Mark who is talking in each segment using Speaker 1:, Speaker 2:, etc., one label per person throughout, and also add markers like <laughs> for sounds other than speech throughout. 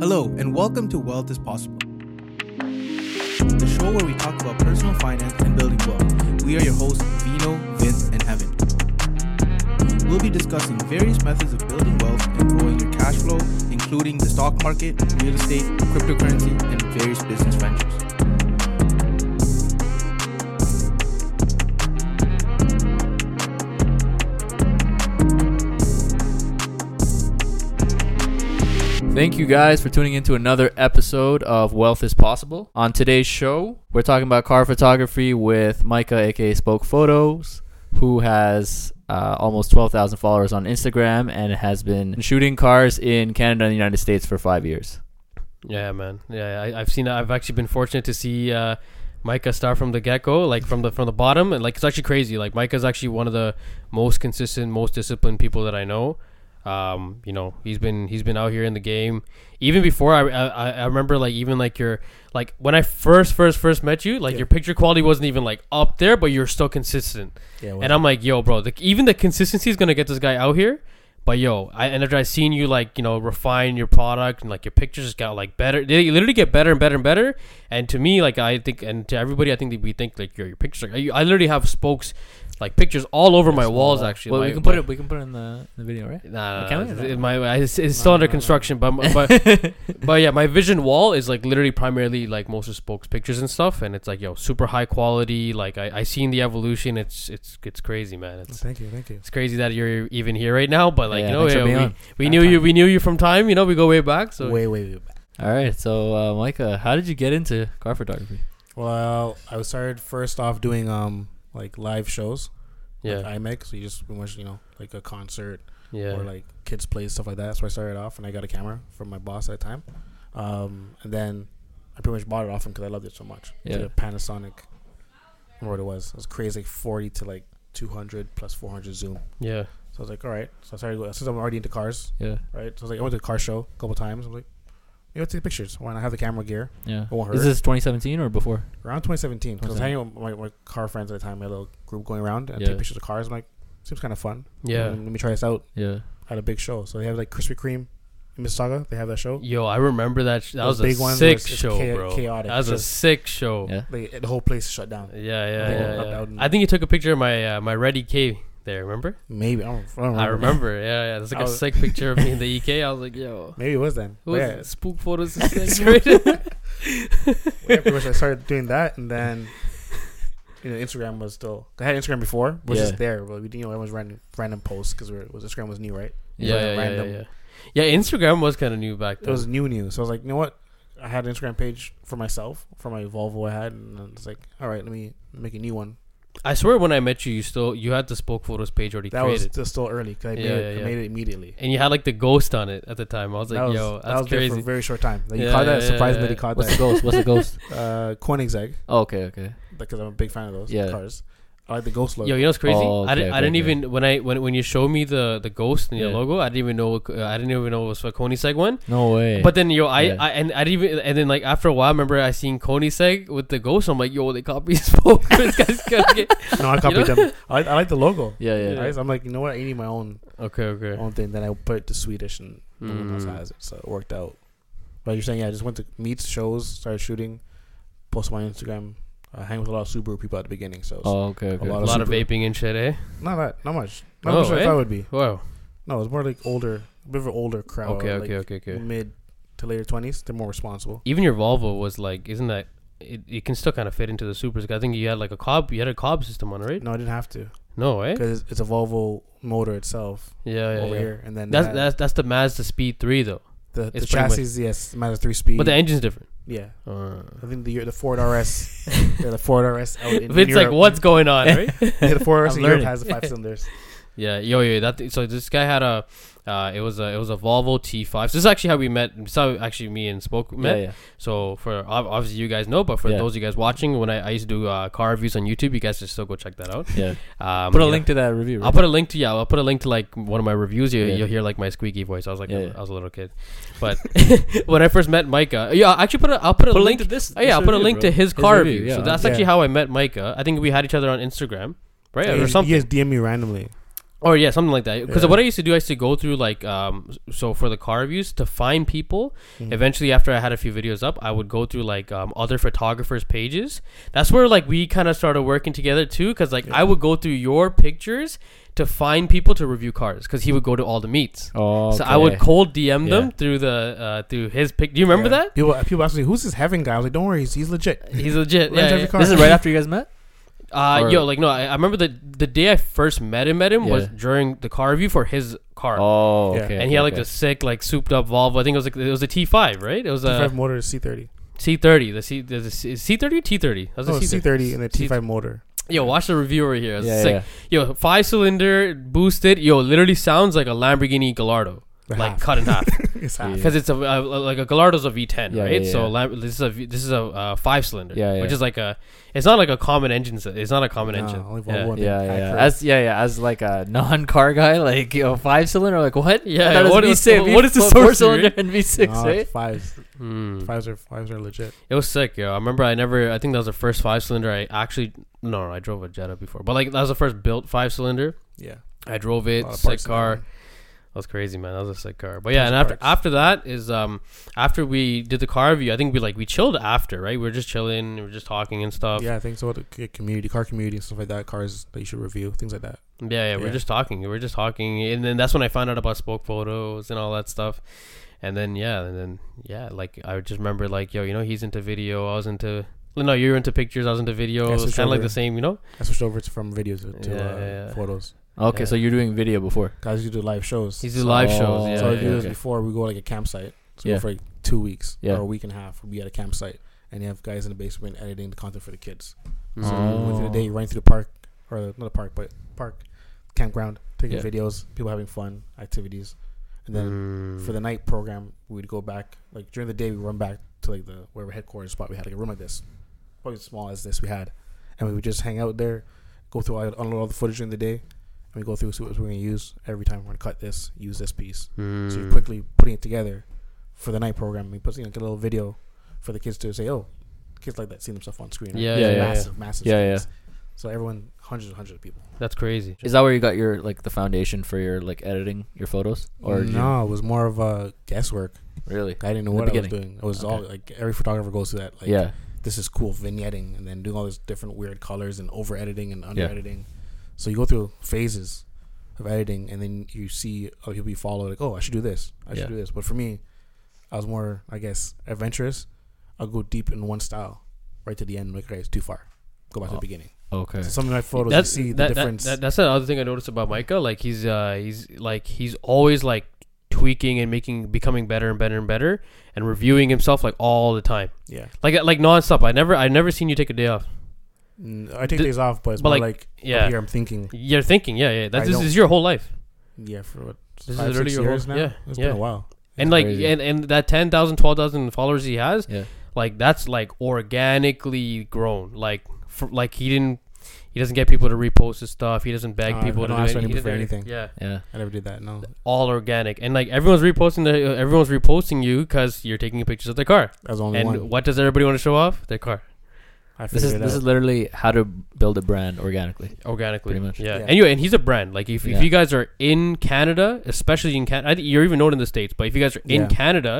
Speaker 1: Hello, and welcome to Wealth is Possible, the show where we talk about personal finance and building wealth. We are your hosts, Vino, Vince, and Heaven. We'll be discussing various methods of building wealth and growing your cash flow, including the stock market, real estate, cryptocurrency, and various business ventures.
Speaker 2: Thank you guys for tuning in to another episode of Wealth is Possible. On today's show, we're talking about car photography with Micah, aka Spoke Photos, who has uh, almost 12,000 followers on Instagram and has been shooting cars in Canada and the United States for five years.
Speaker 3: Yeah, man. Yeah, I, I've seen. I've actually been fortunate to see uh, Micah start from the get go, like from the from the bottom, and like it's actually crazy. Like Micah's actually one of the most consistent, most disciplined people that I know. Um, you know, he's been he's been out here in the game even before I I, I remember like even like your like when I first first first met you, like
Speaker 1: Yeah.
Speaker 3: your picture quality wasn't even like up there, but you're still consistent.
Speaker 1: Yeah,
Speaker 3: And I'm like, yo, bro, the, even the consistency is gonna get this guy out here. But yo, I and after I seen you like you know refine your product and like your pictures got like better. They literally get better and better and better. And to me, like I think, and to everybody, I think that we think like your, your pictures. Are, I, I literally have spokes, like pictures all over my walls. Actually,
Speaker 2: well,
Speaker 3: my,
Speaker 2: we can put
Speaker 3: my-
Speaker 2: it. We can put it in the, in the video, right?
Speaker 3: Nah,
Speaker 2: Can
Speaker 3: nah,
Speaker 2: we?
Speaker 3: nah, it- my it's, it's still
Speaker 2: No,
Speaker 3: under
Speaker 2: no, no. <laughs>
Speaker 3: construction, but Um, but but yeah, my vision wall is like literally primarily like most of Spoke's pictures and stuff, and it's like yo super high quality. Like I I seen the evolution. It's it's it's crazy, man. It's
Speaker 1: thank you, thank you.
Speaker 3: it's crazy that you're even here right now, but like
Speaker 2: Yeah,
Speaker 3: you know,
Speaker 2: thanks for
Speaker 3: yeah,
Speaker 2: being
Speaker 3: we,
Speaker 2: on.
Speaker 3: we
Speaker 2: Back
Speaker 3: knew
Speaker 2: time.
Speaker 3: you, we knew you from time. You know, we go way back. So
Speaker 1: way, way, way back.
Speaker 2: All right. So, uh, Micah, how did you get into car photography?
Speaker 4: Well, I started first off doing um like live shows,
Speaker 3: yeah,
Speaker 4: like IMAX. So you just watch, you know, like a concert
Speaker 3: yeah,
Speaker 4: or like kids play stuff like that. So I started off, and I got a camera from my boss at the time, um, and then I pretty much bought it off him because I loved it so much.
Speaker 2: Yeah.
Speaker 4: the Panasonic, I remember what it was? It was crazy, like forty to like two hundred plus four hundred zoom.
Speaker 3: yeah,
Speaker 4: So I was like, all right. So I started going, since I'm already into cars,
Speaker 2: Yeah,
Speaker 4: right? So I was like, I went to a car show a couple times. I'm like, you know, take pictures. Why not have the camera gear?
Speaker 2: yeah.
Speaker 4: It won't hurt.
Speaker 2: Is this 2017 or before?
Speaker 4: around 2017. 'cause I was
Speaker 2: Okay.
Speaker 4: hanging with my, my car friends at the time, my little group going around and
Speaker 2: Yeah.
Speaker 4: take pictures of cars. I'm like, seems kind of fun.
Speaker 3: yeah.
Speaker 4: Let me- let me try this out
Speaker 2: Yeah.
Speaker 4: at a big show. So they have like Krispy Kreme in Mississauga. They have that show.
Speaker 3: Yo, I remember that. Sh- that was
Speaker 4: Those
Speaker 3: a
Speaker 4: big ones where
Speaker 3: sick
Speaker 4: it's- it's
Speaker 3: show,
Speaker 4: cha-
Speaker 3: bro.
Speaker 4: chaotic.
Speaker 3: That was a
Speaker 4: Just-
Speaker 3: sick show. Yeah,
Speaker 2: Yeah.
Speaker 4: They, the whole place shut down.
Speaker 3: yeah, yeah.
Speaker 4: Yeah,
Speaker 3: yeah,
Speaker 4: that- that would-
Speaker 3: I think you took a picture of my uh, my Ready K there. Remember?
Speaker 4: Maybe I don't, I don't remember.
Speaker 3: I remember. Yeah, yeah. That's like
Speaker 4: Oh, I
Speaker 3: a
Speaker 4: was-
Speaker 3: sick picture of me in the EK. I was like, yo,
Speaker 4: <laughs> Maybe it was then.
Speaker 3: who
Speaker 4: But
Speaker 3: is
Speaker 4: yeah,
Speaker 3: it? spook
Speaker 4: <laughs>
Speaker 3: photos? is sick.
Speaker 4: yeah, pretty much I started doing that, and then you know Instagram was still. I had Instagram before, it was
Speaker 2: Yeah.
Speaker 4: just there, but we didn't you know everyone's random random posts because was Instagram was new, right?
Speaker 2: Yeah,
Speaker 3: <laughs> yeah,
Speaker 4: yeah,
Speaker 3: yeah, yeah,
Speaker 4: random.
Speaker 3: yeah. Yeah, Instagram was kind of new back
Speaker 4: It
Speaker 3: then.
Speaker 4: was new news. So I was like, you know what? I had an Instagram page for myself for my Volvo I had, and it's like, all right, let me make a new one.
Speaker 3: I swear, when I met you, you still you had the spoke photos page already
Speaker 4: That was
Speaker 3: created.
Speaker 4: still, still early because I, made
Speaker 3: Yeah,
Speaker 4: it
Speaker 3: yeah,
Speaker 4: I made it immediately.
Speaker 3: and you had like the ghost on it at the time. I was like,
Speaker 4: that was,
Speaker 3: yo,
Speaker 4: that
Speaker 3: that's
Speaker 4: was there for a
Speaker 3: crazy.
Speaker 4: very short time. Like,
Speaker 3: Yeah,
Speaker 4: you caught that.
Speaker 3: yeah,
Speaker 4: Surprised
Speaker 3: yeah,
Speaker 4: that he
Speaker 3: yeah.
Speaker 4: caught
Speaker 2: What's the
Speaker 4: that.
Speaker 2: ghost? What's the ghost?
Speaker 4: Uh, Koenigsegg,
Speaker 2: Oh, okay. Okay.
Speaker 4: because I'm a big fan of those
Speaker 2: Yeah.
Speaker 4: cars. I like the ghost logo.
Speaker 3: Yo, you know what's crazy?
Speaker 2: Oh,
Speaker 3: I,
Speaker 2: okay,
Speaker 3: didn't, I
Speaker 2: okay,
Speaker 3: didn't
Speaker 2: okay.
Speaker 3: even when I when when you showed me the the ghost and the
Speaker 2: Yeah.
Speaker 3: logo, I didn't even know uh, I didn't even know it was for Koenigsegg one.
Speaker 2: No way.
Speaker 3: But then yo, I,
Speaker 2: Yeah.
Speaker 3: I and I didn't even and then like after a while, I remember I seen Koenigsegg with the ghost. I'm like, yo, they copied <laughs> spoke. this guy's gonna
Speaker 2: <laughs>
Speaker 3: get <laughs>
Speaker 4: no, I copied
Speaker 3: know-
Speaker 4: them. I, like- I like the logo.
Speaker 2: yeah, yeah.
Speaker 4: Right? So I'm like, you know what? I need my own
Speaker 3: okay, okay.
Speaker 4: own thing. Then I put it to Swedish, and no one else
Speaker 3: Mm.
Speaker 4: has it, so it worked out. But you're saying, yeah, I just went to meets, shows, started shooting, posted on my Instagram, uh, hang with a lot of Subaru people at the beginning. So it's
Speaker 2: Oh, okay. okay.
Speaker 3: A
Speaker 4: lot
Speaker 3: lot of
Speaker 4: super-
Speaker 3: vaping and shit, eh?
Speaker 4: not that, not much, not
Speaker 3: Oh,
Speaker 4: much as I
Speaker 3: eh?
Speaker 4: thought it would be.
Speaker 3: Wow.
Speaker 4: No, it's more like older, a bit of an older crowd.
Speaker 3: Okay,
Speaker 4: like mm.
Speaker 3: okay, okay, okay.
Speaker 4: Mid to later twenties, they're more responsible.
Speaker 3: Even your Volvo was like, isn't that? It, it can still kind of fit into the supers. 'cause I think you had like a cob, you had a cob system on, it, right?
Speaker 4: No, I didn't have to
Speaker 3: No, eh?
Speaker 4: because it's a Volvo motor itself
Speaker 3: Oh, Yeah, yeah,
Speaker 4: over
Speaker 3: yeah.
Speaker 4: here, and then
Speaker 3: That's
Speaker 4: that-
Speaker 3: that's that's the Mazda Speed Three though,
Speaker 4: the, the
Speaker 3: it's pretty much-
Speaker 4: chassis. yes, Mazda three speed.
Speaker 3: but the engine's different.
Speaker 4: yeah,
Speaker 3: <laughs> Uh,
Speaker 4: I think the year- the
Speaker 3: <laughs>
Speaker 4: Ford RS, yeah, the Ford RS. Out in
Speaker 3: Vince, like,
Speaker 4: Europe-
Speaker 3: what's going
Speaker 2: <laughs>
Speaker 3: on? Right?
Speaker 4: Yeah, the
Speaker 3: <laughs>
Speaker 4: Ford RS
Speaker 2: I'm
Speaker 4: in Europe
Speaker 2: learning.
Speaker 4: has the five cylinders.
Speaker 3: yeah, yo, yo, that. Th- so this guy had a, uh, it was a it was a Volvo T5. So this is actually how we met. This is how actually me and spoke
Speaker 2: yeah,
Speaker 3: met.
Speaker 2: yeah.
Speaker 3: So for ob- obviously you guys know, but for
Speaker 2: Yeah.
Speaker 3: those of you guys watching, when I, I used to do uh, car reviews on YouTube, you guys should still go check that out.
Speaker 2: yeah.
Speaker 3: Um,
Speaker 2: Put a
Speaker 3: yeah.
Speaker 2: link to that review.
Speaker 3: I'll
Speaker 2: Right?
Speaker 3: put a link to yeah. I'll put a link to like one of my reviews. You,
Speaker 2: Yeah.
Speaker 3: You'll hear like my squeaky voice. I was like
Speaker 2: Yeah,
Speaker 3: a-
Speaker 2: yeah.
Speaker 3: I was a little kid,
Speaker 2: <laughs>
Speaker 3: but when I first met Micah, yeah, I actually put a, I'll put a
Speaker 2: Put a
Speaker 3: link.
Speaker 2: link to this-
Speaker 3: Oh, yeah,
Speaker 2: this
Speaker 3: I'll put a
Speaker 2: review,
Speaker 3: link
Speaker 2: bro.
Speaker 3: to his
Speaker 2: His
Speaker 3: car
Speaker 2: review,
Speaker 3: review. So
Speaker 2: yeah.
Speaker 3: that's
Speaker 4: Yeah.
Speaker 3: actually how I met Micah. I think we had each other on Instagram, right,
Speaker 4: you
Speaker 3: or
Speaker 4: just-
Speaker 3: Oh, something.
Speaker 4: You guys DM me randomly.
Speaker 3: Or yeah, something like that. Because
Speaker 4: Yeah.
Speaker 3: what I used to do, I used to go through like um, s- so for the car reviews to find people.
Speaker 4: Mhm.
Speaker 3: Eventually, after I had a few videos up, I would go through like um, other photographers' pages. That's where like we kind of started working together too. Because like I would go through your pictures to find people to review cars. Because he would go to all the meets,
Speaker 2: Oh,
Speaker 3: so I would cold DM them Yeah. through the uh, through his pic. Do you remember
Speaker 4: Yeah. People, people ask me, "Who's this heaven guy?" I was like, "Don't worry, he's, he's legit."
Speaker 3: that? He's legit.
Speaker 4: Runs
Speaker 3: Yeah,
Speaker 4: every
Speaker 3: yeah.
Speaker 4: car.
Speaker 2: This is right after you guys met.
Speaker 3: Uh,
Speaker 2: Or-
Speaker 3: yo, like no, I, I remember the the day I first met him. Met him was
Speaker 2: Yeah.
Speaker 3: during the car review for his car.
Speaker 2: Oh,
Speaker 4: Yeah.
Speaker 2: okay.
Speaker 3: and he had like
Speaker 2: okay.
Speaker 3: the sick, like souped up Volvo. I think it was like it was a T5, right? It was
Speaker 4: T5
Speaker 3: a
Speaker 4: motor is C30.
Speaker 3: C30. The C the C30 T30. That was a
Speaker 4: Oh,
Speaker 3: C30.
Speaker 4: C30 and a
Speaker 3: C-
Speaker 4: T5 motor.
Speaker 3: Yo, watch the review right here. It's
Speaker 2: Yeah,
Speaker 3: sick. Yo, five cylinder boosted. Yo, literally sounds like a Lamborghini Gallardo,
Speaker 4: The
Speaker 3: like
Speaker 4: half. <laughs>
Speaker 3: cut in half
Speaker 4: it's
Speaker 2: <laughs>
Speaker 3: <laughs>
Speaker 4: half.
Speaker 2: Yeah.
Speaker 3: because it's a, a like a Gallardo's a V10,
Speaker 2: Yeah,
Speaker 3: right?
Speaker 2: yeah,
Speaker 3: so
Speaker 2: yeah.
Speaker 3: Lam- this is a V- this is a uh, five cylinder,
Speaker 2: Yeah, yeah.
Speaker 3: which is like a it's not like a common engine. so- It's not a common
Speaker 4: No,
Speaker 3: engine.
Speaker 4: only Volvo
Speaker 3: Yeah.
Speaker 4: and
Speaker 2: yeah,
Speaker 4: then
Speaker 2: yeah.
Speaker 4: Acura.
Speaker 2: As yeah, yeah. As like a non-car guy, like you know, five cylinder, like what?
Speaker 3: Yeah,
Speaker 2: That is
Speaker 3: what is-
Speaker 2: V6.
Speaker 3: what is the
Speaker 2: four
Speaker 3: source,
Speaker 2: cylinder
Speaker 3: right?
Speaker 2: and V six?
Speaker 4: No,
Speaker 2: eh?
Speaker 4: it's fives.
Speaker 3: Hmm.
Speaker 4: Fives are fives are legit.
Speaker 3: It was sick, yo. I remember I never. I think that was the first five cylinder I actually. No, I drove a Jetta before, but like that was the first built five cylinder.
Speaker 4: Yeah,
Speaker 3: I drove
Speaker 4: lot
Speaker 3: it,
Speaker 4: of
Speaker 3: sick
Speaker 4: parts in that
Speaker 3: car.
Speaker 4: one.
Speaker 3: That was crazy, man. That was a sick car. But yeah,
Speaker 4: Tons
Speaker 3: and
Speaker 4: of
Speaker 3: after
Speaker 4: parts.
Speaker 3: after that is um after we did the car review, I think we like we chilled after, right? We were just chilling, we were just talking and stuff. Yeah,
Speaker 4: Yeah, I think so. The c- community, car community, and stuff like that. Cars that you should review, things like that.
Speaker 3: yeah, we were
Speaker 4: Yeah.
Speaker 3: just talking, we were just talking, and then that's when I found out about spoke photos and all that stuff. And then yeah, and then yeah, like I just remember like yo, you know, he's into video, I was into. No, you were into pictures. I was into video.
Speaker 4: Yeah,
Speaker 3: It was
Speaker 4: switch
Speaker 3: kind of like
Speaker 4: over.
Speaker 3: the same, you know.
Speaker 4: I switched over to, from videos to
Speaker 3: Yeah,
Speaker 4: uh,
Speaker 3: yeah, yeah.
Speaker 4: photos.
Speaker 2: Okay,
Speaker 3: Yeah.
Speaker 2: so you're doing video before.
Speaker 4: Guys, you do live shows.
Speaker 3: He's do live shows. Yeah,
Speaker 4: Oh, so I
Speaker 3: yeah,
Speaker 4: do this
Speaker 2: okay.
Speaker 4: before we go like a campsite. So we
Speaker 2: Yeah.
Speaker 4: go for like two weeks
Speaker 2: Yeah.
Speaker 4: or a week and a half. We'll be at a campsite and you have guys in the basement editing the content for the kids.
Speaker 2: Oh.
Speaker 4: So
Speaker 3: Mm.
Speaker 4: we went through the day, running through the park or not the park, but park campground, taking
Speaker 2: Yeah.
Speaker 4: videos, people having fun, activities, and then
Speaker 2: Mm.
Speaker 4: for the night program, we'd go back. Like during the day, we run back to like the wherever headquarters spot we had, like a room like this, probably as small as this we had, and we would just hang out there, go through all, unload all the footage during the day, and we go through see what we're gonna use every time we're gonna cut this, use this piece. So
Speaker 2: Mm.
Speaker 4: you're quickly putting it together for the night program. We put you know, get a little video for the kids to say, oh, kids like that seeing themselves on screen.
Speaker 3: Yeah,
Speaker 4: It's
Speaker 2: yeah, yeah,
Speaker 4: massive, massive.
Speaker 2: Yeah, yeah.
Speaker 4: screens. So everyone, hundreds and hundreds of people.
Speaker 3: That's crazy.
Speaker 2: Is that where you got your like the foundation for your like editing your photos? Or did you-
Speaker 4: no, it was more of a guesswork.
Speaker 2: really?
Speaker 4: I didn't know
Speaker 2: In the
Speaker 4: what I was
Speaker 2: beginning.
Speaker 4: doing. It was
Speaker 2: Okay.
Speaker 4: all like every photographer goes through that. Like,
Speaker 2: yeah.
Speaker 4: this is cool vignetting and then doing all these different weird colors and over editing and under
Speaker 2: Yeah.
Speaker 4: editing. So you go through phases of editing and then you see oh people you follow like, oh I should do this. I
Speaker 2: Yeah.
Speaker 4: should do this. But for me, I was more, I guess, adventurous. I'll go deep in one style right to the end. I'm Like, okay, it's too far. Go back to
Speaker 2: Oh,
Speaker 4: the beginning.
Speaker 2: Okay.
Speaker 4: So some of my photos
Speaker 3: That's
Speaker 4: you see
Speaker 3: that-
Speaker 4: the
Speaker 3: that-
Speaker 4: difference.
Speaker 3: that- that's the other thing I noticed about Micah. Like he's uh he's like he's always like tweaking and making becoming better and better and better and reviewing himself like all the time.
Speaker 4: yeah.
Speaker 3: Like like nonstop. I never I never seen you take a day off.
Speaker 4: Mm, I take
Speaker 3: Th-
Speaker 4: days off, but it's
Speaker 3: but,
Speaker 4: more
Speaker 3: like,
Speaker 4: like,
Speaker 3: yeah.
Speaker 4: up here I'm thinking,
Speaker 3: You're thinking, yeah, yeah. That's
Speaker 4: I
Speaker 3: this
Speaker 4: don't-
Speaker 3: is your whole life.
Speaker 4: yeah, for what
Speaker 3: This
Speaker 4: five,
Speaker 3: is literally
Speaker 4: six
Speaker 3: your
Speaker 4: years
Speaker 3: whole
Speaker 4: now?
Speaker 3: yeah.
Speaker 4: It's
Speaker 3: yeah.
Speaker 4: been a while.
Speaker 3: and like
Speaker 2: Crazy.
Speaker 3: and, and that 10,000 12,000 followers he has
Speaker 2: Yeah.
Speaker 3: like that's like organically grown like fr like he didn't he doesn't get people to repost his stuff he doesn't beg
Speaker 4: Uh,
Speaker 3: people
Speaker 4: I
Speaker 3: to
Speaker 4: don't
Speaker 3: do
Speaker 4: ask
Speaker 3: any- he
Speaker 4: anybody for
Speaker 3: doesn't-
Speaker 4: anything.
Speaker 3: yeah
Speaker 2: Yeah.
Speaker 4: I never did that, no.
Speaker 3: all organic and like everyone's reposting the, everyone's reposting you because you're taking pictures of their car
Speaker 4: That was only
Speaker 3: and
Speaker 4: one.
Speaker 3: what does everybody want to show off their car
Speaker 4: I
Speaker 2: This
Speaker 4: figured
Speaker 2: is
Speaker 4: it out.
Speaker 2: this is literally how to build a brand organically.
Speaker 3: organically
Speaker 2: Pretty much.
Speaker 3: yeah,
Speaker 4: Yeah.
Speaker 3: and you and he's a brand like if,
Speaker 2: Yeah.
Speaker 3: if you guys are in canada especially in canada you're even known in the states but if you guys are in
Speaker 4: Yeah.
Speaker 3: canada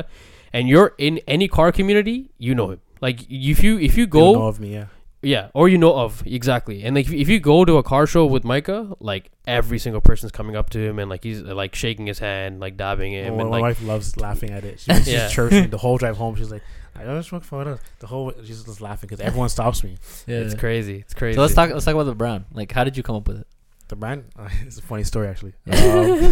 Speaker 3: and you're in any car community you know him like if you if you
Speaker 4: They don't
Speaker 3: go
Speaker 4: know of me, yeah.
Speaker 3: yeah or you know of exactly and like if, if you go to a car show with micah like every single person's coming up to him and like he's like shaking his hand like dabbing him
Speaker 4: my,
Speaker 3: and
Speaker 4: my
Speaker 3: like
Speaker 4: wife loves laughing at
Speaker 3: <laughs>
Speaker 4: it. She, she's
Speaker 3: Yeah.
Speaker 4: chirping the whole drive home. She's like, I don't smoke photos. The whole she's just laughing because everyone stops me.
Speaker 2: Yeah.
Speaker 3: it's crazy it's crazy
Speaker 2: So let's talk. Let's talk about the brand. Like, how did you come up with it?
Speaker 4: The brand. <laughs> it's a funny story
Speaker 3: <laughs>
Speaker 4: actually. Um, <laughs>
Speaker 2: Yeah.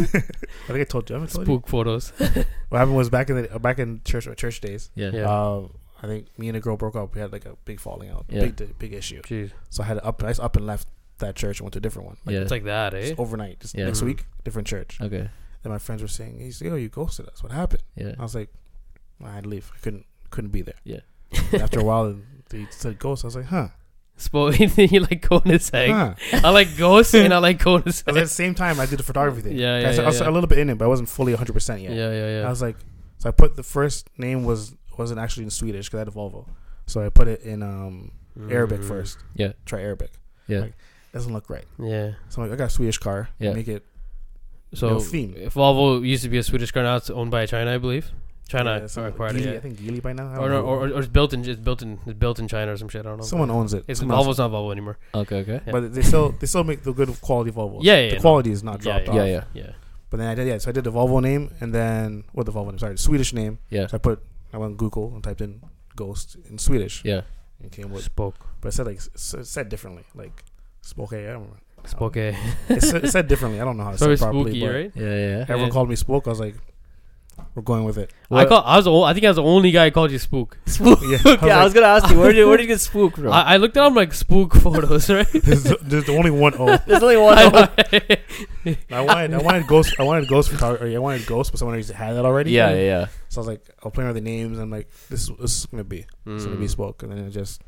Speaker 4: I think I told you. I haven't told you.
Speaker 3: spook photos <laughs>
Speaker 4: What happened was back in the uh, back in church church days.
Speaker 2: Yeah.
Speaker 3: Yeah.
Speaker 4: Um, I think me and a girl broke up. We had like a big falling out,
Speaker 2: Yeah.
Speaker 4: big big issue.
Speaker 3: Jeez.
Speaker 4: So I had to up. I just up and left that church and went to a different one. Like,
Speaker 2: Yeah.
Speaker 3: it's like that eh
Speaker 4: just overnight, just
Speaker 2: Yeah.
Speaker 4: next week, different church.
Speaker 2: Okay.
Speaker 4: And my friends were saying, "He's yo, you ghosted us. What happened?"
Speaker 2: Yeah.
Speaker 4: I was like, I had to leave. I couldn't couldn't be there.
Speaker 2: Yeah.
Speaker 4: And after a while, they said ghost. I was like, huh.
Speaker 3: spook <laughs> you like Kona's egg
Speaker 4: huh.
Speaker 3: i like ghosts and i like Kona's
Speaker 4: At the same time, <laughs> I did the photography thing.
Speaker 3: Yeah,
Speaker 4: I
Speaker 3: yeah,
Speaker 4: was- I was
Speaker 3: yeah, yeah.
Speaker 4: a little bit in it, but I wasn't fully 100 percent
Speaker 3: yeah
Speaker 4: yet.
Speaker 3: yeah yeah,
Speaker 4: I was like, so I put the first name was wasn't actually in Swedish because I had a Volvo, so I put it in um Arabic
Speaker 3: Mm.
Speaker 4: first.
Speaker 2: Yeah.
Speaker 4: Try Arabic.
Speaker 2: Yeah.
Speaker 4: Like, doesn't look right.
Speaker 3: yeah
Speaker 4: So I'm like, I got a Swedish car.
Speaker 2: Yeah.
Speaker 4: Make it
Speaker 3: So
Speaker 4: No theme.
Speaker 3: Volvo used to be a Swedish car. Now it's owned by China, I believe.
Speaker 4: Yeah,
Speaker 3: China
Speaker 4: some-
Speaker 3: acquired
Speaker 4: Geely, I
Speaker 3: it.
Speaker 4: think Geely by now. I
Speaker 3: Yeah.
Speaker 4: don't
Speaker 3: Or, no,
Speaker 4: know.
Speaker 3: or, or or it's built in it's built in it's built in China or some shit. I don't know.
Speaker 4: someone owns it.
Speaker 3: it's
Speaker 4: Someone else-
Speaker 3: Volvo's not Volvo anymore.
Speaker 2: Okay, okay.
Speaker 3: yeah.
Speaker 4: But they still they still make the good quality Volvos.
Speaker 3: Yeah, yeah,
Speaker 4: The
Speaker 3: no.
Speaker 4: quality is not
Speaker 3: Yeah,
Speaker 4: dropped
Speaker 2: Yeah,
Speaker 4: off.
Speaker 2: yeah.
Speaker 3: Yeah.
Speaker 4: But then I did yeah. So I did the Volvo name and then what the Volvo name? Sorry, the Swedish name.
Speaker 2: Yeah.
Speaker 4: So I put I went on Google and typed in Ghost in Swedish.
Speaker 2: Yeah.
Speaker 4: And came with,
Speaker 3: Spoke.
Speaker 4: but it said like s- it said differently like spoke. I don't know.
Speaker 3: Spoke. eh?
Speaker 4: it, said, it said differently. I don't know how it
Speaker 3: So
Speaker 4: said
Speaker 3: it's
Speaker 4: properly.
Speaker 3: spooky,
Speaker 4: but
Speaker 3: right?
Speaker 2: Yeah, yeah.
Speaker 4: Everyone
Speaker 3: Yeah.
Speaker 4: called me spoke. I was like, we're going with it.
Speaker 3: I call. I was. The, ol- I think I was the only guy who called you spook.
Speaker 2: Spook.
Speaker 4: Yeah,
Speaker 2: Yeah,
Speaker 4: I was
Speaker 2: I was
Speaker 4: like-
Speaker 2: gonna ask you where did where did you get spooked <laughs> from?
Speaker 4: <laughs>
Speaker 3: I, I looked at him like spook <laughs> photos,
Speaker 2: <laughs>
Speaker 3: right?
Speaker 4: there's, there's only one O.
Speaker 2: There's only <laughs> one.
Speaker 3: I
Speaker 2: yeah,
Speaker 3: <laughs> know.
Speaker 4: I wanted I wanted ghost I wanted ghost photography. I wanted ghost, but someone already had that already.
Speaker 2: yeah, yeah.
Speaker 4: So I was like, I'll play with the names. And I'm like, this, this is gonna be, this is gonna be
Speaker 3: Mm.
Speaker 4: spoke, and then it just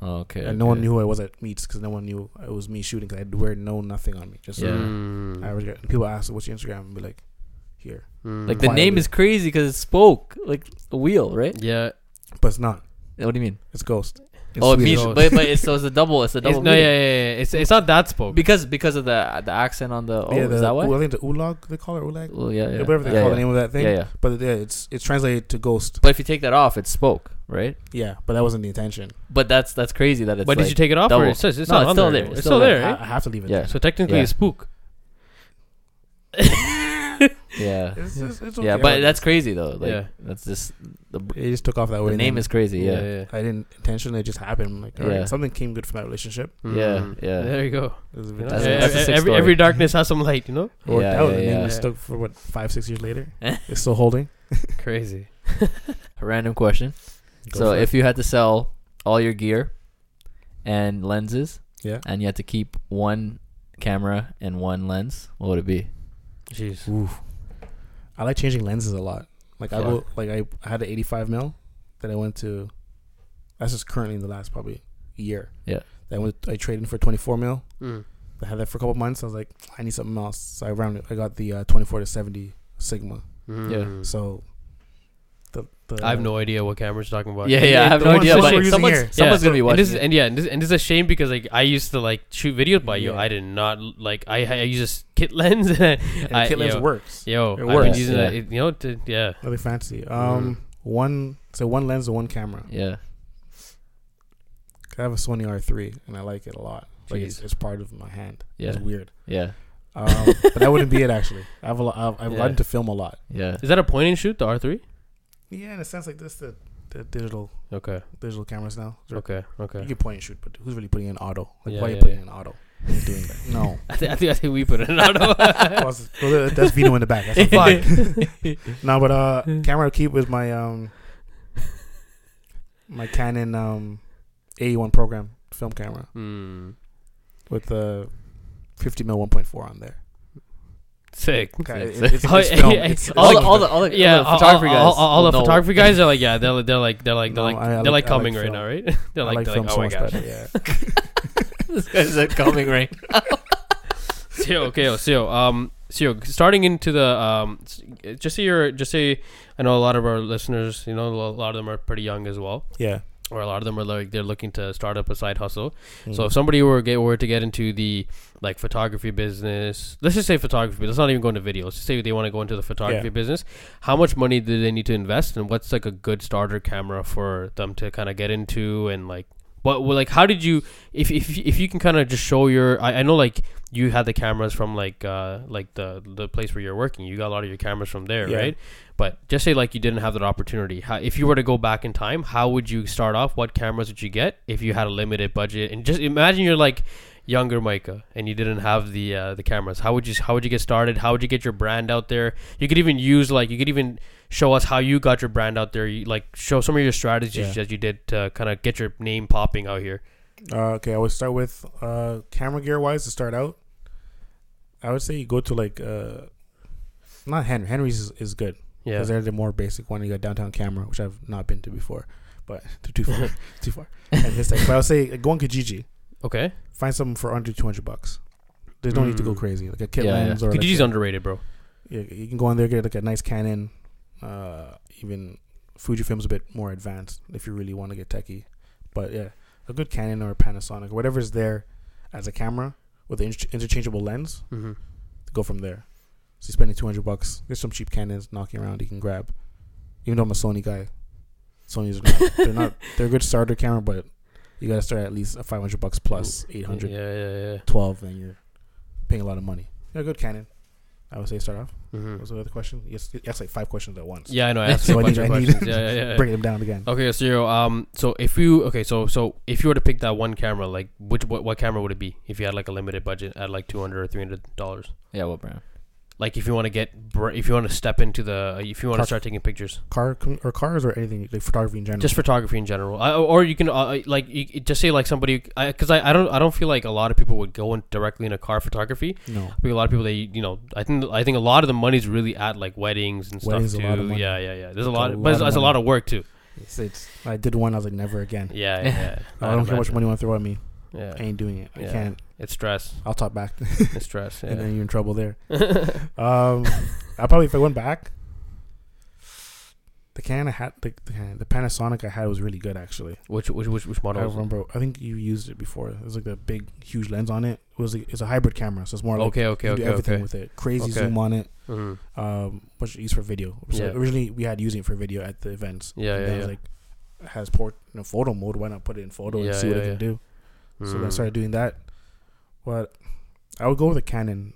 Speaker 2: Oh, Okay.
Speaker 4: and no one
Speaker 2: okay.
Speaker 4: knew who I was at meets because no one knew it was me shooting because I'd wear no nothing on me. Just
Speaker 2: Yeah. Hmm.
Speaker 3: Mm.
Speaker 4: I would get people ask what's your Instagram and be like, here,
Speaker 3: Mm.
Speaker 2: Like the
Speaker 4: Quietly.
Speaker 2: name is crazy because it spoke like a wheel, right?
Speaker 3: Yeah.
Speaker 4: but it's not.
Speaker 2: What do you mean?
Speaker 4: It's ghost. It's
Speaker 2: oh, it
Speaker 4: Swedish.
Speaker 2: means,
Speaker 3: Ghost.
Speaker 2: but, but it's, so it's a double. It's a
Speaker 3: It's,
Speaker 2: double.
Speaker 3: no, yeah,
Speaker 2: meaning.
Speaker 3: yeah, yeah. It's it's not that spoke.
Speaker 2: Because because of the the accent on the oh,
Speaker 4: yeah, the,
Speaker 2: is that why?
Speaker 4: I think the ulag they call it ulag,
Speaker 2: Well, yeah, yeah,
Speaker 4: Yeah, whatever they
Speaker 2: yeah, yeah.
Speaker 4: call the name of that thing.
Speaker 2: Yeah, yeah.
Speaker 4: But yeah, it's it's translated to ghost.
Speaker 2: But if you take that off, it spoke, right?
Speaker 4: Yeah, but that wasn't the intention.
Speaker 2: But that's that's crazy that it's.
Speaker 3: but did
Speaker 2: like-
Speaker 3: you take it off? Or
Speaker 2: double.
Speaker 3: it says it's
Speaker 2: No,
Speaker 3: not
Speaker 2: it's
Speaker 3: on
Speaker 2: still there,
Speaker 3: anymore.
Speaker 2: it's
Speaker 3: It's
Speaker 2: still
Speaker 3: still there.
Speaker 4: I,
Speaker 3: right?
Speaker 4: I have to leave it.
Speaker 2: Yeah.
Speaker 4: there.
Speaker 3: So technically,
Speaker 2: Yeah.
Speaker 3: it's spook.
Speaker 2: Yeah,
Speaker 4: It's, it's, it's okay.
Speaker 2: yeah, but that's crazy though. Like,
Speaker 3: Yeah.
Speaker 2: that's just the, br-
Speaker 4: it just took off that way.
Speaker 2: the
Speaker 4: and
Speaker 2: name
Speaker 4: Oh, then
Speaker 2: is crazy. Yeah, yeah,
Speaker 4: I didn't intentionally. It just happened. I'm like, all right,
Speaker 2: Yeah.
Speaker 4: something came good from that relationship.
Speaker 2: yeah.
Speaker 3: Mm. There you go.
Speaker 4: It was a
Speaker 3: You know,
Speaker 4: bit-
Speaker 2: That's-
Speaker 3: e-
Speaker 2: that's a
Speaker 3: e-
Speaker 2: sick
Speaker 3: every,
Speaker 2: story.
Speaker 3: every darkness has some light, you know?
Speaker 4: It worked
Speaker 2: Yeah,
Speaker 4: out.
Speaker 2: yeah,
Speaker 4: the name
Speaker 2: yeah.
Speaker 4: is stuck for what five, six
Speaker 2: <laughs>
Speaker 4: years later. it's still holding.
Speaker 3: Crazy.
Speaker 2: A Random question.
Speaker 4: Go
Speaker 2: so
Speaker 4: for it.
Speaker 2: if you had to sell all your gear and lenses,
Speaker 4: Yeah.
Speaker 2: and you had to keep one camera and one lens, what would it be?
Speaker 3: Jeez.
Speaker 4: Oof. I like changing lenses a lot. Like I
Speaker 2: Yeah.
Speaker 4: go, like I I had an 85 mil that I went to. That's just currently in the last probably year.
Speaker 2: Yeah.
Speaker 4: That I went. I traded in for 24 mil.
Speaker 2: Hmm.
Speaker 3: Mm.
Speaker 4: I had that for a couple months. I was like, I need something else. So I rounded. I got the uh, 24 to 70 Sigma.
Speaker 3: Mm.
Speaker 4: So. The, the
Speaker 3: I have no idea what cameras you're talking about.
Speaker 2: Yeah,
Speaker 3: And-
Speaker 2: yeah, I
Speaker 4: uh, the
Speaker 2: have no
Speaker 4: ones
Speaker 2: idea.
Speaker 4: that
Speaker 2: But
Speaker 4: we're using
Speaker 2: someone's,
Speaker 4: here.
Speaker 2: someone's
Speaker 3: Yeah.
Speaker 2: gonna be
Speaker 3: And
Speaker 2: watching.
Speaker 3: this is, and yeah, and this, and this is a shame because like I used to like shoot videos by you.
Speaker 4: Yeah.
Speaker 3: I did not like I I use this kit lens <laughs> and, I,
Speaker 4: And
Speaker 3: I-
Speaker 4: the kit lens
Speaker 3: yo,
Speaker 4: works.
Speaker 3: Yo,
Speaker 4: It
Speaker 3: I've been
Speaker 4: works.
Speaker 3: using
Speaker 2: Yeah.
Speaker 3: that. it- You know, to, yeah.
Speaker 4: Nothing fancy. Um, one so one lens and one camera.
Speaker 2: Mm. yeah,
Speaker 4: 'Cause I have a Sony R3 and I like it a lot. Like it's,
Speaker 2: Jeez.
Speaker 4: it's part of my hand.
Speaker 2: yeah,
Speaker 4: It's weird.
Speaker 2: yeah,
Speaker 4: Um, but that wouldn't be it actually. I've a lot, I've, I've
Speaker 3: Yeah.
Speaker 4: gotten to film a lot.
Speaker 2: yeah.
Speaker 3: Is that a point and shoot? The R three?
Speaker 4: Yeah, in a sense like this, the, the digital
Speaker 3: Okay,
Speaker 4: digital cameras now. They're-
Speaker 3: okay, okay.
Speaker 4: You can point and shoot, but who's really putting in auto? Like
Speaker 3: Yeah,
Speaker 4: why are you
Speaker 3: yeah,
Speaker 4: putting
Speaker 3: yeah.
Speaker 4: in auto? Who's doing that?
Speaker 3: <laughs>
Speaker 4: No,
Speaker 3: I, think I think I think we put
Speaker 2: <laughs>
Speaker 3: <laughs> it out of.
Speaker 4: Pause. Well, that- that's Vito in the back.
Speaker 3: <laughs>
Speaker 4: That's fine. no, but uh, camera I keep with my um, my Canon um, A1 program film camera.
Speaker 3: Mm.
Speaker 4: with the 50 mil 1.4 on there.
Speaker 3: Sick.
Speaker 4: Okay,
Speaker 2: It's-
Speaker 4: it- it's,
Speaker 3: <laughs> Oh,
Speaker 4: it's film.
Speaker 3: yeah,
Speaker 4: It's,
Speaker 2: all,
Speaker 3: all
Speaker 2: the,
Speaker 3: the-
Speaker 2: all the all the
Speaker 3: Yeah,
Speaker 2: all the photography guys.
Speaker 3: All, all, all the
Speaker 2: will know.
Speaker 3: photography guys are like, yeah,
Speaker 4: <laughs>
Speaker 3: they're they're like they're like they're
Speaker 4: No,
Speaker 3: like
Speaker 4: I- I
Speaker 3: they're like
Speaker 4: like- I like
Speaker 3: coming right
Speaker 4: film.
Speaker 3: now, right? <laughs>
Speaker 4: I
Speaker 3: they're like,
Speaker 4: like
Speaker 3: they're
Speaker 4: film
Speaker 3: like, oh
Speaker 4: so
Speaker 3: my gosh.
Speaker 4: much better. Yeah,
Speaker 2: This guy's a coming ring.
Speaker 3: Sio, okay, oh, Sio, um, Sio, starting into the um, s- just say you're just say I know a lot of our listeners, you know, a lot of them are pretty young as well, <laughs>
Speaker 4: yeah.
Speaker 3: or a lot of them are like they're looking to start up a side hustle. So
Speaker 4: Mm.
Speaker 3: if somebody were get, were to get into the like photography business, let's just say photography. Let's not even go into video. Let's just say they want to go into the photography
Speaker 4: Yeah.
Speaker 3: business. How much money do they need to invest, and what's like a good starter camera for them to kind of get into, and like what well, like how did you if if if you can kind of just show your I, I know like you had the cameras from like uh like the the place where you're working you got a lot of your cameras from there
Speaker 4: Yeah.
Speaker 3: right but just say like you didn't have that opportunity how, if you were to go back in time how would you start off what cameras would you get if you had a limited budget and just imagine you're like younger micah and you didn't have the uh, the cameras how would you how would you get started how would you get your brand out there you could even use like you could even show us how you got your brand out there you, like show some of your strategies
Speaker 4: Yeah.
Speaker 3: that you did to kind of get your name popping out here
Speaker 4: Uh, okay, I would start with uh, camera gear wise to start out. I would say you go to like uh, not Henry. Henry's is, is good
Speaker 3: yeah
Speaker 4: because they're the more basic one. You got downtown camera, which I've not been to before, but <laughs> they're too
Speaker 3: <laughs>
Speaker 4: far, too far. And this thing. But I would say go on Kijiji,
Speaker 3: okay
Speaker 4: find something for under two hundred bucks. There's no need to go
Speaker 3: Mm.
Speaker 4: crazy like a kit
Speaker 2: Yeah, yeah.
Speaker 4: lens or like
Speaker 3: Kijiji's
Speaker 4: a-
Speaker 3: underrated, bro.
Speaker 4: you, you can go on there get like a nice Canon. Uh, even Fujifilm's a bit more advanced if you really want to get techie. But yeah, a good Canon or a Panasonic, whatever's there as a camera with an inter- interchangeable lens,
Speaker 3: Mm-hmm.
Speaker 4: go from there. So you're spending two hundred bucks. There's some cheap cannons knocking around you can grab. Even though I'm a Sony guy, Sony's are not, they're not they're a good starter camera, but you gotta start at least at five hundred bucks plus eight hundred
Speaker 3: Yeah, yeah, yeah.
Speaker 4: twelve, then you're paying a lot of money. They're a good cannon. I would say start off. What
Speaker 3: Mm-hmm.
Speaker 4: was the other question? Yes, that's like five questions at once.
Speaker 3: Yeah, I know. I asked
Speaker 4: <laughs> So
Speaker 3: you a
Speaker 4: I
Speaker 3: bunch
Speaker 4: need-
Speaker 3: of
Speaker 4: I need-
Speaker 3: questions. Yeah, yeah, yeah. yeah.
Speaker 4: Breaking them down again.
Speaker 3: Okay, so you um, so if you okay, so so if you were to pick that one camera, like which what, what camera would it be if you had like a limited budget at like two hundred or three hundred dollars?
Speaker 2: Yeah, what brand?
Speaker 3: Like if you want to get br- if you want to step into the uh, if you want to
Speaker 4: Car-
Speaker 3: start taking pictures,
Speaker 4: Car com- or cars or anything like photography in general.
Speaker 3: just photography in general, I, or you can uh, like you, you just say like somebody because I, I don't I don't feel like a lot of people would go in directly into car photography.
Speaker 4: no.
Speaker 3: I think a lot of people they you know I think I think a lot of the money's really at like weddings and
Speaker 4: Weddings a
Speaker 3: stuff too.
Speaker 4: lot of money.
Speaker 3: Yeah, yeah, yeah. There's a
Speaker 4: It's
Speaker 3: lot, but it's, it's a
Speaker 4: money.
Speaker 3: lot of work
Speaker 4: <laughs>
Speaker 3: too.
Speaker 4: It's, it's, I did one. I was like, never again.
Speaker 3: Yeah, yeah. yeah.
Speaker 4: I don't care how much
Speaker 3: imagine.
Speaker 4: money you want to throw at me. I
Speaker 3: Yeah,
Speaker 4: ain't doing it.
Speaker 3: Yeah.
Speaker 4: I can't.
Speaker 3: it's stress.
Speaker 4: I'll top back,
Speaker 3: It's
Speaker 4: <laughs>
Speaker 3: stress.
Speaker 4: and
Speaker 3: Yeah. Uh,
Speaker 4: then you're in trouble there.
Speaker 3: <laughs>
Speaker 4: Um, <laughs> I probably if I went back, the can I had the, the, can, the Panasonic I had was really good actually.
Speaker 3: Which which which which
Speaker 4: I
Speaker 3: model?
Speaker 4: don't
Speaker 3: is it?
Speaker 4: remember. I think you used it before. It was like the big, huge lens on it. It was like, it's a hybrid camera, so it's more like
Speaker 3: Okay, okay,
Speaker 4: you can
Speaker 3: okay,
Speaker 4: do everything
Speaker 3: okay.
Speaker 4: with it. Crazy
Speaker 3: Okay.
Speaker 4: zoom on it,
Speaker 3: Mhm.
Speaker 4: um, which you use for video. So
Speaker 3: Yeah.
Speaker 4: originally we had using it for video at the events.
Speaker 3: Yeah,
Speaker 4: and
Speaker 3: yeah,
Speaker 4: then I
Speaker 3: yeah.
Speaker 4: was like, it has port you know, photo mode. Why not put it in photo
Speaker 3: Yeah,
Speaker 4: and see what
Speaker 3: yeah,
Speaker 4: it
Speaker 3: yeah.
Speaker 4: can do? So then I
Speaker 3: Mm.
Speaker 4: started doing that. But I would go with a Canon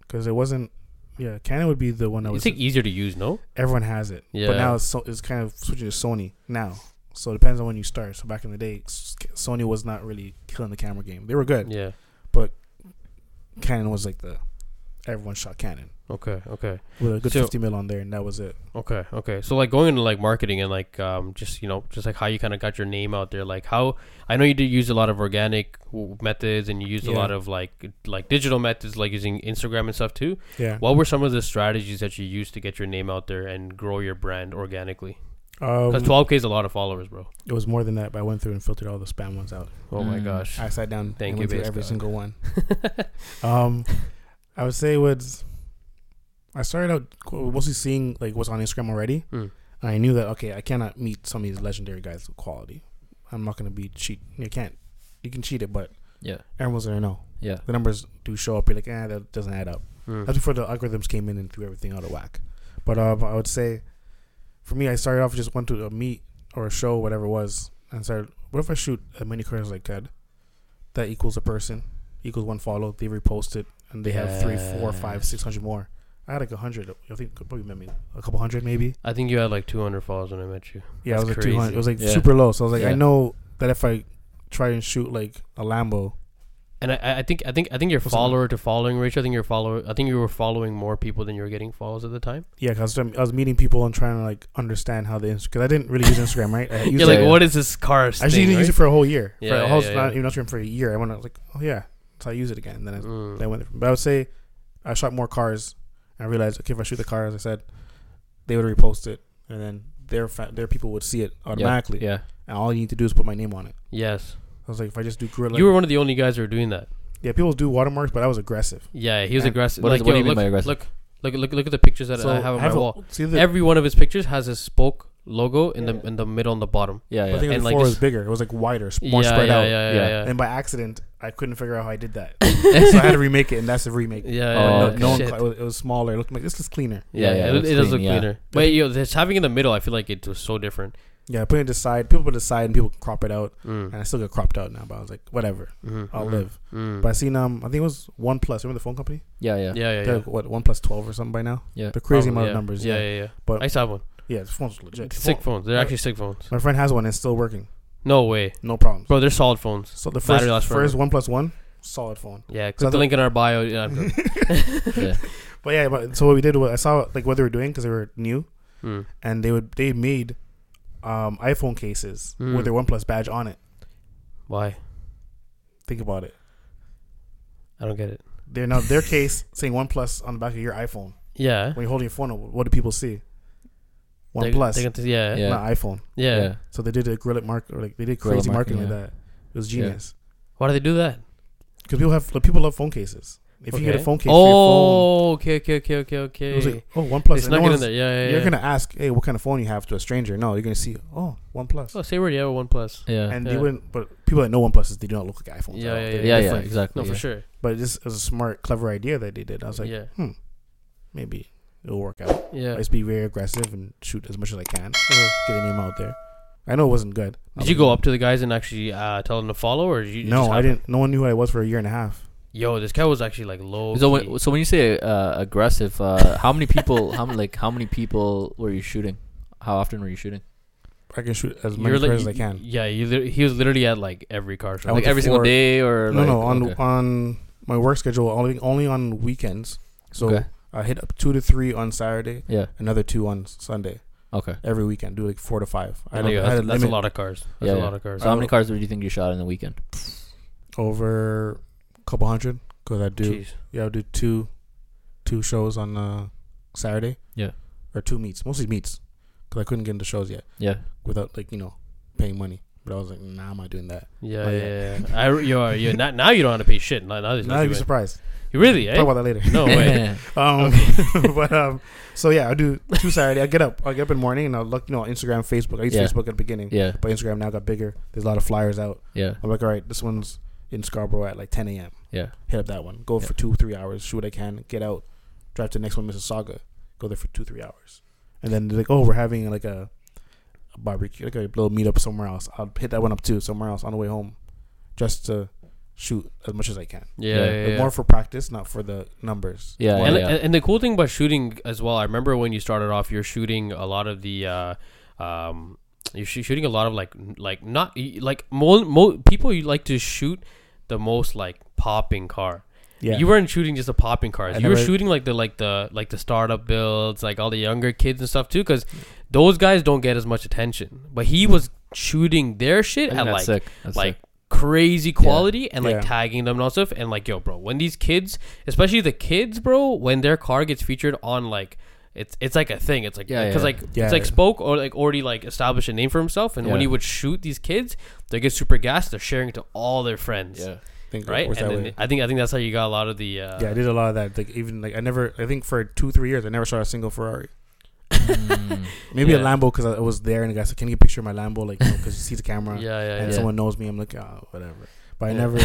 Speaker 4: because it wasn't. Yeah, Canon would be the one I
Speaker 3: It's
Speaker 4: was.
Speaker 3: like easier to use, no?
Speaker 4: everyone has it,
Speaker 3: Yeah.
Speaker 4: but now it's so, it's kind of switching to Sony now. So it depends on when you start. So back in the day, S- Sony was not really killing the camera game. They were good.
Speaker 3: Yeah.
Speaker 4: Canon was like the everyone shot Canon
Speaker 3: Okay. Okay.
Speaker 4: with a good
Speaker 3: So-
Speaker 4: fifty mil on there, and that was it.
Speaker 3: Okay. Okay. So like going into like marketing and like um just you know just like how you kind of got your name out there, like how I know you did use a lot of organic w- methods and you used a
Speaker 4: Yeah.
Speaker 3: lot of like like digital methods like using Instagram and stuff too.
Speaker 4: Yeah.
Speaker 3: What were some of the strategies that you used to get your name out there and grow your brand organically? Because
Speaker 4: Um,
Speaker 3: 12k is a lot of followers, bro.
Speaker 4: it was more than that, but I went through and filtered all the spam ones out.
Speaker 3: Oh my
Speaker 2: Mm.
Speaker 3: gosh.
Speaker 4: I sat down
Speaker 3: Thank you,
Speaker 4: and went through
Speaker 3: base
Speaker 4: every
Speaker 3: God. <laughs>
Speaker 4: single one. um, I would say it was I started out qu- mostly seeing like what's on Instagram already,
Speaker 3: Mm.
Speaker 4: and I knew that okay, I cannot meet some of these legendary guys with quality. I'm not going to be cheat. You can't. You can cheat it, but
Speaker 2: Yeah.
Speaker 4: everyone's gonna know.
Speaker 2: Yeah.
Speaker 4: The numbers do show up. You're like, eh, that doesn't add up.
Speaker 3: Mm.
Speaker 4: That's before the algorithms came in and threw everything out of whack. But um, I would say, for me, I started off just went to a meet or a show, whatever it was, and started. What if I shoot as many cars as I could? That equals a person, equals one follow. They repost it, and they have three, four, five,
Speaker 3: Yes.
Speaker 4: six hundred more. I had like a hundred. I think probably maybe a couple hundred, maybe.
Speaker 3: I think you had like 200 followers when I met you.
Speaker 4: Yeah,
Speaker 3: That's
Speaker 4: it was like
Speaker 3: crazy.
Speaker 4: two hundred. It was like
Speaker 2: Yeah.
Speaker 4: super low. So I was like, I
Speaker 2: Yeah.
Speaker 4: know that if I try and shoot like a Lambo,
Speaker 3: And I- I, I think I think I think your
Speaker 4: What's that?
Speaker 3: follower to following ratio. I think your follower. I think you were following more people than you were getting follows at the time.
Speaker 4: yeah, because I, was- I was meeting people and trying to like understand how the because I didn't really use Instagram, right?
Speaker 3: <laughs>
Speaker 4: I used
Speaker 3: You're
Speaker 4: it-
Speaker 3: like,
Speaker 2: yeah.
Speaker 3: what is this car?
Speaker 4: I actually
Speaker 3: thing,
Speaker 4: didn't use it
Speaker 3: right?
Speaker 4: for a whole year.
Speaker 3: Yeah,
Speaker 4: for
Speaker 3: yeah,
Speaker 4: a whole,
Speaker 3: yeah,
Speaker 4: not
Speaker 3: yeah.
Speaker 4: even Instagram for a year. I went I was like, oh yeah, so I use it again. Then I,
Speaker 3: Mm.
Speaker 4: then I went. But I would say I shot more cars. And I realized okay, if I shoot the car, as I said, they would repost it, and then their fa- their people would see it automatically.
Speaker 2: Yeah.
Speaker 4: And all you need to do is put my name on it.
Speaker 3: Yes,
Speaker 4: I was like, if I just do gorilla,
Speaker 3: you were one of the only guys who were doing that.
Speaker 4: yeah, people do watermarks, but I was aggressive.
Speaker 3: Yeah, he was
Speaker 4: And
Speaker 3: aggressive.
Speaker 2: what is-
Speaker 3: Like,
Speaker 2: what
Speaker 3: yo,
Speaker 2: do you mean
Speaker 3: look,
Speaker 2: by aggressive?
Speaker 3: Look, look, look, look at the pictures that
Speaker 4: So
Speaker 3: I have on my
Speaker 4: a-
Speaker 3: wall.
Speaker 4: See the
Speaker 3: Every one of his pictures has a spoke logo in
Speaker 4: Yeah.
Speaker 3: the in the middle on the bottom.
Speaker 2: Yeah.
Speaker 4: I
Speaker 2: Yeah.
Speaker 4: think
Speaker 3: and
Speaker 4: the
Speaker 3: like
Speaker 4: floor was
Speaker 3: just-
Speaker 4: bigger. It was like wider, s- more
Speaker 3: yeah,
Speaker 4: spread
Speaker 3: yeah,
Speaker 4: out.
Speaker 3: Yeah,
Speaker 2: Yeah.
Speaker 3: yeah, yeah.
Speaker 4: And by accident, I couldn't figure out how I did that,
Speaker 2: <laughs>
Speaker 4: so I had to remake it, and that's a remake.
Speaker 3: Yeah,
Speaker 2: Oh,
Speaker 3: yeah,
Speaker 4: Uh, no,
Speaker 3: yeah.
Speaker 4: no one,
Speaker 3: Shit.
Speaker 4: cla- it was- it was smaller. It looked like this is cleaner.
Speaker 2: Yeah, yeah, it
Speaker 3: It,
Speaker 2: looks
Speaker 3: it does
Speaker 2: clean,
Speaker 3: look
Speaker 2: yeah.
Speaker 3: cleaner. But yo, this having in the middle, I feel like it was so different.
Speaker 4: Yeah, put it aside. People put it aside, and people can crop it out.
Speaker 3: Mm.
Speaker 4: And I still get cropped out now, but I was like, whatever,
Speaker 3: Mhm,
Speaker 4: I'll
Speaker 3: mhm,
Speaker 4: live.
Speaker 3: mhm.
Speaker 4: But I seen um, I think it was One Plus. Remember the phone company?
Speaker 2: Yeah. Yeah.
Speaker 3: yeah, yeah,
Speaker 4: They're
Speaker 3: yeah.
Speaker 4: like, what One Plus twelve or something by now?
Speaker 2: Yeah.
Speaker 4: the crazy
Speaker 3: Probably,
Speaker 4: amount
Speaker 3: yeah.
Speaker 4: of numbers.
Speaker 3: Yeah,
Speaker 4: Yeah, yeah.
Speaker 3: yeah, yeah.
Speaker 4: But-
Speaker 3: I used to have one.
Speaker 4: this phone's legit. The
Speaker 3: Sick
Speaker 4: phone-
Speaker 3: phones. They're
Speaker 4: Yeah.
Speaker 3: actually sick phones.
Speaker 4: my friend has one. and It's still working.
Speaker 3: No way,
Speaker 4: No problems.
Speaker 3: bro. They're solid phones.
Speaker 4: So the
Speaker 3: battery
Speaker 4: first
Speaker 3: lasts
Speaker 4: first
Speaker 3: forever.
Speaker 4: One Plus One, solid phone.
Speaker 3: Yeah, click
Speaker 4: So
Speaker 3: the
Speaker 4: the-
Speaker 3: link in our bio.
Speaker 4: <laughs>
Speaker 3: Yeah, I'm good.
Speaker 2: yeah.
Speaker 4: But yeah, but so what we did was I saw like what they were doing because they were new,
Speaker 3: Mm.
Speaker 4: and they would they made um iPhone cases
Speaker 3: Mm.
Speaker 4: with their One Plus badge on it.
Speaker 3: Why?
Speaker 4: Think about it.
Speaker 3: I don't get it.
Speaker 4: They're now their case saying One Plus on the back of your iPhone.
Speaker 3: Yeah.
Speaker 4: When you're holding your phone, up, what do people see? One
Speaker 3: They-
Speaker 4: Plus,
Speaker 3: they got this- yeah. Yeah.
Speaker 2: Yeah.
Speaker 4: not iPhone.
Speaker 3: yeah.
Speaker 2: Yeah.
Speaker 4: So they did a guerrilla mark or like they did
Speaker 2: Guerrilla
Speaker 4: crazy marketing,
Speaker 2: marketing,
Speaker 4: like that. It was
Speaker 2: Yeah.
Speaker 4: genius
Speaker 3: Why do they do that?
Speaker 4: because people have like, people love phone cases. If you get a
Speaker 3: Okay.
Speaker 4: phone case, for your
Speaker 3: Oh, okay, okay, okay, okay, okay.
Speaker 4: phone, it was like oh
Speaker 3: they
Speaker 4: OnePlus. And
Speaker 3: snuck it in
Speaker 4: one's-
Speaker 3: there. Yeah, yeah, yeah.
Speaker 4: You're gonna ask, hey, what kind of phone you have to a stranger? No, you're gonna see, oh, OnePlus.
Speaker 3: Oh, say word. Yeah, one plus.
Speaker 2: Yeah.
Speaker 4: and
Speaker 3: yeah.
Speaker 4: they wouldn't, but people that know OnePluses, they do not look like iPhones.
Speaker 3: Yeah,
Speaker 4: at all.
Speaker 3: yeah,
Speaker 4: They're
Speaker 2: yeah. Yeah.
Speaker 4: different.
Speaker 2: Exactly.
Speaker 3: No, for
Speaker 2: yeah.
Speaker 3: sure.
Speaker 4: But this is a smart, clever idea that they did. I was like,
Speaker 3: yeah.
Speaker 4: hmm, maybe it'll work out. I
Speaker 3: Yeah. Uh-huh.
Speaker 4: just be very aggressive and shoot as much as I can. Get a name out there. I know it wasn't good.
Speaker 3: Did you go up to the guys and actually uh, tell them to follow, or did you?
Speaker 4: No,
Speaker 3: just
Speaker 4: I
Speaker 3: have-
Speaker 4: didn't. No one knew who I was for a year and a half.
Speaker 3: Yo, this guy was actually like low.
Speaker 2: So
Speaker 3: key.
Speaker 2: when, so when you say uh, aggressive, uh, how many people? How many, like how many people were you shooting? How often were you shooting?
Speaker 4: I can shoot as
Speaker 3: You're
Speaker 4: many
Speaker 3: like-
Speaker 4: players as I can.
Speaker 3: Yeah, you lit- he was literally at like every car show.
Speaker 4: I went
Speaker 2: Like
Speaker 4: to
Speaker 2: every single
Speaker 4: four-
Speaker 2: day, or
Speaker 4: No,
Speaker 2: like,
Speaker 4: no, on
Speaker 2: okay.
Speaker 4: on my work schedule, only only on weekends. So
Speaker 2: Okay.
Speaker 4: I hit up two to three on Saturday,
Speaker 2: yeah,
Speaker 4: another two on Sunday.
Speaker 2: okay.
Speaker 4: Every weekend, do like four to five. I had
Speaker 3: There
Speaker 4: a-
Speaker 3: you go.
Speaker 4: I had
Speaker 3: that's,
Speaker 4: a
Speaker 3: that's a
Speaker 4: limit
Speaker 3: lot of cars. That's
Speaker 2: Yeah,
Speaker 3: a
Speaker 2: yeah.
Speaker 3: lot of cars.
Speaker 2: So how many cars do you think you shot in the weekend?
Speaker 4: over a couple hundred because I do.
Speaker 3: Jeez.
Speaker 4: Yeah, I do two, two shows on uh, Saturday.
Speaker 2: Yeah.
Speaker 4: or two meets, mostly meets, because I couldn't get into shows yet
Speaker 2: Yeah,
Speaker 4: without like you know paying money. But I was like, nah, I'm not doing that.
Speaker 3: Yeah,
Speaker 4: Oh, yeah.
Speaker 3: yeah, yeah. I, you are, you not, <laughs> now you don't have to pay shit. Now, now there's
Speaker 4: Now
Speaker 3: no
Speaker 4: you'd be surprised.
Speaker 3: really, eh?
Speaker 4: Talk about that later.
Speaker 3: <laughs> No way.
Speaker 4: <laughs> Um, <laughs> but um, so yeah, I do two Saturday. I get up. I get up in the morning and I look, you know, on Instagram, Facebook. I used
Speaker 2: Yeah.
Speaker 4: Facebook at the beginning,
Speaker 2: <laughs> yeah,
Speaker 4: but Instagram now got bigger. There's a lot of flyers out.
Speaker 2: yeah,
Speaker 4: I'm like, all right, this one's in Scarborough at like 10 a.m.
Speaker 2: yeah.
Speaker 4: Hit up that one. Go
Speaker 2: Yeah.
Speaker 4: for two, three hours. Shoot what I can. Get out. Drive to the next one, Mississauga. Go there for two, three hours. And then they're like, oh, we're having like a, a barbecue, like a little meetup somewhere else. I'll hit that one up too, somewhere else on the way home, just to shoot as much as I can.
Speaker 3: Yeah,
Speaker 2: Yeah.
Speaker 3: yeah,
Speaker 4: But
Speaker 3: yeah.
Speaker 4: More for practice, not for the numbers.
Speaker 2: Yeah,
Speaker 4: More
Speaker 3: and,
Speaker 4: like-
Speaker 2: yeah.
Speaker 3: and- and the cool thing about shooting as well, I remember when you started off, you're shooting a lot of the, uh, um, you're shoo- shooting a lot of like, like not like mo, mo people you like to shoot the most like popping car.
Speaker 4: yeah.
Speaker 3: You weren't shooting just the popping cars.
Speaker 4: I
Speaker 3: you were
Speaker 4: never-
Speaker 3: shooting like the like the like the startup builds, like all the younger kids and stuff too, because those guys don't get as much attention. But he was shooting their shit
Speaker 2: I
Speaker 3: at
Speaker 2: think
Speaker 3: like
Speaker 2: that's sick. That's
Speaker 3: like
Speaker 2: sick.
Speaker 3: crazy quality and like
Speaker 4: Yeah.
Speaker 3: tagging them and all stuff. And like, yo, bro, when these kids, especially the kids, bro, when their car gets featured on like. It's, it's like a thing. It's like
Speaker 2: Yeah,
Speaker 3: because
Speaker 2: yeah.
Speaker 3: like
Speaker 4: Yeah.
Speaker 3: it's like spoke or like already like established a name for himself, and when
Speaker 2: Yeah.
Speaker 3: he would shoot these kids, they get super gassed. They're sharing it to all their friends,
Speaker 2: yeah,
Speaker 4: think it
Speaker 3: right?
Speaker 4: works
Speaker 3: And
Speaker 4: that
Speaker 3: then
Speaker 4: way.
Speaker 3: I think I think that's how you got a lot of the uh,
Speaker 4: yeah, I did a lot of that. Like even like I never, I think for two three years I never shot a single Ferrari.
Speaker 2: Mm.
Speaker 4: Maybe a
Speaker 3: Yeah.
Speaker 4: Lambo because I was there and the guy said, "Can you get a picture of my Lambo?" Like because you, see the camera
Speaker 3: <laughs> Yeah, yeah,
Speaker 4: and
Speaker 3: yeah.
Speaker 4: someone knows me, I'm like, oh, whatever. But I
Speaker 3: Yeah.
Speaker 4: never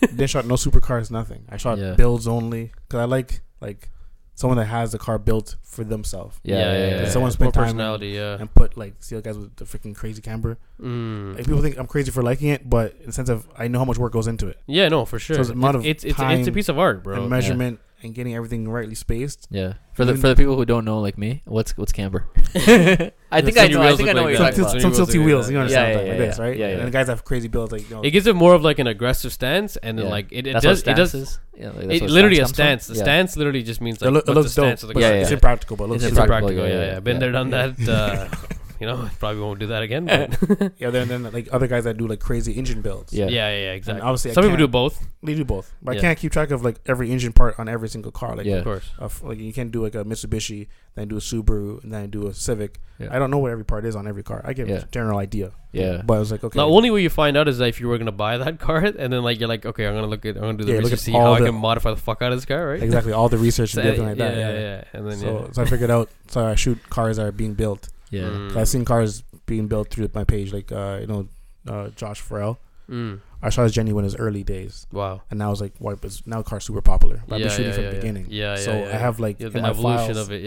Speaker 4: didn't shot no supercars, nothing. I shot
Speaker 2: Yeah.
Speaker 4: builds only because I like like someone that has the car built for themselves
Speaker 2: yeah, yeah, yeah, yeah.
Speaker 4: It's someone
Speaker 3: It's
Speaker 4: spent
Speaker 3: more
Speaker 4: time
Speaker 3: personality, yeah.
Speaker 4: and put like see the guys with the freaking crazy camber.
Speaker 3: Mm.
Speaker 4: Like people think I'm crazy for liking it, but in the sense of I know how much work goes into it
Speaker 3: yeah, no, for sure.
Speaker 4: it's the amount of
Speaker 3: it's, it's, it's a
Speaker 4: time
Speaker 3: piece of art, bro.
Speaker 4: and measurement and getting everything rightly spaced.
Speaker 2: <laughs> Yeah. For the
Speaker 4: Even-
Speaker 2: for the people who don't know like me, what's what's camber? I think I
Speaker 3: Sunny
Speaker 2: know. I
Speaker 3: Rails
Speaker 2: think I
Speaker 3: look
Speaker 2: know what you're
Speaker 3: like that.
Speaker 4: Some
Speaker 2: talking
Speaker 4: tilt-
Speaker 2: about.
Speaker 4: some tilty wheels, you
Speaker 3: Yeah,
Speaker 4: understand
Speaker 2: yeah,
Speaker 4: like
Speaker 2: yeah,
Speaker 4: this,
Speaker 2: yeah.
Speaker 4: right?
Speaker 2: Yeah, yeah.
Speaker 4: And the guys have crazy builds like you know,
Speaker 3: It gives it more of like an aggressive stance, and then
Speaker 2: Yeah.
Speaker 3: like it, it
Speaker 2: That's what
Speaker 3: does. It
Speaker 2: stance
Speaker 3: does.
Speaker 2: is. Yeah, like, that's
Speaker 3: It
Speaker 2: where
Speaker 3: literally a
Speaker 2: comes from.
Speaker 3: stance. The
Speaker 2: Yeah.
Speaker 3: stance literally just means like
Speaker 4: it, loo- it
Speaker 3: what's the
Speaker 4: looks dope,
Speaker 3: stance of the
Speaker 4: but
Speaker 3: car.
Speaker 2: Yeah,
Speaker 4: it's
Speaker 2: yeah.
Speaker 4: impractical. But it
Speaker 2: It's
Speaker 4: looks
Speaker 3: It's
Speaker 4: dope.
Speaker 2: impractical,
Speaker 3: impractical.
Speaker 2: yeah,
Speaker 3: Yeah,
Speaker 2: yeah.
Speaker 3: yeah. Been
Speaker 2: Yeah.
Speaker 3: there, done that.
Speaker 4: <laughs>
Speaker 3: uh, You know, probably won't do that again. But
Speaker 4: Yeah, then then like other guys that do like crazy engine builds.
Speaker 2: Yeah.
Speaker 3: yeah, yeah, yeah,
Speaker 4: and
Speaker 3: exactly.
Speaker 4: obviously
Speaker 3: Some
Speaker 4: I
Speaker 3: people do
Speaker 4: can't-
Speaker 3: both,
Speaker 4: They do both, but
Speaker 3: Yeah.
Speaker 4: I can't keep track of like every engine part on every single car. Like,
Speaker 2: Yeah.
Speaker 3: of course.
Speaker 4: a f- like you can't do like a Mitsubishi, then do a Subaru, and then do a Civic.
Speaker 2: Yeah.
Speaker 4: I don't know what every part is on every car. I get
Speaker 2: Yeah.
Speaker 4: a general idea,
Speaker 2: Yeah.
Speaker 4: but I was like, okay,
Speaker 3: The only way you find out is that if you were gonna buy that <laughs> car, and then like you're like, okay, I'm gonna look at, I'm gonna do the
Speaker 4: Yeah,
Speaker 3: research
Speaker 4: look
Speaker 3: to see
Speaker 4: at all
Speaker 3: how I
Speaker 4: the-
Speaker 3: can modify the fuck out of this car, right?
Speaker 4: exactly all the research
Speaker 3: <laughs> So,
Speaker 4: and everything like
Speaker 3: yeah,
Speaker 4: that.
Speaker 3: yeah, yeah. And then
Speaker 4: So,
Speaker 3: yeah.
Speaker 4: so I figured out. So I shoot cars that are being built.
Speaker 2: Yeah.
Speaker 3: Mm.
Speaker 4: I've seen cars being built through my page, like uh, you know, uh, Josh Farrell.
Speaker 3: Mm.
Speaker 4: I shot his Jenny when his early days,
Speaker 3: Wow.
Speaker 4: and now it's like, why? But now the car's super popular. But I've
Speaker 3: Yeah,
Speaker 4: been shooting
Speaker 3: yeah,
Speaker 4: from
Speaker 3: yeah,
Speaker 4: the
Speaker 3: yeah.
Speaker 4: beginning.
Speaker 3: Yeah,
Speaker 4: So
Speaker 3: yeah, yeah.
Speaker 4: I have like
Speaker 3: Yeah,
Speaker 4: in
Speaker 3: the
Speaker 4: my
Speaker 3: evolution
Speaker 4: files,
Speaker 3: of it,
Speaker 4: I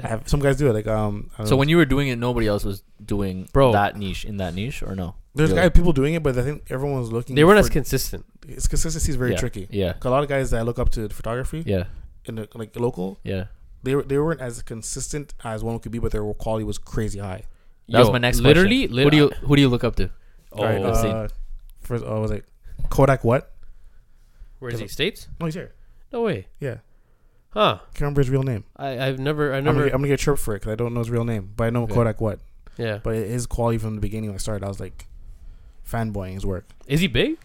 Speaker 3: yeah. <laughs>
Speaker 4: have some guys do it. Like um, I don't
Speaker 2: So
Speaker 4: know.
Speaker 2: when you were doing it, nobody else was doing
Speaker 3: Bro.
Speaker 2: that niche in that niche, or no?
Speaker 4: there's
Speaker 2: Really?
Speaker 4: guy people doing it, but I think everyone was looking.
Speaker 3: they weren't as
Speaker 4: for-
Speaker 3: consistent.
Speaker 4: It's consistency is very
Speaker 2: Yeah.
Speaker 4: tricky.
Speaker 2: Yeah.
Speaker 4: 'Cause a lot of guys that I look up to in photography
Speaker 2: Yeah.
Speaker 4: in the, like local,
Speaker 2: Yeah.
Speaker 4: they were- they weren't as consistent as one could be, but their quality was crazy high.
Speaker 2: That was my next
Speaker 3: literally,
Speaker 2: question. Who do
Speaker 3: Literally,
Speaker 2: you who do you look up to?
Speaker 3: Oh,
Speaker 4: Alright,
Speaker 2: let's see.
Speaker 4: uh, first, oh, was it Kodak? What?
Speaker 3: where is he? States?
Speaker 4: No, he's here.
Speaker 3: No way.
Speaker 4: Yeah,
Speaker 3: Huh?
Speaker 4: can't remember his real name.
Speaker 3: I, I've never, I
Speaker 4: I'm gonna,
Speaker 3: never.
Speaker 4: get, I'm gonna get chirped for it because I don't know his real name, but I know
Speaker 2: Okay.
Speaker 4: Kodak. What?
Speaker 3: yeah.
Speaker 4: But his quality from the beginning when I started, I was like fanboying his work.
Speaker 3: Is he big?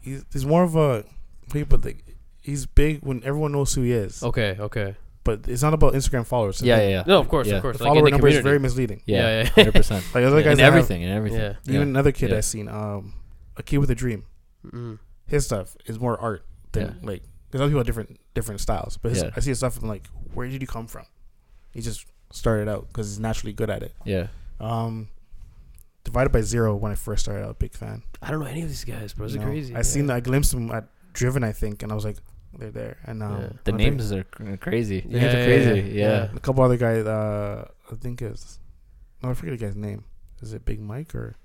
Speaker 4: He's, he's more of a people like he's big when everyone knows who he is.
Speaker 3: Okay. Okay.
Speaker 4: But it's not about Instagram followers.
Speaker 2: Yeah. Yeah. Yeah.
Speaker 3: No, of course,
Speaker 2: Yeah.
Speaker 3: of course.
Speaker 4: The
Speaker 3: Like
Speaker 4: follower
Speaker 3: in the
Speaker 4: number is
Speaker 3: community.
Speaker 4: very misleading.
Speaker 2: Yeah.
Speaker 3: Yeah, yeah.
Speaker 2: Hundred
Speaker 3: <laughs>
Speaker 2: percent.
Speaker 4: <laughs> Like other guys
Speaker 2: In
Speaker 4: that have-
Speaker 2: everything. In everything.
Speaker 3: yeah.
Speaker 2: Yeah.
Speaker 4: Even another kid
Speaker 2: Yeah.
Speaker 4: I've seen, um, a kid with a dream.
Speaker 3: Mm.
Speaker 4: His stuff is more art than like because other people have different different styles. But his,
Speaker 2: Yeah.
Speaker 4: I see his stuff and I'm like, where did you come from? He just started out because he's naturally good at it.
Speaker 2: Yeah.
Speaker 4: Um, divided by zero when I first started out, big fan.
Speaker 3: I don't know any of these guys, bro. It's
Speaker 4: No.
Speaker 3: crazy.
Speaker 4: I seen I glimpsed him at Driven, I think, and I was like, They're there, and um,
Speaker 3: Yeah.
Speaker 2: The
Speaker 4: I think
Speaker 2: names are cr- crazy.
Speaker 4: Yeah, names are
Speaker 2: crazy, yeah.
Speaker 4: a couple other guys. Uh, I think it's no, I forget the guy's name. Is it Big Mike or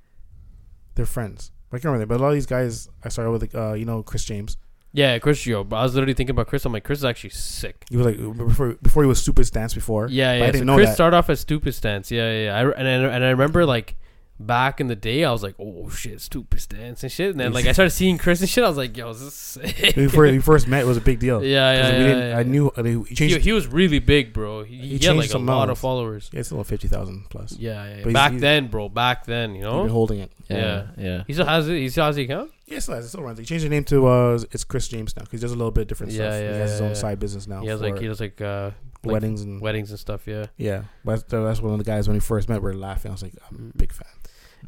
Speaker 4: they're friends? I can't remember. But a lot of these guys, I started with, like, uh, you know, Chris James.
Speaker 3: Yeah, Chris Yo. But I was literally thinking about Chris. I'm like, Chris is actually sick.
Speaker 4: He was like uh, before before he was Super Stance before.
Speaker 3: Yeah,
Speaker 4: but
Speaker 3: yeah.
Speaker 4: I didn't
Speaker 3: so
Speaker 4: know
Speaker 3: Chris
Speaker 4: that.
Speaker 3: started off as stupid stance. Yeah, yeah. yeah. I, re- and I, and I remember like back in the day, I was like, oh shit, stupid stance and shit. And then like I started seeing Chris and shit. I was like, yo, this is sick.
Speaker 4: when we first, we first met, it was a big deal.
Speaker 3: <laughs> Yeah, yeah,
Speaker 4: 'Cause we
Speaker 3: yeah,
Speaker 4: didn't,
Speaker 3: yeah,
Speaker 4: I
Speaker 3: yeah.
Speaker 4: knew I mean, he
Speaker 3: He,
Speaker 4: changed.
Speaker 3: he was really big, bro. He, he had
Speaker 4: changed
Speaker 3: like a
Speaker 4: some
Speaker 3: lot of
Speaker 4: mountains.
Speaker 3: followers.
Speaker 4: yeah, it's a little fifty thousand plus.
Speaker 3: Yeah, yeah.
Speaker 4: But
Speaker 3: yeah.
Speaker 4: he's-
Speaker 3: Back
Speaker 4: he's-
Speaker 3: then, bro. Back then, you
Speaker 4: He's
Speaker 3: know.
Speaker 4: been holding it.
Speaker 2: Yeah, yeah.
Speaker 3: He still has it. He still has the account.
Speaker 4: Yeah, so it still runs. He changed the name to uh, it's Chris James now because there's a little bit different
Speaker 3: Yeah,
Speaker 4: stuff.
Speaker 3: yeah,
Speaker 4: he has his
Speaker 3: yeah,
Speaker 4: own
Speaker 3: yeah.
Speaker 4: side business now.
Speaker 3: He has
Speaker 4: for
Speaker 3: like he has like uh like,
Speaker 4: weddings and
Speaker 3: weddings and stuff. Yeah.
Speaker 4: yeah. But that's- that's one of the guys when we first met. We were laughing. I was like,
Speaker 3: Mm.
Speaker 4: I'm a big fan.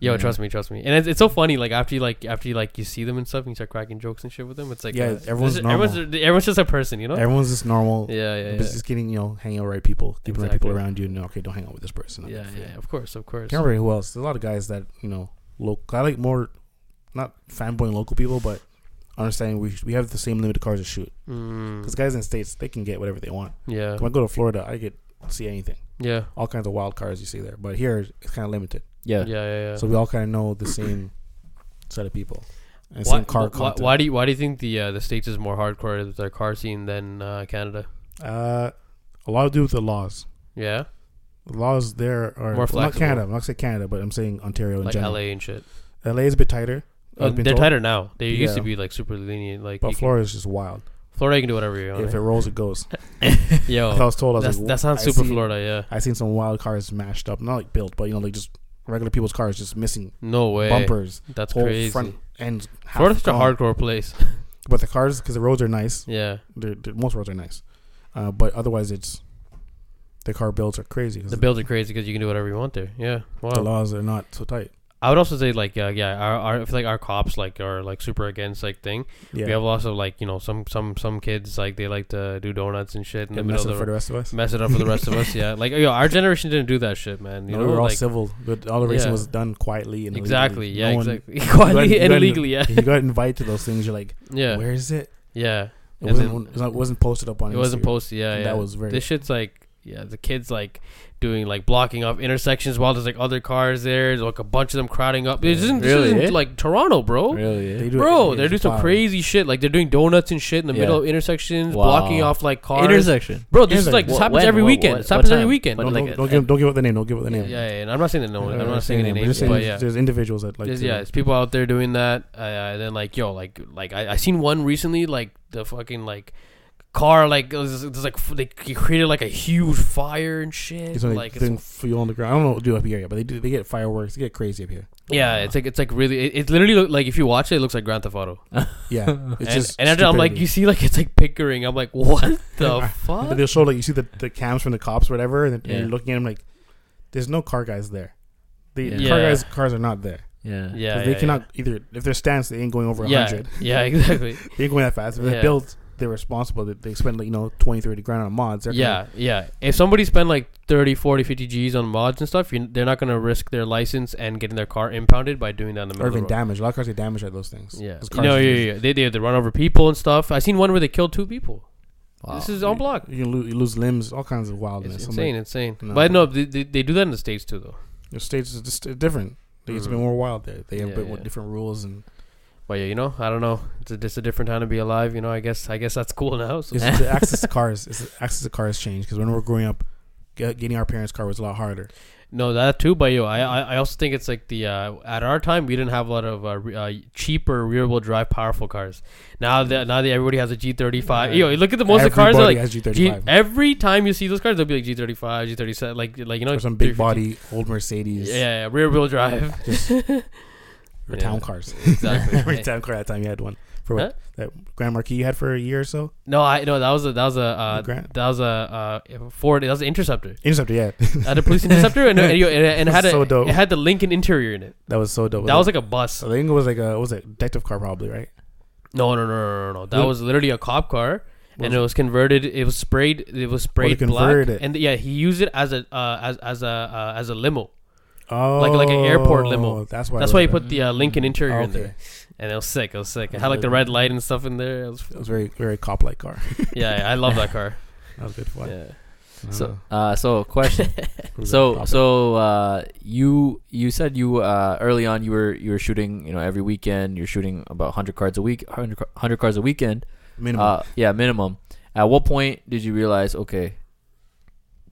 Speaker 3: Yo,
Speaker 2: Yeah.
Speaker 3: trust me, trust me. And it's, it's so funny. Like after you like after you like you see them and stuff, and you start cracking jokes and shit with them. It's like
Speaker 4: Yeah,
Speaker 3: uh,
Speaker 4: everyone's
Speaker 3: there's- everyone's everyone's just a person, you know.
Speaker 4: Everyone's just normal.
Speaker 3: yeah, yeah,
Speaker 4: but
Speaker 3: yeah.
Speaker 4: it's just getting you know hanging out with right people, keeping the right people
Speaker 3: Exactly.
Speaker 4: around you. And okay, don't hang out with this person.
Speaker 3: yeah,
Speaker 4: Okay.
Speaker 3: yeah, Of course, of course.
Speaker 4: Can't remember who else. There's a lot of guys that you know. Local. I like more, not fanboying local people, but understanding we we have the same limited cars to shoot.
Speaker 3: Mm,
Speaker 4: Because guys in the states, they can get whatever they want.
Speaker 3: yeah,
Speaker 4: When I go to Florida, I get see anything,
Speaker 3: yeah,
Speaker 4: all kinds of wild cars you see there. But here, it's kind of limited.
Speaker 3: yeah, yeah,
Speaker 2: Yeah.
Speaker 3: yeah.
Speaker 4: So we all kind of know the same set of people and
Speaker 3: why,
Speaker 4: same car
Speaker 3: why,
Speaker 4: content.
Speaker 3: why do you why do you think the uh, the states is more hardcore with their car scene than uh, Canada?
Speaker 4: Uh, a lot to do with the laws.
Speaker 3: Yeah,
Speaker 4: The laws there are
Speaker 3: More
Speaker 4: well, not
Speaker 3: flexible.
Speaker 4: Canada. I'm not saying Canada, but I'm saying Ontario Oh, in
Speaker 3: like
Speaker 4: general.
Speaker 3: LA and shit.
Speaker 4: LA. is a bit tighter.
Speaker 3: Oh,
Speaker 4: I've been
Speaker 3: they're
Speaker 4: told.
Speaker 3: tighter now. They used to
Speaker 4: Yeah.
Speaker 3: be like super lenient. Like
Speaker 4: but
Speaker 3: you can-
Speaker 4: Florida is just wild.
Speaker 3: Florida, you can do whatever you want.
Speaker 4: If it rolls, it goes.
Speaker 3: <laughs> Yo,
Speaker 4: I was told, I was
Speaker 3: Oh, that's,
Speaker 4: like,
Speaker 3: that sounds
Speaker 4: I
Speaker 3: super
Speaker 4: see-
Speaker 3: Florida. Yeah,
Speaker 4: I seen some wild cars mashed up, not like built, but you know, like just regular people's cars just missing
Speaker 3: no way.
Speaker 4: bumpers,
Speaker 3: That's
Speaker 4: whole
Speaker 3: crazy.
Speaker 4: front ends. half
Speaker 3: Florida's such a
Speaker 4: gone.
Speaker 3: hardcore place. <laughs>
Speaker 4: But the cars, because the roads are nice,
Speaker 3: yeah,
Speaker 4: they're, they're- most roads are nice, uh, but otherwise it's the car builds are crazy. 'cause
Speaker 3: the builds are crazy because you can do whatever you want there. Yeah,
Speaker 4: the
Speaker 3: wow.
Speaker 4: laws are not so tight.
Speaker 3: I would also say like uh, yeah, our, our I feel like our cops like are like super against like thing.
Speaker 4: Yeah,
Speaker 3: We have lots of like you know some some some kids like they like to do donuts and shit in
Speaker 4: Yeah,
Speaker 3: the middle
Speaker 4: messing
Speaker 3: of
Speaker 4: for
Speaker 3: the
Speaker 4: the rest of us.
Speaker 3: mess it up for the rest of us. Yeah, like yo, our generation didn't do that shit, man. You
Speaker 4: No,
Speaker 3: know,
Speaker 4: we were all
Speaker 3: like,
Speaker 4: civil. But all the racing
Speaker 3: Yeah.
Speaker 4: was done quietly and
Speaker 3: exactly.
Speaker 4: illegally.
Speaker 3: Yeah,
Speaker 4: No one-
Speaker 3: exactly. <laughs>
Speaker 4: you <laughs> got-
Speaker 3: Quietly
Speaker 4: you
Speaker 3: and
Speaker 4: got-
Speaker 3: illegally.
Speaker 4: <laughs>
Speaker 3: Yeah,
Speaker 4: you got invited to those things. You're like,
Speaker 3: yeah,
Speaker 4: where is it?
Speaker 3: yeah.
Speaker 4: It
Speaker 3: And
Speaker 4: wasn't. It wasn't posted up on.
Speaker 3: It wasn't
Speaker 4: Instagram.
Speaker 3: posted. Yeah, yeah.
Speaker 4: That was very.
Speaker 3: this shit's like yeah the kids like doing like blocking off intersections while there's like other cars there there's like a bunch of them crowding up this isn't, this
Speaker 2: Really,
Speaker 3: isn't
Speaker 2: eh?
Speaker 3: like toronto bro
Speaker 2: Really? eh?
Speaker 4: do it
Speaker 3: bro
Speaker 4: in-
Speaker 3: they're
Speaker 4: in
Speaker 3: doing some
Speaker 4: Chicago.
Speaker 3: crazy shit like they're doing donuts and shit in the
Speaker 2: Yeah.
Speaker 3: middle of intersections
Speaker 2: Wow.
Speaker 3: blocking off like cars
Speaker 2: Intersection.
Speaker 3: bro this is
Speaker 4: Intersection.
Speaker 3: like this
Speaker 2: Wh-
Speaker 3: happens
Speaker 2: when?
Speaker 3: every
Speaker 2: Wh-
Speaker 3: weekend
Speaker 2: what-
Speaker 3: this
Speaker 2: what
Speaker 3: happens every
Speaker 2: time?
Speaker 3: weekend
Speaker 2: What
Speaker 3: Don't-
Speaker 4: Don't,
Speaker 2: like
Speaker 4: don't,
Speaker 2: a-
Speaker 4: don't give, don't give out the name. Don't give out the
Speaker 3: yeah,
Speaker 4: name.
Speaker 3: yeah, and I'm not saying that no.
Speaker 4: Uh,
Speaker 3: I'm
Speaker 4: I'm
Speaker 3: not
Speaker 4: just
Speaker 3: saying any
Speaker 4: I'm
Speaker 3: names,
Speaker 4: just
Speaker 3: but
Speaker 4: saying
Speaker 3: yeah,
Speaker 4: there's individuals that like.
Speaker 3: there's,
Speaker 4: to-
Speaker 3: yeah, there's people out there doing that. Uh, and then like yo, like like I, I seen one recently, like the fucking like car, like it was- it was, like f- they created like a huge fire and shit.
Speaker 4: It's only
Speaker 3: like it's
Speaker 4: thing fuel on the ground. I don't know what to do up here, but they do. They get fireworks. They get crazy up here.
Speaker 3: Yeah, it's like it's like really. It, it literally look, like if you watch it, it looks like Grand Theft Auto. <laughs>
Speaker 4: Yeah, it's
Speaker 3: and
Speaker 4: just.
Speaker 3: and after I'm like,
Speaker 4: stupidity.
Speaker 3: you see, like it's like Pickering. I'm like, what
Speaker 4: <laughs>
Speaker 3: the
Speaker 4: And
Speaker 3: fuck?
Speaker 4: then they'll show like you see the, the cams from the cops, or whatever, and, then
Speaker 2: Yeah.
Speaker 4: you're looking at them like, there's no car guys there. The
Speaker 2: Yeah.
Speaker 4: car
Speaker 3: Yeah.
Speaker 4: guys cars are not there.
Speaker 2: Yeah.
Speaker 3: Yeah,
Speaker 4: 'Cause
Speaker 3: yeah,
Speaker 4: they
Speaker 3: yeah.
Speaker 4: cannot either if they're stance they ain't going over
Speaker 3: Yeah,
Speaker 4: 100.
Speaker 3: Yeah,
Speaker 4: <laughs>
Speaker 3: exactly.
Speaker 4: They ain't going that fast. If
Speaker 3: Yeah.
Speaker 4: they build, they're responsible. They, they spend like you know 20, 30 grand on mods. They're
Speaker 3: yeah, yeah. If somebody spent like 30, 40, 50 G's on mods and stuff, you, they're not gonna risk their license and getting their car impounded by doing that in the
Speaker 4: gonna, or
Speaker 3: middle
Speaker 4: even
Speaker 3: of the road.
Speaker 4: damaged. A lot of cars get damaged at those things.
Speaker 3: Yeah,
Speaker 4: 'Cause
Speaker 3: you
Speaker 4: cars
Speaker 3: know,
Speaker 4: are
Speaker 3: yeah,
Speaker 4: just-
Speaker 3: yeah, yeah. They, they they run over people and stuff. I seen one where they killed two people.
Speaker 2: Wow.
Speaker 3: This is on block.
Speaker 4: You, can lo- you lose limbs, all kinds of wildness.
Speaker 3: It's
Speaker 4: I'm like,
Speaker 3: insane, insane.
Speaker 4: Oh, No.
Speaker 3: But no, they, they, they do that in the states too, though.
Speaker 4: Your states is just different. They It's
Speaker 3: Mhm.
Speaker 4: been more wild there. They have
Speaker 3: Yeah,
Speaker 4: a bit more
Speaker 3: yeah.
Speaker 4: different rules and
Speaker 3: But yeah, you know, I don't know. It's a, just a different time to be alive. You know, I guess I guess that's cool now. So
Speaker 4: it's the access to cars. It's the access to cars changed because when we were growing up, get, getting our parents' car was a lot harder.
Speaker 3: <laughs> No, that too. But yo, I I I also think it's like the uh, at our time we didn't have a lot of uh, re- uh, cheaper rear wheel drive powerful cars. Now that now that everybody has a G thirty five. Yo, look at the most of the cars are
Speaker 4: Everybody
Speaker 3: like
Speaker 4: has
Speaker 3: G,
Speaker 4: G35
Speaker 3: every time you see those cars, they'll be like G thirty five, G thirty seven, like like you know
Speaker 4: or some
Speaker 3: 350.
Speaker 4: big body old Mercedes
Speaker 3: Yeah, yeah, rear wheel drive. <laughs>
Speaker 4: Just- or
Speaker 3: Yeah.
Speaker 4: town cars.
Speaker 3: Exactly.
Speaker 4: <laughs>
Speaker 3: <laughs>
Speaker 4: Every town car that time you had one for what, that Grand Marquis you had for a year or so.
Speaker 3: No, I no that was a that was a uh,
Speaker 4: Grand-
Speaker 3: that was a uh, Ford. That was an Interceptor.
Speaker 4: Interceptor, yeah, <laughs>
Speaker 3: I had a police interceptor and, and, yo, and, uh, and it had a,
Speaker 4: So dope.
Speaker 3: it had the Lincoln interior in it.
Speaker 4: that was so dope.
Speaker 3: That was like a bus.
Speaker 4: I think it was like a what was it detective car probably right.
Speaker 3: No, no, no, no, no, no. That
Speaker 4: What-
Speaker 3: was literally a cop car, and
Speaker 4: Was
Speaker 3: it was converted. It was sprayed. It was sprayed black,
Speaker 4: converted it.
Speaker 3: and yeah, he used it as a uh, as as a uh, as a limo.
Speaker 4: Oh,
Speaker 3: like an airport limo.
Speaker 4: That's why.
Speaker 3: That's
Speaker 4: it
Speaker 3: why he
Speaker 4: was
Speaker 3: put the uh, Lincoln
Speaker 4: that.
Speaker 3: interior in
Speaker 4: Oh, okay.
Speaker 3: there. and it was sick. It was sick. It had like the red light and stuff in there. It was,
Speaker 4: It was very very cop like car. <laughs>
Speaker 3: yeah, yeah, I love that car.
Speaker 4: That was good fun.
Speaker 3: Yeah.
Speaker 4: Uh-huh.
Speaker 2: So, uh, so question. so, so uh, you you said you uh, early on you were you were shooting you know every weekend you're shooting about 100 cards a week 100, ca- 100 cards a weekend.
Speaker 4: minimum.
Speaker 2: Uh, yeah, minimum. At what point did you realize okay,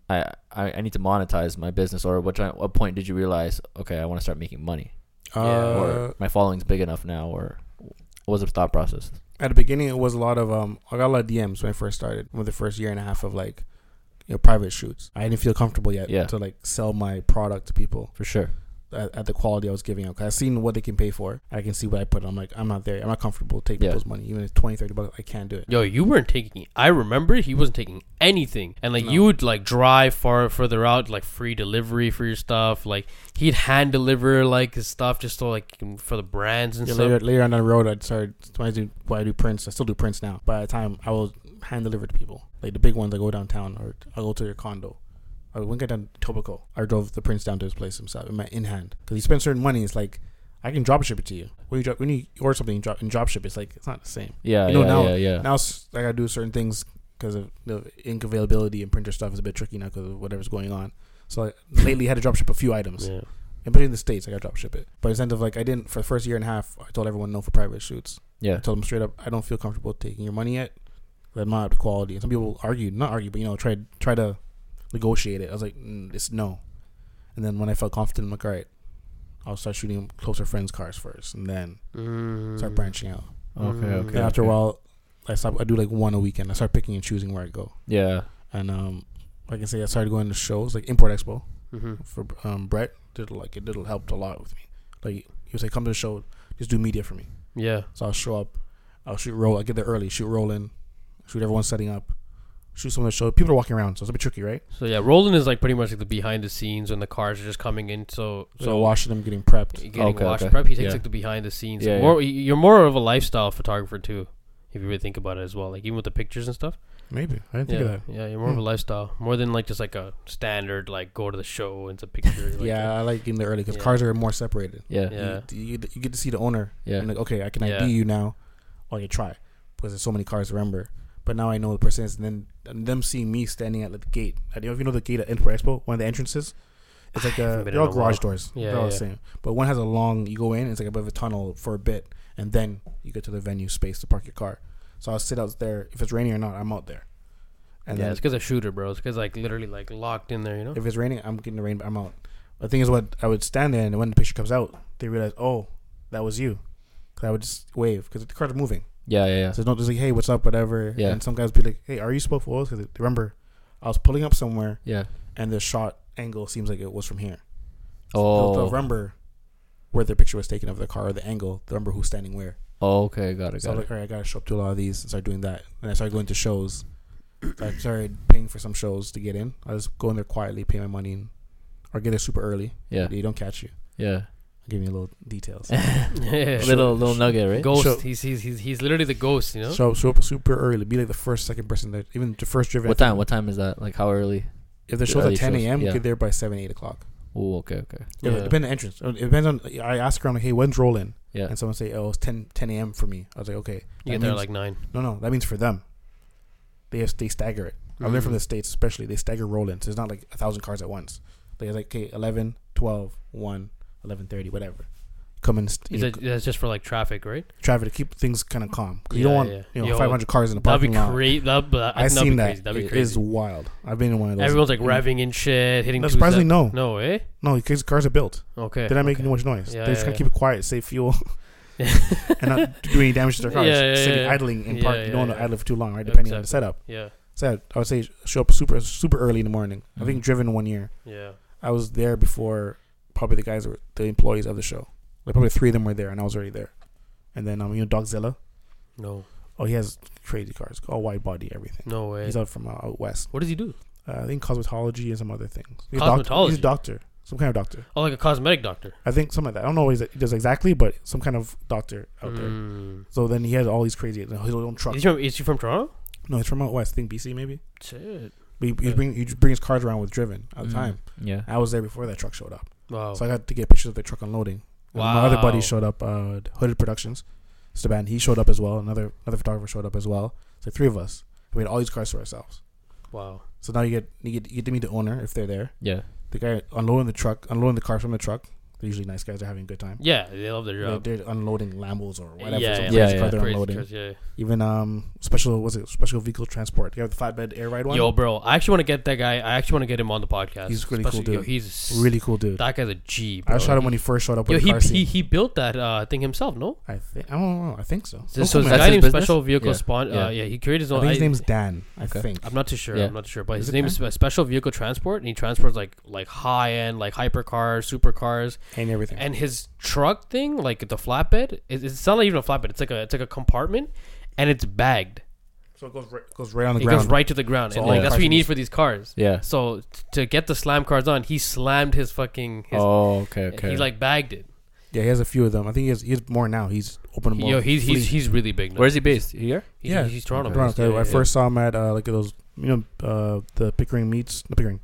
Speaker 2: I I, I need to monetize my business, or what time, what point did you realize okay I want to start making money,
Speaker 4: Uh,
Speaker 2: or my following's big enough now, or what was the thought process?
Speaker 4: at the beginning it was a lot of um I got a lot of DMs when I first started with the first year and a half of like you know private shoots. I didn't feel comfortable yet
Speaker 2: Yeah.
Speaker 4: to like sell my product to people
Speaker 2: For sure.
Speaker 4: at, at the quality I was giving out. Cause I've seen what they can pay for. I can see what I put. I'm like I'm not there. I'm not comfortable taking
Speaker 2: Yeah.
Speaker 4: people's money even if 20, 30 bucks. I can't do it.
Speaker 3: Yo, you weren't taking. I remember he wasn't taking anything, and like you would like drive far further out, like free delivery for your stuff. Like he'd hand deliver like his stuff just so like for the brands and
Speaker 4: Yeah,
Speaker 3: stuff.
Speaker 4: later, later on down the road, I started when I do when I do prints. I still do prints now. By the time I will hand deliver to people, like the big ones, I go downtown or I will go to your condo. I went down to Tobico. I drove the prints down to his place himself in my in hand because he spent certain money. It's like I can drop ship it to you when you drop, when you order something and drop, and drop ship. It's like it's not the same.
Speaker 2: Yeah.
Speaker 4: You know,
Speaker 2: yeah,
Speaker 4: now-
Speaker 2: yeah. Yeah.
Speaker 4: Now it's- I gotta do certain things because of the ink availability and printer stuff is a bit tricky now because of whatever's going on. So I lately had to drop ship a few items.
Speaker 3: Yeah.
Speaker 4: And put it in the states, I got drop ship it. But instead of like I didn't for the first year and a half, I told everyone no for private shoots.
Speaker 2: yeah.
Speaker 4: I told them straight up, I don't feel comfortable taking your money yet. But I'm not up to quality. And some people argued, not argue, but you know, try try to negotiate it. I was like, mm, it's no. And then when I felt confident, I'm like, all right, I'll start shooting closer friends' cars first, and then
Speaker 2: Mm.
Speaker 4: start branching out.
Speaker 2: Okay.
Speaker 3: Mm.
Speaker 2: Okay.
Speaker 4: And after a
Speaker 2: okay.
Speaker 4: while, I stop. I do like one a weekend. I start picking and choosing where I go.
Speaker 2: Yeah.
Speaker 4: And um, like I say, I started going to shows like Import Expo
Speaker 3: Mm-hmm.
Speaker 4: for um, Brett did like it did helped a lot with me. Like he would say, "Come to the show, just do media for me."
Speaker 3: Yeah.
Speaker 4: So I'll show up, I'll shoot roll, I get there early, shoot rolling, shoot everyone setting up, shoot some of the show. People are walking around, so it's a bit tricky, right?
Speaker 3: So yeah, Roland is like pretty much like the behind the scenes when the cars are just coming in. So
Speaker 4: So,
Speaker 3: so
Speaker 4: washing them, getting prepped.
Speaker 3: getting
Speaker 2: Okay,
Speaker 3: washed
Speaker 2: okay.
Speaker 3: prep. He takes
Speaker 2: Yeah.
Speaker 3: like the behind the scenes.
Speaker 2: Yeah,
Speaker 3: more you're more of a lifestyle photographer too, if you really think about it as well. Like even with the pictures and stuff.
Speaker 4: Maybe I didn't
Speaker 3: Yeah,
Speaker 4: think of that. Hmm.
Speaker 3: yeah, you're more of a lifestyle, more than like just like a standard like go to the show and it's a picture. Like,
Speaker 4: yeah, I like getting there early because
Speaker 3: Yeah.
Speaker 4: cars are more separated.
Speaker 2: Yeah.
Speaker 3: Yeah.
Speaker 4: You, you, you get to see the owner.
Speaker 2: Yeah.
Speaker 4: And like, okay, I can
Speaker 3: Yeah.
Speaker 4: ID you now. Well, I can try because there's so many cars to remember. But now I know the person is, and then and them seeing me standing at the gate. I don't know if you know the gate at Import Expo, one of the entrances. It's like a
Speaker 3: haven't been
Speaker 4: they're all
Speaker 3: in a
Speaker 4: garage
Speaker 3: while.
Speaker 4: doors.
Speaker 3: Yeah,
Speaker 4: they're all
Speaker 3: yeah.
Speaker 4: the same. But one has a long. You go in. It's like above a tunnel for a bit, and then you get to the venue space to park your car. So I'll sit out there if it's raining or not. I'm out there. And
Speaker 3: yeah,
Speaker 4: then
Speaker 3: it's because of shooter, bro. It's because like literally like locked in there, you know.
Speaker 4: if it's raining, I'm getting the rain, but I'm out. The thing is, what I would stand there, and when the picture comes out, they realize, oh, that was you. 'Cause I would just wave because the cars are moving.
Speaker 2: Yeah. Yeah. Yeah.
Speaker 4: So it's not just like, hey, what's up, whatever.
Speaker 2: Yeah.
Speaker 4: And some guys be like, hey, are you spoke for Because remember, I was pulling up somewhere,
Speaker 2: Yeah.
Speaker 4: and the shot angle seems like it was from here.
Speaker 2: Oh.
Speaker 4: They'll, they'll remember where their picture was taken of the car or the angle. They'll remember who's standing where.
Speaker 2: oh, Okay, got it,
Speaker 4: So I
Speaker 2: got
Speaker 4: was
Speaker 2: it.
Speaker 4: like, all right, I gotta show up to a lot of these and start doing that. And I started going to shows. So I started paying for some shows to get in. I just go in there quietly, pay my money, and, or get there super early.
Speaker 2: Yeah.
Speaker 4: they don't catch you.
Speaker 2: Yeah,
Speaker 4: Give me a little
Speaker 3: <laughs>
Speaker 4: details.
Speaker 2: <laughs>
Speaker 3: yeah.
Speaker 2: little little nugget, right?
Speaker 3: ghost.
Speaker 4: So-
Speaker 3: he's, he's he's he's literally the ghost, you know.
Speaker 4: So show up super early. Be like the first, second person that even the first driven.
Speaker 2: What time? What time is that? Like how early?
Speaker 4: If the show's
Speaker 2: Early
Speaker 4: at 10
Speaker 2: shows,
Speaker 4: a.m.,
Speaker 2: yeah.
Speaker 4: get there by 7, 8 o'clock.
Speaker 2: Oh, okay, okay.
Speaker 4: Yeah.
Speaker 3: Yeah.
Speaker 4: It depends on entrance. It depends on. I ask around like, hey, when's roll in?
Speaker 2: Yeah.
Speaker 4: And someone say, oh, it's 10, 10 a.m. for me. I was like, okay.
Speaker 3: You
Speaker 4: that
Speaker 3: get there
Speaker 4: means-
Speaker 3: like nine.
Speaker 4: No, no, that means for them. They have, they stagger it. I learned from
Speaker 3: Mhm.
Speaker 4: the states, especially they stagger roll in. So it's not like a thousand cars at once. They're like, okay, 11, 12, 1, 11:30, whatever. Come and st-
Speaker 3: Is
Speaker 4: you
Speaker 3: that that's just for like traffic, right?
Speaker 4: traffic to keep things kind of calm. 'Cause you
Speaker 3: Yeah,
Speaker 4: don't want
Speaker 3: yeah.
Speaker 4: you know
Speaker 3: Yo,
Speaker 4: 500 cars in the
Speaker 3: That'd
Speaker 4: parking
Speaker 3: be
Speaker 4: lot.
Speaker 3: crazy. That'd, be- that'd,
Speaker 4: I've seen
Speaker 3: be
Speaker 4: that.
Speaker 3: crazy. That'd be
Speaker 4: It
Speaker 3: crazy.
Speaker 4: is wild. I've been in one of those.
Speaker 3: Everyone's like
Speaker 4: And-
Speaker 3: revving in shit, hitting.
Speaker 4: No,
Speaker 3: two
Speaker 4: surprisingly,
Speaker 3: sec-
Speaker 4: no.
Speaker 3: No, eh?
Speaker 4: No, because cars are built.
Speaker 3: Okay.
Speaker 4: They're not making much noise.
Speaker 3: Yeah,
Speaker 4: They're just
Speaker 3: yeah,
Speaker 4: trying
Speaker 3: yeah.
Speaker 4: to keep it quiet, save
Speaker 3: <laughs>
Speaker 4: fuel, and not do any damage to their cars.
Speaker 3: Yeah, yeah,
Speaker 4: Sitting
Speaker 3: yeah.
Speaker 4: idling in
Speaker 3: Yeah,
Speaker 4: park, you
Speaker 3: yeah,
Speaker 4: don't want to
Speaker 3: yeah.
Speaker 4: idle for too long, right? Depending on the
Speaker 3: Exactly.
Speaker 4: setup.
Speaker 3: Yeah.
Speaker 4: So I would say show up super super early in the morning. I
Speaker 3: Mm-hmm.
Speaker 4: think driven one year.
Speaker 3: Yeah.
Speaker 4: I was there before probably the guys that were the employees of the show. Like probably three of them were there, and I was already there. And then um, you know Dogzilla.
Speaker 3: No.
Speaker 4: Oh, he has crazy cars, all wide body, everything.
Speaker 3: No way.
Speaker 4: He's out from uh, out west.
Speaker 3: what does he do?
Speaker 4: Uh, I think cosmetology and some other things. He's a doc- he's
Speaker 3: Cosmetology?
Speaker 4: a doctor, some kind of doctor.
Speaker 3: Oh, like a cosmetic doctor.
Speaker 4: I think something like that. I don't know what he's- he does exactly, but some kind of doctor out there.
Speaker 3: Mm.
Speaker 4: So then he has all these crazy his own truck.
Speaker 3: Is he from, is he from Toronto?
Speaker 4: No, he's from out west. I think BC maybe.
Speaker 3: Shit.
Speaker 4: But he, he
Speaker 3: Yeah.
Speaker 4: bring he brings cars around with driven at the
Speaker 2: Mm,
Speaker 4: time.
Speaker 2: Yeah.
Speaker 4: I was there before that truck showed up.
Speaker 3: Wow.
Speaker 4: So I got to get pictures of the truck unloading. And My other buddy
Speaker 3: Oh. Wow.
Speaker 4: showed up, uh, Hooded Productions, Esteban. He showed up as well. Another another photographer showed up as well. So three of us. We had all these cars to ourselves.
Speaker 3: Wow.
Speaker 4: So now you get you get, you get to meet the owner if they're there.
Speaker 2: Yeah.
Speaker 4: The guy unloading the truck, unloading the cars from the truck. They're usually nice guys. They're having a good time.
Speaker 3: Yeah, they love their
Speaker 4: They're,
Speaker 3: job.
Speaker 4: they're unloading Lambos or whatever.
Speaker 3: Yeah,
Speaker 4: some
Speaker 3: yeah,
Speaker 4: crazy
Speaker 2: yeah,
Speaker 4: car
Speaker 2: yeah.
Speaker 4: they're
Speaker 3: Crazy
Speaker 4: unloading.
Speaker 3: cars, yeah.
Speaker 4: Even um special was it special vehicle transport? You have the flatbed air ride one.
Speaker 3: Yo, bro, I actually want to get that guy. I actually want to get him on the podcast.
Speaker 4: He's a really cool
Speaker 3: Especially- yo,
Speaker 4: dude.
Speaker 3: he's
Speaker 4: really cool dude.
Speaker 3: That guy's a G. Bro.
Speaker 4: I shot him when he first showed up
Speaker 3: Yo,
Speaker 4: with the
Speaker 3: he,
Speaker 4: car
Speaker 3: he
Speaker 4: seat.
Speaker 3: he built that uh, thing himself. No.
Speaker 4: I think I don't know. I think so.
Speaker 3: So, so
Speaker 4: Don't
Speaker 3: this
Speaker 4: quote me.
Speaker 2: that's
Speaker 3: guy
Speaker 2: his
Speaker 3: named
Speaker 2: business?
Speaker 3: Special Vehicle
Speaker 2: Yeah.
Speaker 3: Spawn.
Speaker 2: Yeah.
Speaker 3: Uh, yeah, he created his
Speaker 4: I
Speaker 3: own.
Speaker 4: think his
Speaker 3: I-
Speaker 4: name's Dan. I
Speaker 2: Okay.
Speaker 4: think.
Speaker 3: I'm not too sure.
Speaker 2: Yeah.
Speaker 3: I'm not sure, but
Speaker 4: Is
Speaker 3: his
Speaker 4: it
Speaker 3: name is Spe- Special Vehicle Transport, and he transports like like high end, like hypercars, supercars,
Speaker 4: and everything.
Speaker 3: and his truck thing, like the flatbed. It, it's not even a flatbed. It's like a it's like a compartment, and it's bagged.
Speaker 4: so it goes right, goes right on the
Speaker 3: It
Speaker 4: ground.
Speaker 3: goes right to the ground,
Speaker 4: So
Speaker 3: and
Speaker 4: all
Speaker 3: like
Speaker 4: the
Speaker 3: that's
Speaker 4: cars
Speaker 3: what you
Speaker 4: can
Speaker 3: need
Speaker 4: just-
Speaker 3: for these cars.
Speaker 2: Yeah.
Speaker 3: So t- to get the slam cards on, he slammed his fucking. His,
Speaker 2: oh, okay, okay.
Speaker 3: He like bagged it.
Speaker 4: Yeah, he has a few of them. I think he has, he has more now. He's opened more.
Speaker 3: Yo, he's he's,
Speaker 4: fleet.
Speaker 3: he's really big. Now.
Speaker 2: Where's he based? Here?
Speaker 3: He-
Speaker 4: yeah,
Speaker 3: he's Toronto.
Speaker 2: okay.
Speaker 4: Toronto.
Speaker 3: based. Yeah,
Speaker 4: I
Speaker 3: yeah,
Speaker 4: first saw him at uh, like those you know uh, the Pickering meets the Pickering.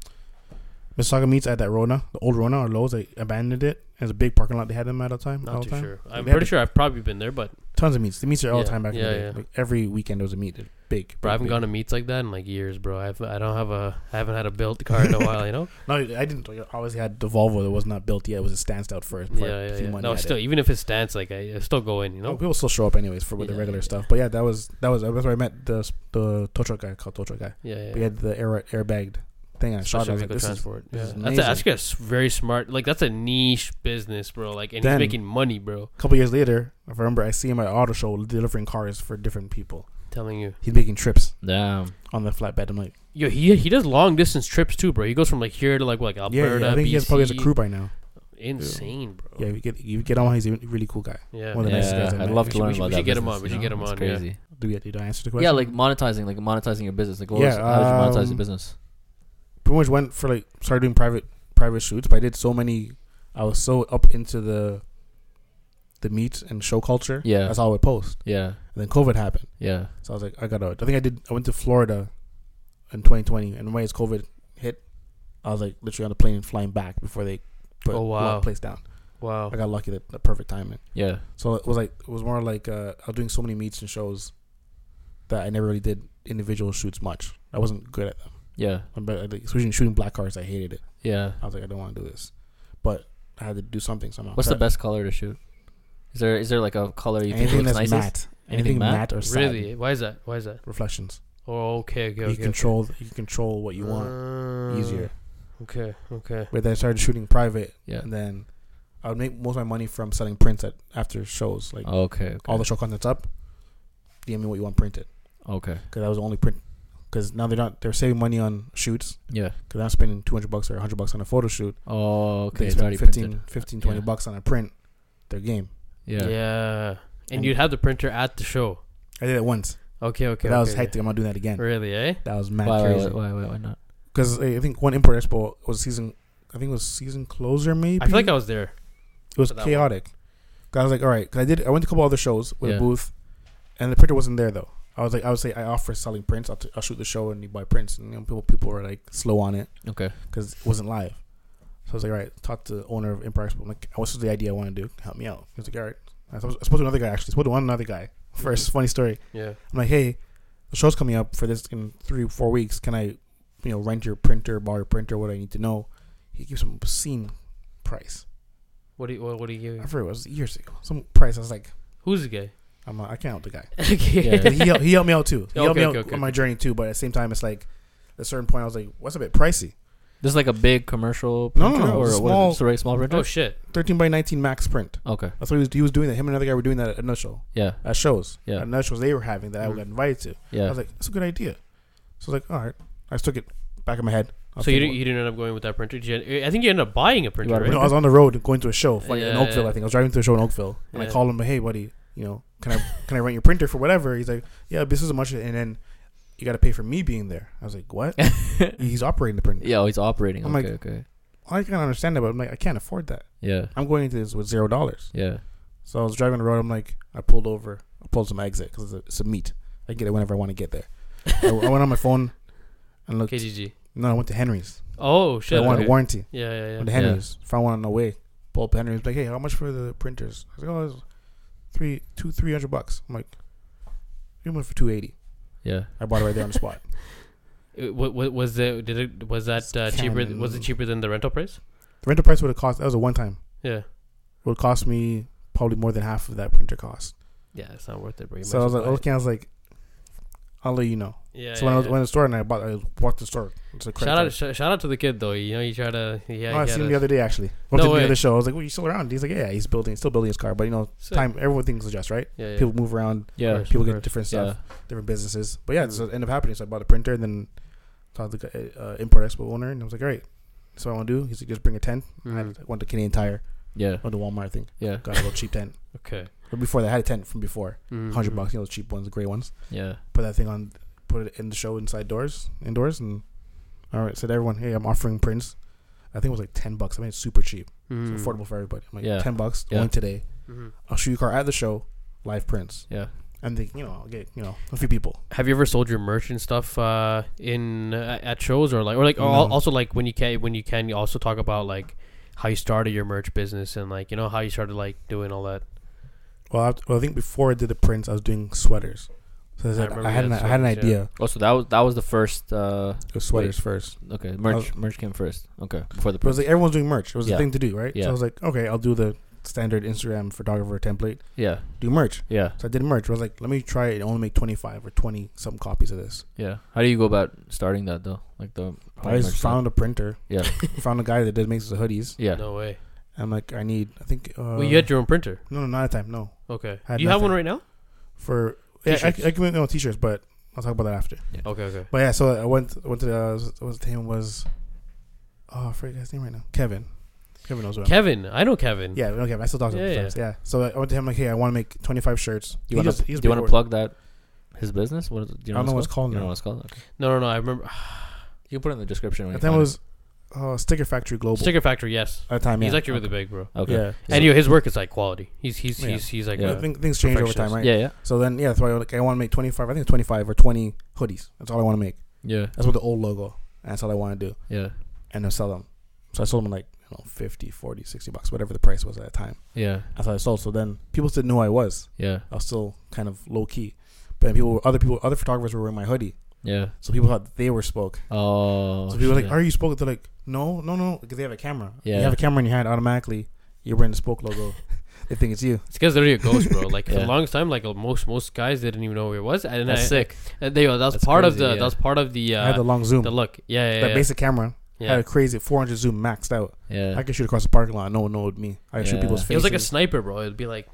Speaker 4: Mississauga meets at that Rona, the old Rona or Lowe's. They abandoned it. There's a big parking lot they had them at all time.
Speaker 3: Not
Speaker 4: all the
Speaker 3: too
Speaker 4: time.
Speaker 3: sure. I'm
Speaker 4: They had
Speaker 3: pretty
Speaker 4: the-
Speaker 3: sure I've probably been there, but
Speaker 4: Tons of meets. The meets are all the
Speaker 3: Yeah,
Speaker 4: time back in
Speaker 3: yeah,
Speaker 4: the day.
Speaker 3: yeah.
Speaker 4: Like every weekend there was a meet. Big. big
Speaker 3: bro, I haven't
Speaker 4: big.
Speaker 3: gone to meets like that in like years, bro. I've I don't have a I haven't had a built car in a while, you
Speaker 4: <laughs>
Speaker 3: know.
Speaker 4: No, I didn't. I always had the Volvo that was not built yet. It was a stanced out first.
Speaker 3: yeah,
Speaker 4: before I
Speaker 3: yeah,
Speaker 4: threw
Speaker 3: yeah.
Speaker 4: money Oh,
Speaker 3: No,
Speaker 4: at it.
Speaker 3: still, even if it's stance, like I, I still go in, you
Speaker 4: No,
Speaker 3: know.
Speaker 4: people still show up anyways for with the
Speaker 3: Yeah,
Speaker 4: regular
Speaker 3: yeah,
Speaker 4: stuff. But yeah, that was that was that's where I met the the tow truck guy called tow truck guy.
Speaker 3: Yeah, yeah.
Speaker 4: We had the air airbagged thing. And I shot.
Speaker 3: Special
Speaker 4: it. I was like,
Speaker 3: vehicle
Speaker 4: this is
Speaker 3: transport.
Speaker 4: this is
Speaker 3: yeah. That's
Speaker 4: amazing.
Speaker 3: a, actually a s- very smart. Like that's a niche business, bro. Like and he's
Speaker 4: Then-
Speaker 3: making money, bro.
Speaker 4: a couple years later. If I remember, I see him at an auto show delivering cars for different people.
Speaker 3: telling you.
Speaker 4: He's making trips
Speaker 2: Damn.
Speaker 4: on the flatbed. I'm like,
Speaker 3: Yo, he he does long distance trips too, bro. He goes from like here to like like
Speaker 4: yeah,
Speaker 3: Alberta.
Speaker 4: yeah, I think he has probably has a
Speaker 3: BC.
Speaker 4: crew by now.
Speaker 3: Insane, bro.
Speaker 4: Yeah, you get you get on. He's a really cool guy.
Speaker 3: Yeah.
Speaker 4: One of the nicest guys I
Speaker 2: I'd
Speaker 4: met.
Speaker 2: love
Speaker 4: We
Speaker 2: to
Speaker 4: should-
Speaker 2: learn
Speaker 4: we should-
Speaker 2: about
Speaker 3: we
Speaker 2: that.
Speaker 3: should get him
Speaker 2: business,
Speaker 3: on, we should
Speaker 2: you know?
Speaker 3: get him
Speaker 2: That's
Speaker 3: on, yeah.
Speaker 2: Crazy.
Speaker 4: Do we? Did I answer the question?
Speaker 2: Yeah, like monetizing, like monetizing your business. Like, what was,
Speaker 4: Yeah,
Speaker 2: how did you monetize your
Speaker 4: um,
Speaker 2: business?
Speaker 4: pretty much went for like started doing private private shoots, but I did so many. I was so up into the the meet and show culture.
Speaker 2: Yeah.
Speaker 4: that's all I would post.
Speaker 2: Yeah,
Speaker 4: And then COVID happened,
Speaker 2: yeah,
Speaker 4: so I was like, I gotta. I think I did. I went to Florida in 2020, and when COVID hit, I was like literally on the plane flying back before they put
Speaker 3: Oh,
Speaker 4: the
Speaker 3: wow.
Speaker 4: place down.
Speaker 3: Wow.
Speaker 4: I got lucky that the perfect timing.
Speaker 2: yeah.
Speaker 4: So it was like it was more like uh, I was doing so many meets and shows that I never really did individual shoots much. I wasn't good at them.
Speaker 2: Yeah,
Speaker 4: But like, especially shooting black cars, I hated it.
Speaker 2: yeah.
Speaker 4: I was like, I don't want to do this, but I had to do something somehow.
Speaker 2: What's
Speaker 4: So
Speaker 2: the best color to shoot? Is there is there like a color you think
Speaker 4: Anything
Speaker 2: looks
Speaker 4: that's
Speaker 2: nicest?
Speaker 4: matte, anything,
Speaker 2: Anything matte?
Speaker 4: matte or sad
Speaker 3: Really? Why is that? Why is that?
Speaker 4: reflections.
Speaker 3: Oh, okay, okay,
Speaker 4: you
Speaker 3: okay.
Speaker 4: control, you can control what you want
Speaker 2: Uh.
Speaker 3: want
Speaker 4: easier.
Speaker 3: Okay, okay.
Speaker 4: But then I started shooting private,
Speaker 2: Yeah.
Speaker 4: and then I would make most of my money from selling prints at after shows, like
Speaker 2: Okay, Oh, okay.
Speaker 4: all the show content's up. DM me what you want printed,
Speaker 2: okay.
Speaker 4: because that was the only print. Because now they're not, they're saving money on shoots.
Speaker 2: Yeah.
Speaker 4: Because I'm spending 200 bucks or 100 bucks on a photo shoot.
Speaker 2: Oh,
Speaker 4: They
Speaker 2: okay. It's
Speaker 4: spend
Speaker 2: already
Speaker 4: 15,
Speaker 2: printed.
Speaker 4: 15, 20
Speaker 2: Yeah.
Speaker 4: bucks on a print. Their game.
Speaker 2: Yeah.
Speaker 3: Yeah.
Speaker 2: yeah.
Speaker 3: And you'd have the printer at the show.
Speaker 4: I did it once.
Speaker 3: Okay, okay.
Speaker 4: but that
Speaker 3: okay,
Speaker 4: was
Speaker 3: okay.
Speaker 4: hectic. I'm not doing that again.
Speaker 3: Really, eh?
Speaker 4: That was mad
Speaker 2: Why, why,
Speaker 4: crazy.
Speaker 2: why, why, why, why not?
Speaker 4: because I think one import expo was season. I think it was season closer. Maybe
Speaker 3: I feel like I was there.
Speaker 4: it was
Speaker 3: for that
Speaker 4: chaotic. 'Cause I was like, all right. 'Cause I did. I went to a couple other shows with
Speaker 2: Yeah.
Speaker 4: a booth, and the printer wasn't there though. I was like, I would say I offer selling prints. I'll, t- I'll shoot the show and you buy prints. And you know, people people were like slow on it
Speaker 2: Okay.
Speaker 4: because it wasn't live. So I was like, all right. Talk to the owner of Import Expo. I'm like, what's the idea I want to do? Help me out. He was like, all right. I was- I spoke to another guy actually. I spoke to one another guy. First, funny story.
Speaker 3: Yeah.
Speaker 4: I'm like, hey, the show's coming up for this in three, four weeks. Can I, you know, rent your printer, borrow your printer? What do I need to know? He gives some obscene price.
Speaker 3: What do you, what, what do you
Speaker 4: I
Speaker 3: give?
Speaker 4: forget it was years ago. Some price. I was like,
Speaker 3: Who's the guy?
Speaker 4: I'm, not- I can't
Speaker 3: <laughs>
Speaker 4: help the guy.
Speaker 3: okay.
Speaker 2: Yeah.
Speaker 4: He helped, he helped me out too. He
Speaker 3: Okay,
Speaker 4: helped me out
Speaker 3: okay, okay,
Speaker 4: on my journey too. But at the same time, it's like, at a certain point, I was like, what's a bit pricey?
Speaker 2: This is like a big commercial
Speaker 4: No, no,
Speaker 2: printer
Speaker 4: no,
Speaker 2: or
Speaker 4: it's a
Speaker 2: what
Speaker 4: small- Oh,
Speaker 2: is it? Sorry, small printer?
Speaker 3: Oh shit.
Speaker 4: 13 by 19 max print.
Speaker 2: okay.
Speaker 4: That's what he was, he was doing. That him and another guy were doing that at another show.
Speaker 2: Yeah.
Speaker 4: At shows.
Speaker 2: Yeah.
Speaker 4: At another shows they were having that I
Speaker 3: Mhm.
Speaker 4: got invited to. I
Speaker 2: Yeah.
Speaker 4: was like, that's a good idea. So I was like, all right. I just took it back in my head. I was
Speaker 3: So you,
Speaker 4: thinking,
Speaker 3: didn't- you didn't end up going with that printer? Did you, I think you ended up buying a printer,
Speaker 2: bought a
Speaker 3: right?
Speaker 4: No, I was on the road going to a show like,
Speaker 3: Yeah,
Speaker 4: in Oakville.
Speaker 3: yeah.
Speaker 4: I think I was driving to a show in Oakville, and I
Speaker 3: Yeah.
Speaker 4: called him, "Hey, buddy, you know, can I can I rent your printer for whatever?" He's like, "Yeah, this is much," and then you got to pay for me being there. I was
Speaker 3: <laughs>
Speaker 4: like, "What?" He's operating the printer.
Speaker 2: Yeah, oh, he's operating.
Speaker 4: I'm like-
Speaker 2: okay, okay.
Speaker 4: I can understand that, but I'm like, I can't afford that.
Speaker 2: Yeah.
Speaker 4: I'm going into this with zero dollars.
Speaker 2: Yeah.
Speaker 4: So I was driving the road. I'm like, I pulled over, I pulled some exit because it's, a- it's a meet. I get it whenever I want to get there. I, I went on my phone and looked.
Speaker 3: KGG.
Speaker 4: No, I went to Henry's.
Speaker 3: Oh shit.
Speaker 4: I wanted
Speaker 3: okay.
Speaker 4: warranty.
Speaker 3: Yeah, yeah,
Speaker 4: Went to
Speaker 3: yeah.
Speaker 2: Yeah.
Speaker 4: Henry's. Found one on the way. bullpen. He was like, "Hey, how much for the printers?" I was like, "Oh, it's three, two, three hundred bucks." I'm like, "You went for two eighty.
Speaker 2: Yeah.
Speaker 4: I bought it right there on the
Speaker 2: <laughs>
Speaker 4: spot.
Speaker 3: What, was it? Did it? Was that uh, cheaper? th- Was it
Speaker 4: Canon.
Speaker 3: cheaper than the rental price?
Speaker 4: The rental price would have cost. That was a one time.
Speaker 3: Yeah.
Speaker 4: Would have cost me probably more than half of that printer cost.
Speaker 3: Yeah, it's not worth it. Bro. You
Speaker 4: so
Speaker 3: might as
Speaker 4: I was like,
Speaker 3: well buy it.
Speaker 4: "Okay," I was like, "I'll let you know."
Speaker 3: Yeah.
Speaker 4: so when I
Speaker 3: yeah,
Speaker 4: was
Speaker 3: yeah.
Speaker 4: went to the store and I bought, I walked the store. It's a credit
Speaker 3: shout
Speaker 4: card.
Speaker 3: out, sh- shout out to the kid though. You know, you try to. Yeah.
Speaker 4: oh, I
Speaker 3: he had
Speaker 4: seen him
Speaker 3: a-
Speaker 4: the other day actually.
Speaker 3: No
Speaker 4: Walked into
Speaker 3: way.
Speaker 4: the other show. I was like, "Well, you still around?" He's like, "Yeah, he's building, still building his car." But you know,
Speaker 3: Sick.
Speaker 4: time everyone things adjust, right?
Speaker 3: Yeah, yeah.
Speaker 4: People move around,
Speaker 2: Yeah.
Speaker 3: Of
Speaker 4: people
Speaker 3: course.
Speaker 4: get different stuff,
Speaker 2: Yeah.
Speaker 4: different businesses. But yeah, so it ended up happening. So I bought a printer, and then talked to the uh, import expo owner, and I was like, "All right, so I want to do." He's like, "Just bring a tent."
Speaker 3: Mm.
Speaker 4: I went to Canadian Tire,
Speaker 2: Yeah.
Speaker 4: went to Walmart, I think,
Speaker 2: Yeah.
Speaker 4: got a little cheap tent.
Speaker 3: Okay.
Speaker 4: But before that, I had a tent from before,
Speaker 3: Mm.
Speaker 4: hundred bucks, you know, the cheap ones, the gray ones.
Speaker 2: Yeah.
Speaker 4: Put that thing on, put it in the show inside doors, indoors, and all right, said to everyone, "Hey, I'm offering prints." I think it was like ten bucks. I mean, it's super cheap.
Speaker 3: Mm.
Speaker 4: It's affordable for everybody. I'm like
Speaker 2: Yeah.
Speaker 4: ten bucks
Speaker 2: Yeah.
Speaker 4: only today.
Speaker 3: Mhm.
Speaker 4: I'll show you a car at the show, live prints.
Speaker 2: Yeah.
Speaker 4: I'm thinking, you know, I'll get you know a few people.
Speaker 3: Have you ever sold your merch and stuff uh, in uh, at shows or like or like or al-
Speaker 4: No.
Speaker 3: also like when you can when you can you also talk about like how you started your merch business and like you know how you started like doing all that.
Speaker 4: Well, I, well, I think before I did the prints, I was doing sweaters. So I, said-
Speaker 3: remember
Speaker 4: I had
Speaker 3: you
Speaker 4: an,
Speaker 3: had
Speaker 4: I had an
Speaker 3: sweaters, yeah.
Speaker 4: idea.
Speaker 2: Oh, so that was that was the first. Uh,
Speaker 4: It was sweaters first.
Speaker 2: okay, merch merch came first. Okay, before the
Speaker 4: But it was
Speaker 2: press.
Speaker 4: like everyone's doing merch. It was
Speaker 2: Yeah.
Speaker 4: a thing to do, right? So
Speaker 2: Yeah.
Speaker 4: I was like, okay, I'll do the standard Instagram photographer template.
Speaker 2: yeah,
Speaker 4: Do merch.
Speaker 2: yeah,
Speaker 4: So I did merch. I was like, let me try it. and Only make twenty five or twenty some copies of this.
Speaker 2: yeah. How do you go about starting that though? Like the
Speaker 4: I
Speaker 2: merch
Speaker 4: just
Speaker 2: stuff?
Speaker 4: found a printer.
Speaker 2: Yeah.
Speaker 4: <laughs> found a guy that does makes the hoodies.
Speaker 2: Yeah,
Speaker 3: No way.
Speaker 4: I'm like, I need. I think. Uh,
Speaker 3: well, you had your own printer.
Speaker 4: no, no, not at the time. No,
Speaker 3: Okay.
Speaker 4: I had
Speaker 3: Do you have one
Speaker 4: nothing.
Speaker 3: right now?
Speaker 4: for yeah, I, I
Speaker 3: T-shirts.
Speaker 4: can make my own t-shirts, but I'll talk about that after.
Speaker 3: Okay. Okay.
Speaker 4: But yeah, so I went went to uh, what was the name was oh I forget his name right now Kevin. Kevin knows what. I'm-
Speaker 3: Kevin, I know Kevin.
Speaker 4: yeah, okay. I still talk to him.
Speaker 3: Yeah,
Speaker 4: sometimes, Yeah. So I went to him like, hey, I want to make twenty five shirts.
Speaker 2: Do you want to do you want to plug that his business? What is, do you know
Speaker 4: I don't know what it's called
Speaker 2: You don't know
Speaker 4: now.
Speaker 2: what it's called. Okay.
Speaker 3: No, no, no. I remember.
Speaker 4: Oh,
Speaker 2: You can put it in the description. When
Speaker 4: At
Speaker 2: you
Speaker 4: the time it
Speaker 2: find
Speaker 4: was uh, Sticker Factory Global.
Speaker 3: Sticker Factory. Yes.
Speaker 4: At the time, yeah.
Speaker 3: He's actually really big, bro.
Speaker 2: it. Okay.
Speaker 4: Yeah.
Speaker 3: And you know, his work is like quality. He's he's
Speaker 4: Yeah.
Speaker 3: he's he's like
Speaker 2: Yeah.
Speaker 4: But
Speaker 3: a-
Speaker 4: thing- things change over time,
Speaker 3: perfectionist.
Speaker 4: right?
Speaker 2: Yeah. Yeah.
Speaker 4: So then, yeah, that's why I, like, I want to make twenty five. I think twenty five or twenty hoodies. That's all I want to make.
Speaker 2: Yeah.
Speaker 4: That's what the old logo. And that's all I want to do.
Speaker 2: Yeah.
Speaker 4: And then sell them. So I sold them like you know 50, 40, 60 bucks, whatever the price was at that time.
Speaker 2: Yeah.
Speaker 4: That's how I sold. So then people still didn't know who I was.
Speaker 2: Yeah.
Speaker 4: I was still kind of low key. But then people, other people, other photographers were wearing my hoodie,
Speaker 2: Yeah.
Speaker 4: so people thought they were spoke.
Speaker 2: Oh.
Speaker 4: so people were like,
Speaker 2: shit.
Speaker 4: "Are you spoke?" They're like, "No, no, no," because they have a camera.
Speaker 2: Yeah.
Speaker 4: you have a camera in your hand automatically. You're wearing the
Speaker 3: <laughs>
Speaker 4: spoke logo. they think it's you.
Speaker 3: It's because they're your ghost,
Speaker 4: <laughs>
Speaker 3: bro. Like for
Speaker 2: Yeah.
Speaker 3: a long time, like most most guys didn't even know who it was, and
Speaker 2: That's
Speaker 3: I,
Speaker 2: sick.
Speaker 3: And they, that's,
Speaker 2: That's
Speaker 3: part of
Speaker 2: crazy,
Speaker 3: the
Speaker 2: yeah.
Speaker 3: that's part of the
Speaker 4: I had
Speaker 3: uh,
Speaker 4: the long zoom.
Speaker 3: the look. Yeah, yeah,
Speaker 4: that
Speaker 3: yeah.
Speaker 4: basic camera
Speaker 3: yeah.
Speaker 4: had a crazy 400 zoom maxed out.
Speaker 2: Yeah.
Speaker 4: I could shoot across the parking lot. and No one knowed me. I could shoot
Speaker 2: Yeah.
Speaker 4: people's faces.
Speaker 3: it was like a sniper, bro. It'd be like,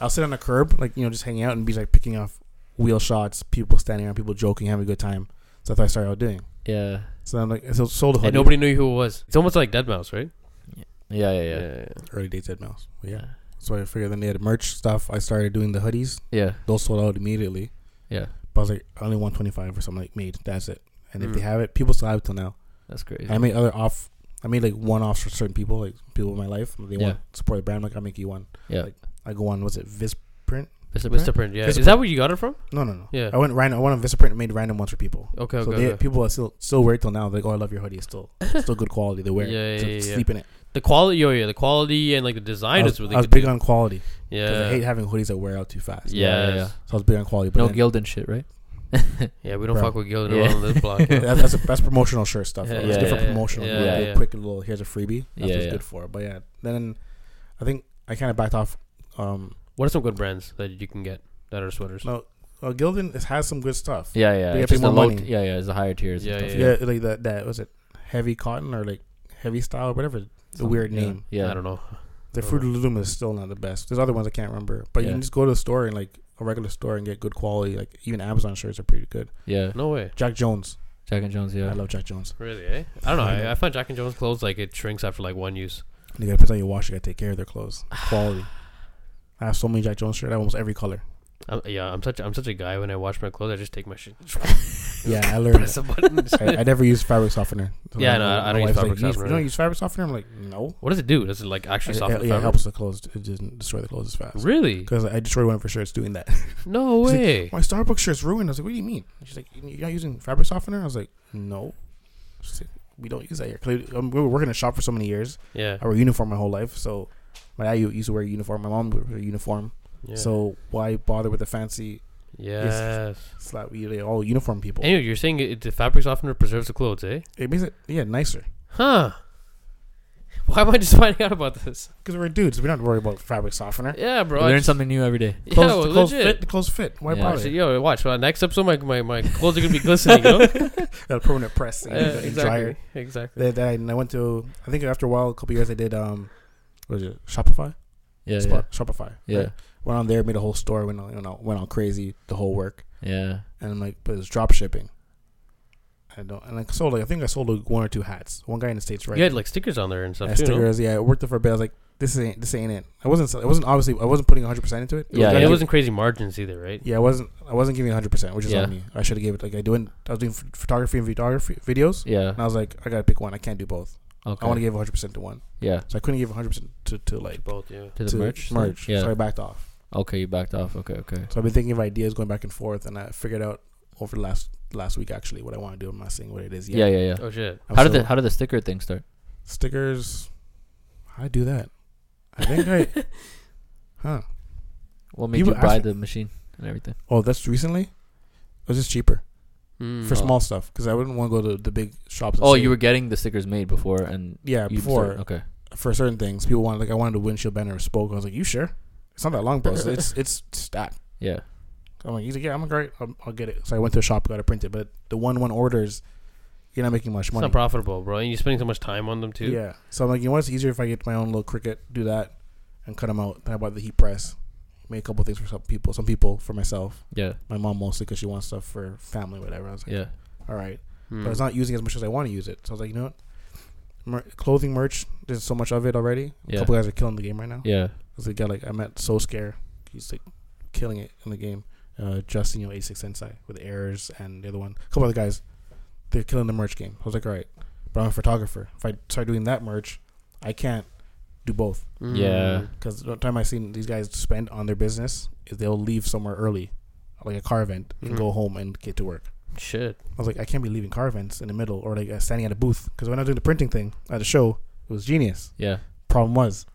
Speaker 4: I'll sit on a curb, like you know, just hanging out and be like picking off wheel shots, people standing around, people joking, having a good time. So that's what I started out doing.
Speaker 2: Yeah.
Speaker 4: So then, like, I sold- sold a hoodie.
Speaker 3: and nobody knew who it was. It's almost like Dead Mouse, right?
Speaker 2: Yeah. Yeah. Yeah.
Speaker 4: early days at Mouse. But yeah.
Speaker 2: Yeah.
Speaker 4: So I figured then they had merch stuff. I started doing the hoodies.
Speaker 2: Yeah.
Speaker 4: Those sold out immediately.
Speaker 2: Yeah.
Speaker 4: But I was like, I only want 25 or something like made. That's it. And if
Speaker 3: Mm.
Speaker 4: they have it, people still have it till now.
Speaker 2: That's crazy.
Speaker 4: I made other off. I made like one offs for certain people, like people in my life. They
Speaker 2: Yeah.
Speaker 4: want to support the brand. Like, I'll make you one.
Speaker 2: Yeah.
Speaker 4: Like, I go on, was it Visprint?
Speaker 2: Mr. Print?
Speaker 3: Mr. Print. Yeah,
Speaker 4: Mr.
Speaker 3: is that
Speaker 4: Print.
Speaker 3: where you got it from?
Speaker 4: No, no, no.
Speaker 3: Yeah. Oh,
Speaker 4: I went random. I went on Visprint and made random ones for people.
Speaker 3: Okay,
Speaker 4: so
Speaker 3: okay.
Speaker 4: they,
Speaker 3: okay.
Speaker 4: people are still still wear it till now. They're like, oh, I love your hoodie. It's still it's still good quality. They wear
Speaker 3: <laughs> Yeah,
Speaker 4: it. So
Speaker 3: yeah, yeah,
Speaker 4: Sleep in it.
Speaker 3: the quality, oh yeah, the quality and like the
Speaker 4: I
Speaker 3: design
Speaker 4: was,
Speaker 3: is really
Speaker 4: I was
Speaker 3: good.
Speaker 4: big
Speaker 3: too.
Speaker 4: on quality
Speaker 3: yeah,
Speaker 4: because I hate having hoodies that wear out too fast.
Speaker 3: yeah,
Speaker 2: Yeah, yeah,
Speaker 3: yeah,
Speaker 4: So I was big on quality. But
Speaker 2: no
Speaker 4: then-
Speaker 2: guild and shit, right?
Speaker 3: We don't
Speaker 4: Bro.
Speaker 3: fuck with Gildan
Speaker 2: Yeah.
Speaker 3: on this
Speaker 4: <laughs>
Speaker 3: block.
Speaker 4: Yeah, that's a, that's promotional shirt stuff.
Speaker 3: Yeah,
Speaker 4: Yeah,
Speaker 2: yeah,
Speaker 4: it's different
Speaker 3: yeah,
Speaker 4: promotional.
Speaker 3: yeah,
Speaker 4: like,
Speaker 2: yeah,
Speaker 4: a
Speaker 3: yeah.
Speaker 4: Quick little here's a freebie. That's
Speaker 2: Yeah,
Speaker 4: what it's
Speaker 2: yeah.
Speaker 4: good for. But yeah, then I think I kind of backed off. Um,
Speaker 3: what are some good brands that you can get that are sweaters?
Speaker 4: no, uh, Gildan is- has some good stuff.
Speaker 2: Yeah, yeah.
Speaker 4: They
Speaker 2: It's
Speaker 4: pay
Speaker 2: just the
Speaker 4: more
Speaker 2: low.
Speaker 4: money.
Speaker 2: yeah, yeah. It's the higher tiers. and
Speaker 3: Yeah,
Speaker 2: stuff.
Speaker 3: yeah,
Speaker 4: yeah, like that. That was it. Heavy cotton or like heavy style, or whatever. The
Speaker 2: Some-
Speaker 4: weird
Speaker 2: yeah.
Speaker 4: name.
Speaker 2: Yeah,
Speaker 3: I don't know.
Speaker 4: The
Speaker 3: Oh.
Speaker 4: Fruit of the Loom is still not the best. There's other ones I can't remember. But you
Speaker 2: Yeah.
Speaker 4: can just go to the store and like a regular store and get good quality. Like even Amazon shirts are pretty good.
Speaker 2: yeah.
Speaker 3: No way.
Speaker 4: Jack Jones.
Speaker 2: Jack and Jones.
Speaker 4: I
Speaker 2: Yeah,
Speaker 4: love Jack Jones.
Speaker 3: Really? Eh? I don't know.
Speaker 4: I
Speaker 3: I,
Speaker 4: know.
Speaker 3: I find Jack and Jones clothes like it shrinks after like one use.
Speaker 4: You gotta put on your wash. You gotta take care of their clothes. Quality. I have so many Jack Jones shirts. I have almost every color.
Speaker 3: I'm, yeah, I'm such I'm such a guy. When I wash my clothes, I just take my shit. <laughs>
Speaker 4: Yeah, I learned.
Speaker 3: Press a button.
Speaker 4: I, I never use
Speaker 3: <laughs>
Speaker 4: fabric softener. So
Speaker 3: Yeah,
Speaker 4: my-
Speaker 3: no, I
Speaker 4: my
Speaker 3: don't use
Speaker 4: wife's
Speaker 3: fabric
Speaker 4: like, "You-
Speaker 3: softener
Speaker 4: You don't
Speaker 3: either."
Speaker 4: use fabric softener? I'm like, no.
Speaker 3: What does it do? Does it like actually
Speaker 4: It,
Speaker 3: soften
Speaker 4: it-
Speaker 3: the
Speaker 4: yeah, it
Speaker 3: fabric?
Speaker 4: helps the clothes. It doesn't destroy the clothes as fast.
Speaker 3: Really?
Speaker 4: Because I destroyed one of her shirts doing that. <laughs>
Speaker 3: No
Speaker 4: She's like,
Speaker 3: way.
Speaker 4: My Starbucks shirt's ruined. I was like, what do you mean? She's like, you're not using fabric softener? I was like, no. She's like, we don't use that here. 'Cause, um, we were working in a shop for so many years.
Speaker 3: yeah.
Speaker 4: I wore uniform my whole life, so My dad u- used to wear a uniform. My mom would wear a uniform.
Speaker 3: Yeah.
Speaker 4: So why bother with the fancy
Speaker 3: yes.
Speaker 4: slap? You know, all uniform people.
Speaker 3: Anyway, you're saying it, the fabric softener preserves the clothes, eh?
Speaker 4: It makes it yeah nicer
Speaker 3: Huh. Why am I just <laughs> finding out about this?
Speaker 4: because we're dudes. We don't worry about fabric softener.
Speaker 3: Yeah, bro.
Speaker 2: You
Speaker 3: I
Speaker 2: learn
Speaker 3: just-
Speaker 2: something new every day.
Speaker 3: Yeah,
Speaker 4: Clothes-
Speaker 3: well,
Speaker 4: the clothes
Speaker 3: legit.
Speaker 4: fit. The clothes fit. Why
Speaker 2: Yeah.
Speaker 3: <laughs>
Speaker 4: bother?
Speaker 3: Actually, yo, watch. Well, next episode, my, my, my clothes are gonna be glistening.
Speaker 4: <laughs>
Speaker 3: You know,
Speaker 4: A permanent press and,
Speaker 3: Yeah,
Speaker 4: and
Speaker 3: exactly,
Speaker 4: dryer.
Speaker 3: exactly.
Speaker 4: That, that I, and I went to. I think after a while, a couple years, I did um, what is it? Shopify.
Speaker 2: Yeah, yeah,
Speaker 4: Spot, Shopify.
Speaker 2: yeah,
Speaker 4: right? Went on there, made a whole store. Went on, you know, went on crazy. The whole work.
Speaker 2: yeah.
Speaker 4: and I'm like, but it's drop shipping. I don't, and I sold like I think I sold like one or two hats. One guy in the states, right?
Speaker 3: You had like stickers on there and stuff
Speaker 4: yeah,
Speaker 3: too. no?
Speaker 4: stickers. Yeah, I worked it for a bit. I was like, this ain't this ain't it. I wasn't it wasn't obviously I wasn't putting 100 percent into it.
Speaker 2: Yeah,
Speaker 4: was,
Speaker 3: And it
Speaker 4: I did-
Speaker 3: wasn't crazy margins either, right?
Speaker 4: Yeah, I wasn't I wasn't giving 100 percent, which is
Speaker 3: Yeah.
Speaker 4: on me. I should have gave it like I doing I was doing ph- photography and videography videos,
Speaker 2: Yeah.
Speaker 4: and I was like, I gotta pick one. I can't do both.
Speaker 2: Okay.
Speaker 4: I want to give 100 percent to one,
Speaker 2: yeah.
Speaker 4: so I couldn't give 100 percent to to like
Speaker 3: Both, yeah.
Speaker 2: To the
Speaker 4: to
Speaker 2: merch. side?
Speaker 4: merch.
Speaker 2: Yeah.
Speaker 4: So I backed off.
Speaker 2: Okay, you backed off. Okay, okay.
Speaker 4: So I've been thinking of ideas going back and forth, and I figured out over the last last week actually what I want to do. I'm not saying what it is yet.
Speaker 2: Yeah, yeah, yeah.
Speaker 3: Oh shit!
Speaker 4: I'm
Speaker 2: How did
Speaker 4: still-
Speaker 2: the how did the sticker thing start?
Speaker 4: stickers. How I do that? I think I.
Speaker 2: <laughs>
Speaker 4: Huh.
Speaker 2: What made
Speaker 4: You
Speaker 2: you,
Speaker 4: were
Speaker 2: buy
Speaker 4: asking-
Speaker 2: the machine and everything?
Speaker 4: Oh, that's recently. It was just cheaper
Speaker 3: Mm.
Speaker 4: for
Speaker 2: Oh.
Speaker 4: small stuff because I wouldn't want to go to the big shops. and
Speaker 2: Oh,
Speaker 4: see-
Speaker 2: you were getting the stickers made before and
Speaker 4: yeah
Speaker 2: you
Speaker 4: before
Speaker 2: started- okay.
Speaker 4: for certain things people wanted like I wanted a windshield banner or spoke. I was like, you sure? It's not that long, bro.
Speaker 3: <laughs>
Speaker 4: So it's it's stacked.
Speaker 2: Yeah.
Speaker 4: I'm like, he's like, yeah, I'm great. I'll, I'll get it. So I went to a shop, got it printed. But the one one orders, you're not making much
Speaker 3: It's
Speaker 4: money.
Speaker 3: not profitable, bro. And you're spending so much time on them too.
Speaker 4: Yeah. So I'm like, you know what? It's easier if I get my own little cricket, do that, and cut them out. Then I bought the heat press, made a couple things for some people, some people for myself,
Speaker 2: Yeah.
Speaker 4: my mom mostly because she wants stuff for family, whatever. I was like,
Speaker 2: Yeah.
Speaker 4: all right,
Speaker 3: Mm.
Speaker 4: but I was not using as much as I want to use it. So I was like, you know what? Mer- clothing merch, there's so much of it already.
Speaker 2: Yeah.
Speaker 4: A couple guys are killing the game right now.
Speaker 2: Yeah.
Speaker 4: There's a guy like I met, so scare, he's like killing it in the game. Uh, Justin, you know, A6 Sensei with errors and the other one, a couple other guys, they're killing the merch game. I was like, all right, but I'm a photographer. If I start doing that merch, I can't do both
Speaker 3: Mm.
Speaker 2: Yeah.
Speaker 4: because the time I've seen these guys spend on their business is they'll leave somewhere early, like a car event, and
Speaker 3: Mhm.
Speaker 4: go home and get to work.
Speaker 3: Shit.
Speaker 4: I was like, I can't be leaving car events in the middle or like uh, standing at a booth because when I was doing the printing thing at a show, it was genius.
Speaker 2: Yeah.
Speaker 4: Problem was,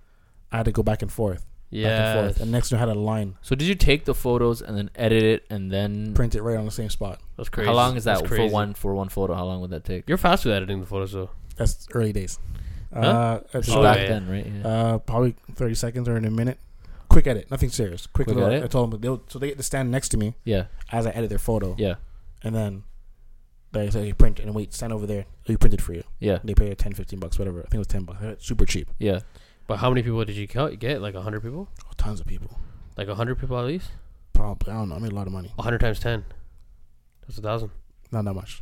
Speaker 4: I had to go back and forth, back and
Speaker 3: Yeah.
Speaker 4: forth, and next I had a line,
Speaker 2: So did you take the photos and then edit it and then
Speaker 4: print it right on the same spot.
Speaker 3: That's crazy.
Speaker 2: How long is
Speaker 3: That's
Speaker 2: that for
Speaker 3: crazy.
Speaker 2: one for one photo? How long would that take?
Speaker 3: You're faster at editing the photos though.
Speaker 4: That's early days.
Speaker 3: Huh?
Speaker 4: Uh, at
Speaker 2: This is
Speaker 4: show,
Speaker 3: Oh,
Speaker 2: back
Speaker 3: yeah.
Speaker 2: then, right? Yeah.
Speaker 4: uh, probably thirty seconds or in a minute. Quick edit, nothing serious. Quick,
Speaker 2: Quick
Speaker 4: little.
Speaker 2: edit?
Speaker 4: I told them they'll, so they get to stand next to me
Speaker 2: yeah.
Speaker 4: as I edit their photo,
Speaker 2: Yeah.
Speaker 4: and then they say you print and wait, stand over there. We print it for you.
Speaker 2: Yeah.
Speaker 4: They pay 10, 15 bucks, whatever. I think it was ten bucks. Super cheap.
Speaker 2: Yeah.
Speaker 3: But how many people did you count- get? Like hundred people?
Speaker 4: Oh, tons of people.
Speaker 3: Like hundred people at least?
Speaker 4: Probably I don't know. I made a lot of money.
Speaker 3: hundred times ten. That's a thousand.
Speaker 4: Not
Speaker 2: <laughs>
Speaker 4: that much.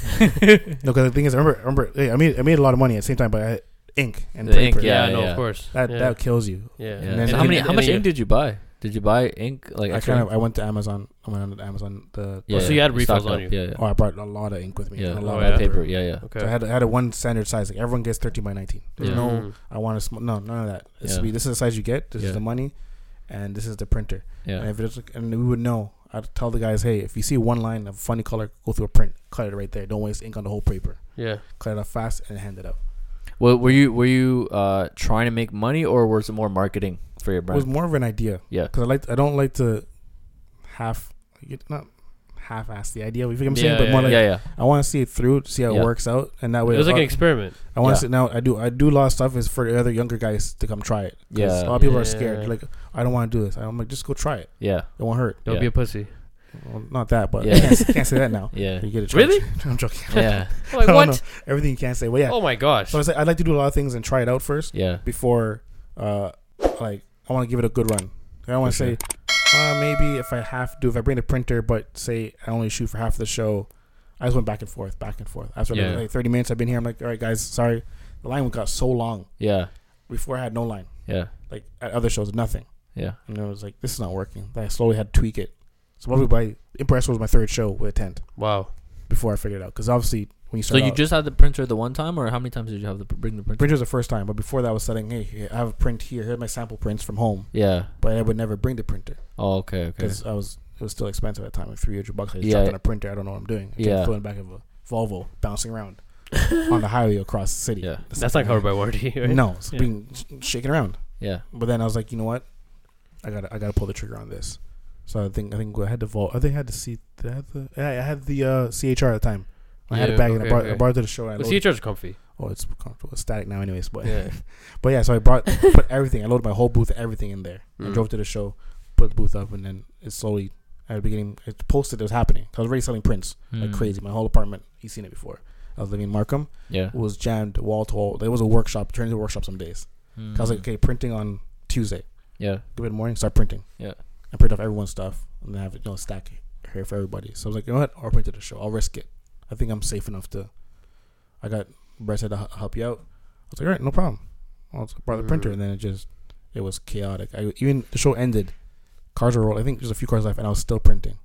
Speaker 4: No, because the thing is, I remember, remember, hey, I made I made a lot of money at the same time, but I had ink and
Speaker 2: The ink,
Speaker 4: paper.
Speaker 2: Yeah,
Speaker 3: Yeah, no,
Speaker 2: yeah.
Speaker 3: of course.
Speaker 4: That
Speaker 3: yeah.
Speaker 4: that kills you.
Speaker 3: yeah.
Speaker 2: Yeah.
Speaker 4: And then-
Speaker 2: So how many?
Speaker 3: and
Speaker 2: How
Speaker 3: then
Speaker 2: much
Speaker 3: you-
Speaker 2: ink did you buy? Did you buy ink like
Speaker 4: I
Speaker 2: extra
Speaker 4: kind of
Speaker 2: ink?
Speaker 4: I went to Amazon. I went on to Amazon. The
Speaker 2: Yeah.
Speaker 3: Oh, so you had
Speaker 2: yeah. Stocked
Speaker 3: refills on
Speaker 2: up.
Speaker 3: you.
Speaker 2: Yeah.
Speaker 4: oh, I brought a lot of ink with me.
Speaker 2: Yeah.
Speaker 4: and
Speaker 2: Yeah.
Speaker 4: a
Speaker 3: Oh,
Speaker 4: lot
Speaker 3: yeah.
Speaker 4: of
Speaker 2: Paper.
Speaker 4: paper.
Speaker 2: Yeah. Yeah.
Speaker 3: Okay.
Speaker 4: So I had I had a one standard size. Like everyone gets thirteen by nineteen. There's
Speaker 2: Yeah. Mm-hmm.
Speaker 4: no
Speaker 3: Mm.
Speaker 4: I want to sm- no none of that. This
Speaker 2: Yeah.
Speaker 4: will be this is the size you get. This
Speaker 2: Yeah.
Speaker 4: is the money, and this is the printer. And
Speaker 2: Yeah.
Speaker 4: if it's like, and we would know. I'd tell the guys, hey, if you see one line of funny color, go through a print, cut it right there. Don't waste ink on the whole paper.
Speaker 3: Yeah.
Speaker 4: Cut it off fast and hand it out.
Speaker 2: Well, were you were you uh, trying to make money or was it more marketing for your
Speaker 4: It was
Speaker 2: brand?
Speaker 4: more of an idea.
Speaker 2: Yeah.
Speaker 4: because I like I don't like to half get- not half ass the idea. You feel what I'm saying?
Speaker 3: Yeah,
Speaker 4: but
Speaker 3: yeah,
Speaker 4: more like
Speaker 2: yeah. Yeah.
Speaker 4: I want to see it through, see how
Speaker 2: Yeah.
Speaker 4: it works out, and that way
Speaker 3: It was
Speaker 4: I,
Speaker 3: like an experiment.
Speaker 4: want
Speaker 2: Yeah.
Speaker 4: to sit now. I do I do a lot of stuff is for the other younger guys to come try it. 'Cause
Speaker 2: Yeah.
Speaker 4: a lot of people are
Speaker 3: Yeah.
Speaker 4: scared. Like I don't want to do this. I'm like just go try it.
Speaker 2: Yeah.
Speaker 4: It won't hurt.
Speaker 3: Don't
Speaker 2: Yeah.
Speaker 3: be a
Speaker 2: <laughs>
Speaker 4: <laughs>
Speaker 3: pussy.
Speaker 4: Well, not that, but
Speaker 2: Yeah.
Speaker 4: I can't, can't say that
Speaker 3: <laughs>
Speaker 4: now.
Speaker 2: Yeah.
Speaker 4: You get a charge.
Speaker 3: Really?
Speaker 4: <laughs> I'm joking.
Speaker 2: Yeah.
Speaker 3: Like
Speaker 4: I don't
Speaker 3: what?
Speaker 4: know. Everything you can't say. Well, yeah.
Speaker 3: Oh my gosh.
Speaker 4: So I was like, I'd like to do a lot of things and try it out first
Speaker 2: Yeah.
Speaker 4: before uh like I want to give it a good run. I don't want to
Speaker 2: For sure.
Speaker 4: say uh, maybe if I have to if I bring the printer, but say I only shoot for half the show. I just went back and forth, back and forth. After
Speaker 2: Yeah.
Speaker 4: like thirty minutes, I've been here. I'm like, all right, guys, sorry, the line got so long.
Speaker 2: Yeah.
Speaker 4: Before I had no line. <laughs>
Speaker 2: Yeah.
Speaker 4: Like at other shows, nothing.
Speaker 2: Yeah.
Speaker 4: And I was like, this is not working. Then I slowly had to tweak it. So probably by Impress was my third show with a tent
Speaker 3: wow.
Speaker 4: before I figured it out. Because obviously when you
Speaker 2: So
Speaker 4: start,
Speaker 2: you
Speaker 4: out-
Speaker 2: just had the printer the one time, or how many times did you have the bring the printer?
Speaker 4: printer was the first time, but before that I was setting, hey, here, I have a print here. Here's my sample prints from home,
Speaker 2: Yeah.
Speaker 4: but I would never bring the printer.
Speaker 2: Oh, okay. Okay.
Speaker 4: because I was it was still expensive at the time. Three hundred bucks. I just
Speaker 2: Yeah.
Speaker 4: dropped on a printer. I don't know what I'm doing. I
Speaker 2: Yeah.
Speaker 4: yeah, in the back of a Volvo, bouncing around
Speaker 2: <laughs>
Speaker 4: on the highway across the city.
Speaker 2: Yeah.
Speaker 3: That's not covered by warranty, <laughs> right?
Speaker 4: No, it's
Speaker 3: Yeah.
Speaker 4: being sh- shaken around. <laughs>
Speaker 2: Yeah.
Speaker 4: But then I was like, you know what? I gotta I gotta pull the trigger on this. So I think I think I had to vote. I think I had to see. Did I had the yeah, I had the uh, CHR at the time. I had
Speaker 3: Yeah,
Speaker 4: it back and I
Speaker 3: okay,
Speaker 4: brought, I
Speaker 3: okay.
Speaker 4: brought it to the show. and I
Speaker 3: The
Speaker 4: loaded-
Speaker 3: CHRs are comfy.
Speaker 4: oh, it's comfortable. It's static now, anyways. But
Speaker 3: Yeah.
Speaker 4: but yeah, so I brought put everything. I loaded my whole booth, everything in there. I
Speaker 3: Mm.
Speaker 4: drove to the show, put the booth up, and then it slowly at the beginning it posted it was happening. I was already selling prints like
Speaker 2: Mm.
Speaker 4: crazy. My whole apartment, he's seen it before. I was living in Markham.
Speaker 2: Yeah.
Speaker 4: It was jammed wall to wall. There was a workshop. Turned into a workshop some days. 'Cause I was like,
Speaker 2: Mm.
Speaker 4: okay, printing on Tuesday.
Speaker 2: yeah.
Speaker 4: Give it a morning. Start printing.
Speaker 2: Yeah.
Speaker 4: I print off everyone's stuff and then have it you know, stack here for everybody. So I was like, you know what? I'll print to the show. I'll risk it. I think I'm safe enough to. I got Brett said to help you out. I was like, all right, no problem. I was- brought the printer and then it just it was chaotic. I, even the show ended, cars were rolled. I think there's a few cars left and I was still printing.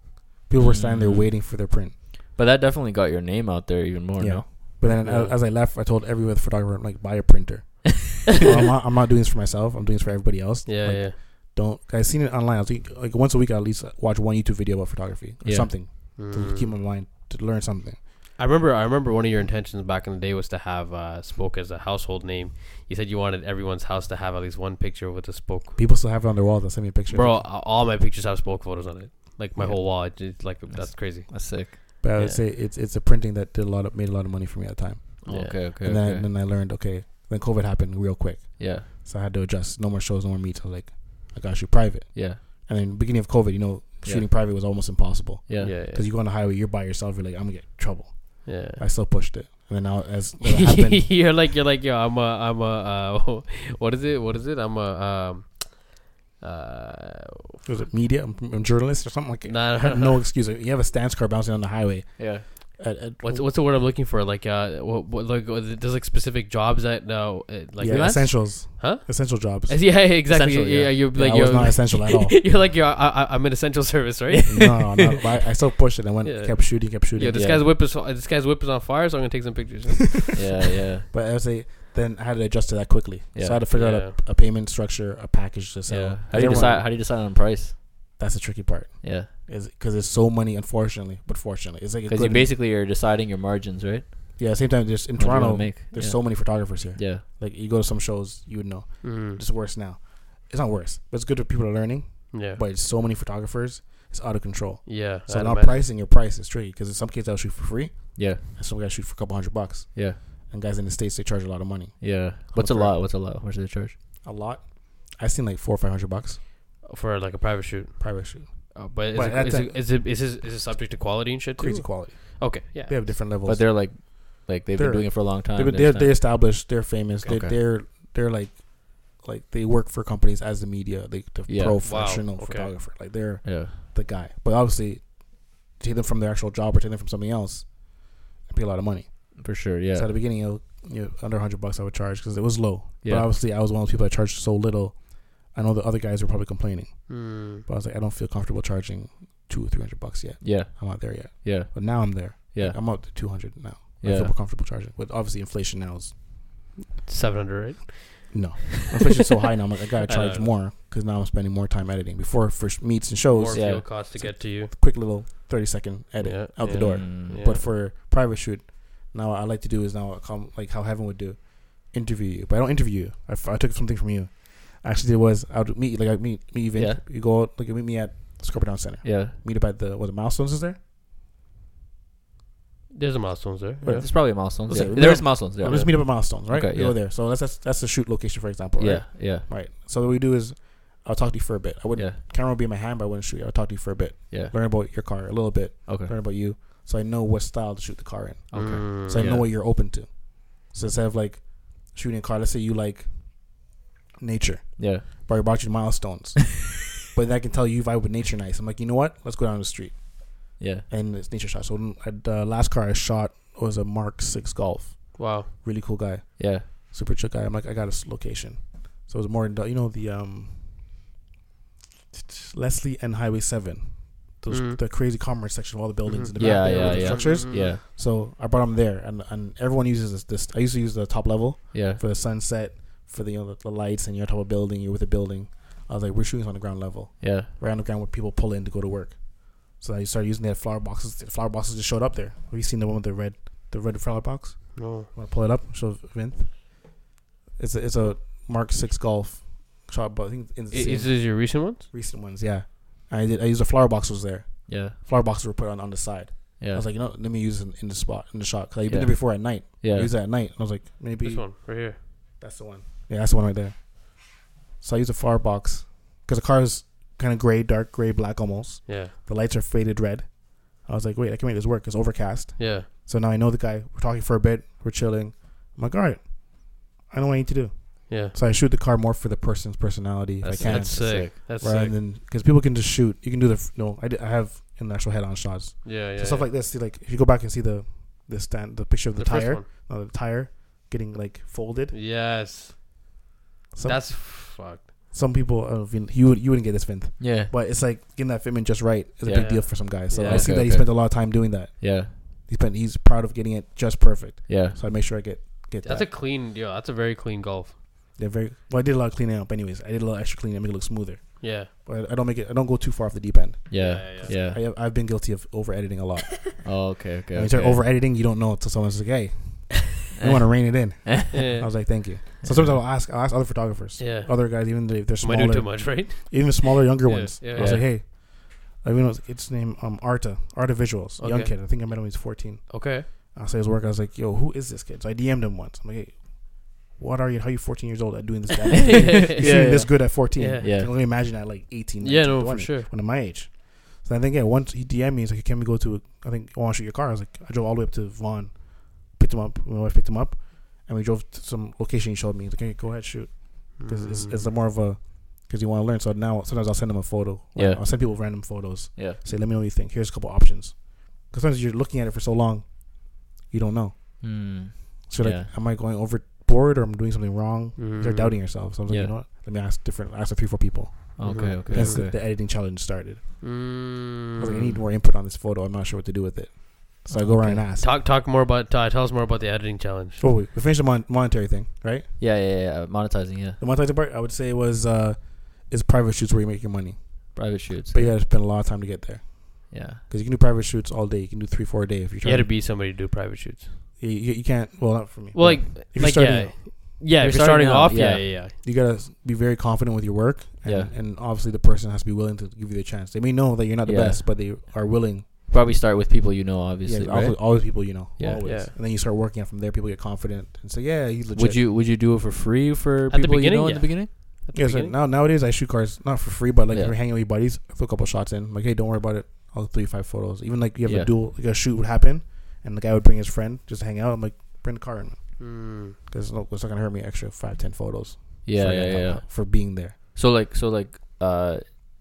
Speaker 4: People were standing there
Speaker 2: Mm.
Speaker 4: waiting for their print.
Speaker 2: But that definitely got your name out there even more.
Speaker 4: yeah.
Speaker 2: No?
Speaker 4: But then
Speaker 3: Yeah.
Speaker 4: a- as I left, I told every other photographer, I'm like, buy a printer. <laughs> Well, I'm, not, I'm not doing this for myself. I'm doing this for everybody else.
Speaker 3: Yeah,
Speaker 4: Like,
Speaker 3: yeah.
Speaker 4: don't I seen it online. I was like, like once a week I at least watch one YouTube video about photography or
Speaker 2: Yeah.
Speaker 4: something to
Speaker 3: Mm.
Speaker 4: keep my mind to learn something.
Speaker 3: I remember. I remember one of your intentions back in the day was to have uh, Spoke as a household name. You said you wanted everyone's house to have at least one picture with a Spoke.
Speaker 4: People still have it on their wall. They send me a picture,
Speaker 3: Bro, a- all my pictures have Spoke photos on it. Like my
Speaker 4: Yeah.
Speaker 3: whole wall. It, it's like that's crazy.
Speaker 2: That's sick.
Speaker 4: But I would
Speaker 3: yeah.
Speaker 4: say it's it's a printing that did a lot of made a lot of money for me at the time.
Speaker 3: Yeah.
Speaker 2: Okay. Okay.
Speaker 4: and then
Speaker 2: okay.
Speaker 4: then I learned okay. Then COVID happened real quick,
Speaker 2: yeah.
Speaker 4: so I had to adjust. No more shows, no more meets. I was like, I gotta shoot private.
Speaker 2: Yeah.
Speaker 4: And then beginning of COVID, you know,
Speaker 2: Yeah.
Speaker 4: shooting private was almost impossible
Speaker 2: Yeah.
Speaker 3: yeah,
Speaker 4: because you go on the highway, you're by yourself. You're like, I'm gonna get in trouble. <laughs>
Speaker 3: yeah.
Speaker 4: I still pushed it, and then now as it
Speaker 3: <laughs>
Speaker 4: happened,
Speaker 3: you're like you're like yo. I'm a I'm a uh, <laughs> what is it? What is it? I'm a um uh
Speaker 4: was it media? I'm, I'm journalist or something like. that.
Speaker 3: nah,
Speaker 4: I had no excuse. You have a stance car bouncing on the highway.
Speaker 2: Yeah.
Speaker 4: At, at,
Speaker 3: What's what's the word I'm looking for? Like uh, what, what like uh, there's like specific jobs that no uh, like
Speaker 4: yeah, essentials.
Speaker 3: Huh?
Speaker 2: <laughs>
Speaker 4: Essential jobs.
Speaker 3: Uh, Yeah, <laughs> exactly.
Speaker 2: Essential,
Speaker 3: yeah.
Speaker 2: yeah.
Speaker 3: you're
Speaker 4: Yeah,
Speaker 3: like
Speaker 4: I was
Speaker 3: you're,
Speaker 4: not essential at all.
Speaker 3: <laughs> you're like you're, I, I- I'm an essential service, right?
Speaker 4: no, no, no. But I, I still pushed it. I went,
Speaker 3: Yeah.
Speaker 4: kept shooting, kept shooting.
Speaker 3: Yeah, this
Speaker 2: Yeah.
Speaker 3: guy's whip is this guy's whip is on fire, so I'm gonna take some pictures.
Speaker 4: <laughs>
Speaker 2: Yeah. Yeah.
Speaker 4: But I would say then I had to adjust to that quickly.
Speaker 2: Yeah.
Speaker 4: So I had to figure out a, a payment structure, a package to sell.
Speaker 2: yeah. How do you
Speaker 4: Everyone-
Speaker 2: decide? How do you decide on price?
Speaker 4: That's the tricky part,
Speaker 2: Yeah.
Speaker 4: is because there's so many. Unfortunately, but fortunately, it's like a
Speaker 2: Because you
Speaker 4: good.
Speaker 2: basically are deciding your margins, right?
Speaker 4: yeah, at the same time, there's in
Speaker 2: What do you wanna
Speaker 4: Toronto.
Speaker 2: make?
Speaker 4: There's
Speaker 2: yeah.
Speaker 4: so many photographers here.
Speaker 2: Yeah.
Speaker 4: Like you go to some shows, you would know.
Speaker 3: Mm.
Speaker 4: It's worse now. It's not worse, but it's good for people are learning.
Speaker 3: Yeah,
Speaker 4: But it's so many photographers, it's out of control.
Speaker 3: yeah.
Speaker 4: So
Speaker 3: I'd
Speaker 4: now
Speaker 3: imagine.
Speaker 4: pricing your price is tricky because in some cases I'll shoot for free,
Speaker 2: Yeah.
Speaker 4: and some guys shoot for a couple hundred bucks.
Speaker 2: Yeah.
Speaker 4: And guys in the states they charge a lot of money.
Speaker 2: Yeah. What's a
Speaker 4: Okay.
Speaker 2: lot? What's a lot? What's the charge?
Speaker 4: A lot. I seen like four or five hundred bucks
Speaker 3: for like a private shoot.
Speaker 4: private shoot.
Speaker 3: Uh, but is,
Speaker 4: But
Speaker 3: it,
Speaker 4: that's
Speaker 3: is, it, is, it, is, it, is it subject to quality and shit too?
Speaker 4: Crazy quality.
Speaker 3: Okay, yeah.
Speaker 4: They have different levels.
Speaker 2: But they're like, like they've
Speaker 4: They're-
Speaker 2: been doing it for a long time.
Speaker 4: they're
Speaker 2: They
Speaker 4: they're,
Speaker 2: understand.
Speaker 4: they're established. They're famous.
Speaker 2: Okay.
Speaker 4: They, they're they're like like they work for companies as the media, like the
Speaker 2: Yeah. Wow.
Speaker 4: professional
Speaker 3: Okay.
Speaker 4: photographer. Like they're
Speaker 2: yeah.
Speaker 4: the guy. But obviously, take them from their actual job or take them from something else, I pay a lot of money.
Speaker 2: For sure. Yeah.
Speaker 4: So at the beginning, you know, you know, under hundred bucks I would charge because it was low.
Speaker 2: Yeah.
Speaker 4: But obviously, I was one of those people that charged so little. I know the other guys were probably complaining,
Speaker 3: Mm.
Speaker 4: but I was like, I don't feel comfortable charging two or three hundred bucks yet.
Speaker 2: yeah.
Speaker 4: I'm not there yet.
Speaker 2: Yeah.
Speaker 4: But now I'm there.
Speaker 2: Yeah.
Speaker 4: I'm up to 200 now. I
Speaker 2: Yeah.
Speaker 4: feel more comfortable charging. But obviously, inflation now is
Speaker 3: Seven hundred, right? <laughs>
Speaker 4: no. Inflation's so high now. I'm like, I gotta
Speaker 3: I
Speaker 4: charge
Speaker 3: know.
Speaker 4: more because now I'm spending more time editing. Before for sh- meets and shows,
Speaker 3: More
Speaker 2: Yeah.
Speaker 3: fuel costs to get to you.
Speaker 4: quick little 30 second edit
Speaker 3: Yeah,
Speaker 4: out the
Speaker 3: yeah.
Speaker 4: door.
Speaker 2: Mm.
Speaker 3: Yeah.
Speaker 4: But for private shoot, now what I like to do is now I come like how heaven would do, interview you. But I don't interview you. I, f- I took something from you. I actually did was I would meet you, like I meet meet you. Vince.
Speaker 2: Yeah.
Speaker 4: You go out like you meet me at Scorpion Center.
Speaker 2: Yeah.
Speaker 4: Meet up at the what the milestones is there?
Speaker 3: There's a milestones there. yeah.
Speaker 4: Right.
Speaker 2: There's probably milestones.
Speaker 4: Let's
Speaker 2: Yeah.
Speaker 4: say-
Speaker 2: There's milestones. Yeah.
Speaker 4: Let's meet up at milestones, right?
Speaker 2: Okay,
Speaker 4: You
Speaker 2: yeah.
Speaker 4: go there. So that's that's that's the shoot location for example. Right?
Speaker 2: Yeah. Yeah.
Speaker 4: Right. So what we do is I'll talk to you for a bit. I wouldn't
Speaker 2: Yeah.
Speaker 4: camera would be in my hand, but I wouldn't shoot you. I'll talk to you for a bit.
Speaker 2: Yeah.
Speaker 4: Learn about your car a little bit.
Speaker 2: Okay.
Speaker 4: Learn about you. So I know what style to shoot the car in.
Speaker 2: Okay.
Speaker 3: Mm.
Speaker 4: So I
Speaker 2: Yeah.
Speaker 4: know what you're open to. So instead of like shooting a car, let's say you like nature.
Speaker 2: Yeah.
Speaker 4: But I brought you
Speaker 2: <laughs>
Speaker 4: milestones. but I can tell you vibe with nature nice. I'm like, you know what? Let's go down the street.
Speaker 2: Yeah.
Speaker 4: And it's nature shot. So I, the last car I shot was a Mark Six Golf.
Speaker 3: Wow.
Speaker 4: Really cool guy.
Speaker 2: Yeah.
Speaker 4: Super chill guy. I'm like, I got his location. So it was more, indu- you know, the um, Leslie and Highway 7. Those,
Speaker 3: Mhm.
Speaker 4: The crazy commerce section of all the buildings
Speaker 3: Mm-hmm.
Speaker 4: in the
Speaker 2: Yeah,
Speaker 4: back there
Speaker 2: yeah,
Speaker 4: with the
Speaker 2: yeah.
Speaker 4: structures.
Speaker 3: Mhm.
Speaker 2: Yeah.
Speaker 4: So I brought him there, and, and everyone uses this, this. I used to use the top level
Speaker 2: Yeah.
Speaker 4: for the sunset, for the, you know, the, the lights, and you're on top of a building, you're with a building. I was like, we're shooting on the ground level,
Speaker 2: Yeah.
Speaker 4: right on the ground where people pull in to go to work. So I started using that flower boxes. The flower boxes just showed up there. Have you seen the one with the red, the red flower box?
Speaker 3: No.
Speaker 4: I'm gonna pull it up. Show Vince. It's a, it's a Mark Six Golf shop, but I think in the
Speaker 3: I-
Speaker 4: same
Speaker 3: Is this your recent ones?
Speaker 4: recent ones, yeah. I did. I used the flower box was there.
Speaker 2: Yeah.
Speaker 4: Flower boxes were put on on the side. I
Speaker 2: Yeah.
Speaker 4: was like, you know, let me use it in, in the spot in the shop because I've
Speaker 2: Yeah.
Speaker 4: been there before at night. I
Speaker 2: yeah.
Speaker 4: used it at night. And I was like, maybe
Speaker 3: This one right here.
Speaker 4: that's the one. Yeah, that's the one right there. So I used a flower box because the car is kind of gray, dark gray, black almost.
Speaker 3: Yeah,
Speaker 4: The lights are faded red. I was like, wait, I can make this work. It's overcast.
Speaker 3: yeah.
Speaker 4: So now I know the guy. We're talking for a bit. We're chilling. I'm like, all right. I know what I need to do.
Speaker 3: Yeah,
Speaker 4: So I shoot the car more for the person's personality if
Speaker 2: That's-
Speaker 4: I can.
Speaker 3: that's sick. That's
Speaker 4: rather
Speaker 3: sick.
Speaker 4: than because people can just shoot. You can do the f- no. I, did, I have an actual head-on shots.
Speaker 3: Yeah, yeah.
Speaker 4: so stuff
Speaker 3: yeah.
Speaker 4: like this. See, like if you go back and see the the stand, the picture of the,
Speaker 3: first
Speaker 4: tire,
Speaker 3: one.
Speaker 4: no, the tire getting like folded.
Speaker 3: Yes,
Speaker 4: Some
Speaker 3: that's fucked.
Speaker 4: some people, I don't know if you, you would- you wouldn't get this fifth,
Speaker 2: Yeah.
Speaker 4: but it's like getting that fitment just right is
Speaker 2: Yeah.
Speaker 4: a big deal for some guys. So
Speaker 3: Yeah.
Speaker 4: I see
Speaker 2: Okay,
Speaker 4: that he
Speaker 2: okay.
Speaker 4: spent a lot of time doing that.
Speaker 2: Yeah.
Speaker 4: He spent he's proud of getting it just perfect.
Speaker 2: Yeah.
Speaker 4: So I make sure I get get
Speaker 3: That's a
Speaker 4: that.
Speaker 3: clean. Yeah, that's a very clean golf.
Speaker 4: They're very well. I did a lot of cleaning up, anyways. I did a lot of extra cleaning, to make it look smoother. <laughs>
Speaker 3: Yeah,
Speaker 4: But I don't make it. I don't go too far off the deep end.
Speaker 2: Yeah.
Speaker 3: Yeah, yeah,
Speaker 2: Yeah.
Speaker 4: I have, I've been guilty of over editing a lot.
Speaker 3: <laughs>
Speaker 2: Oh, okay. Okay.
Speaker 4: When you start
Speaker 2: okay.
Speaker 4: over editing, you don't know until someone's like, "Hey, we want to rein it in." I
Speaker 3: yeah.
Speaker 4: was like, "Thank you." So sometimes I'll ask, I'll ask other photographers,
Speaker 3: Yeah.
Speaker 4: other guys, even if they're
Speaker 3: Am I doing too
Speaker 4: smaller,
Speaker 3: much, right?
Speaker 4: even smaller, younger
Speaker 3: Yeah,
Speaker 4: ones.
Speaker 3: yeah,
Speaker 4: I was
Speaker 2: yeah.
Speaker 4: like, "Hey, I mean, it's- it's named um, Arta, Arta Visuals, young
Speaker 3: Okay.
Speaker 4: kid. I think I met him when he was 14.
Speaker 3: Okay.
Speaker 4: I saw his work. I was like, "Yo, who is this kid?" So I DM'd him once. I'm like, "Hey, what are you? How you 14 years old at
Speaker 3: <laughs>
Speaker 4: doing this? Guy? You're
Speaker 2: yeah.
Speaker 4: shooting
Speaker 2: yeah.
Speaker 4: this good at 14?
Speaker 3: Yeah.
Speaker 2: Yeah.
Speaker 4: I can only imagine at like 18.
Speaker 3: Yeah,
Speaker 4: 19,
Speaker 3: no, for
Speaker 4: 20,
Speaker 3: sure.
Speaker 4: When I'm my age." So I think yeah, once he DM'd me, he's like, "Can we go to? A, I think oh, I want to shoot your car." I was like, "I drove all the way up to Vaughan, picked him up. My wife picked him up, and we drove to some location he showed me. He's like, "Hey, go ahead, shoot." because it's,
Speaker 2: Mm-hmm.
Speaker 4: it's a
Speaker 3: Mm.
Speaker 4: more of a because you want to learn. So now sometimes I'll send them a photo. Like,
Speaker 2: Yeah.
Speaker 4: I'll send people random photos.
Speaker 2: Yeah.
Speaker 4: Say, let me know what you think. Here's a couple options. Because sometimes you're looking at it for so long, you don't know.
Speaker 2: Hmm.
Speaker 4: So like,
Speaker 2: Yeah. Mm-hmm.
Speaker 4: am I going overboard or am I doing something wrong?
Speaker 3: Mm.
Speaker 4: You're doubting yourself. So I'm like,
Speaker 2: Yeah.
Speaker 4: you know what? Let me ask different. Ask the three, four people.
Speaker 2: Okay.
Speaker 3: Mhm.
Speaker 2: Okay.
Speaker 4: That's
Speaker 2: okay.
Speaker 4: the, the editing challenge started. I was like, I
Speaker 3: Mm.
Speaker 4: need more input on this photo. I'm not sure what to do with it. So I go around and ask.
Speaker 3: Talk talk more about uh, tell us more about the editing challenge.
Speaker 4: Oh, wait, we finished the mon- monetary thing, right?
Speaker 2: Yeah, yeah, yeah, yeah. Monetizing, yeah.
Speaker 4: The monetary part, I would say, was uh, is private shoots where you make your money,
Speaker 2: Private shoots.
Speaker 4: but you got to spend a lot of time to get there.
Speaker 2: yeah.
Speaker 4: Because you can do private shoots all day. You can do three, four a day if you're
Speaker 3: You had
Speaker 4: trying.
Speaker 3: to
Speaker 4: You,
Speaker 3: be somebody to do private shoots.
Speaker 4: you, you can't. Well, not for me.
Speaker 3: Well, like,
Speaker 4: if you're
Speaker 3: like
Speaker 4: starting,
Speaker 3: yeah, yeah.
Speaker 2: You're
Speaker 3: If you're
Speaker 2: starting
Speaker 3: starting
Speaker 2: out,
Speaker 3: off,
Speaker 2: yeah.
Speaker 3: yeah, yeah, yeah.
Speaker 4: you gotta s- be very confident with your work. And,
Speaker 2: Yeah.
Speaker 4: And obviously, the person has to be willing to give you the chance. They may know that you're not the
Speaker 2: Yeah.
Speaker 4: best, but they are willing.
Speaker 2: Probably start with people you know, obviously.
Speaker 4: yeah.
Speaker 2: right?
Speaker 4: Always, always people you know.
Speaker 2: Yeah.
Speaker 4: Always.
Speaker 3: Yeah.
Speaker 4: And then you start working out from there. People get confident and say, "Yeah, he's legit."
Speaker 2: Would you Would you do it for free for
Speaker 3: the
Speaker 2: people you
Speaker 3: beginning,
Speaker 2: know in
Speaker 3: yeah.
Speaker 2: the beginning?
Speaker 3: At the
Speaker 4: Yeah. So
Speaker 3: beginning?
Speaker 4: now nowadays, I shoot cars not for free, but like
Speaker 2: Yeah.
Speaker 4: if you're hanging with your buddies, I throw a couple shots in. Like, hey, don't worry about it. I'll throw you five photos. Even like you have
Speaker 2: Yeah.
Speaker 4: a duel, like a shoot would happen, and the guy would bring his friend just to hang out. I'm like, bring the car in.
Speaker 3: Mm.
Speaker 4: Because no, it's not gonna hurt me extra five, ten photos.
Speaker 2: Yeah,
Speaker 4: for,
Speaker 2: yeah, yeah, yeah.
Speaker 4: for being there.
Speaker 2: So like, so like, uh,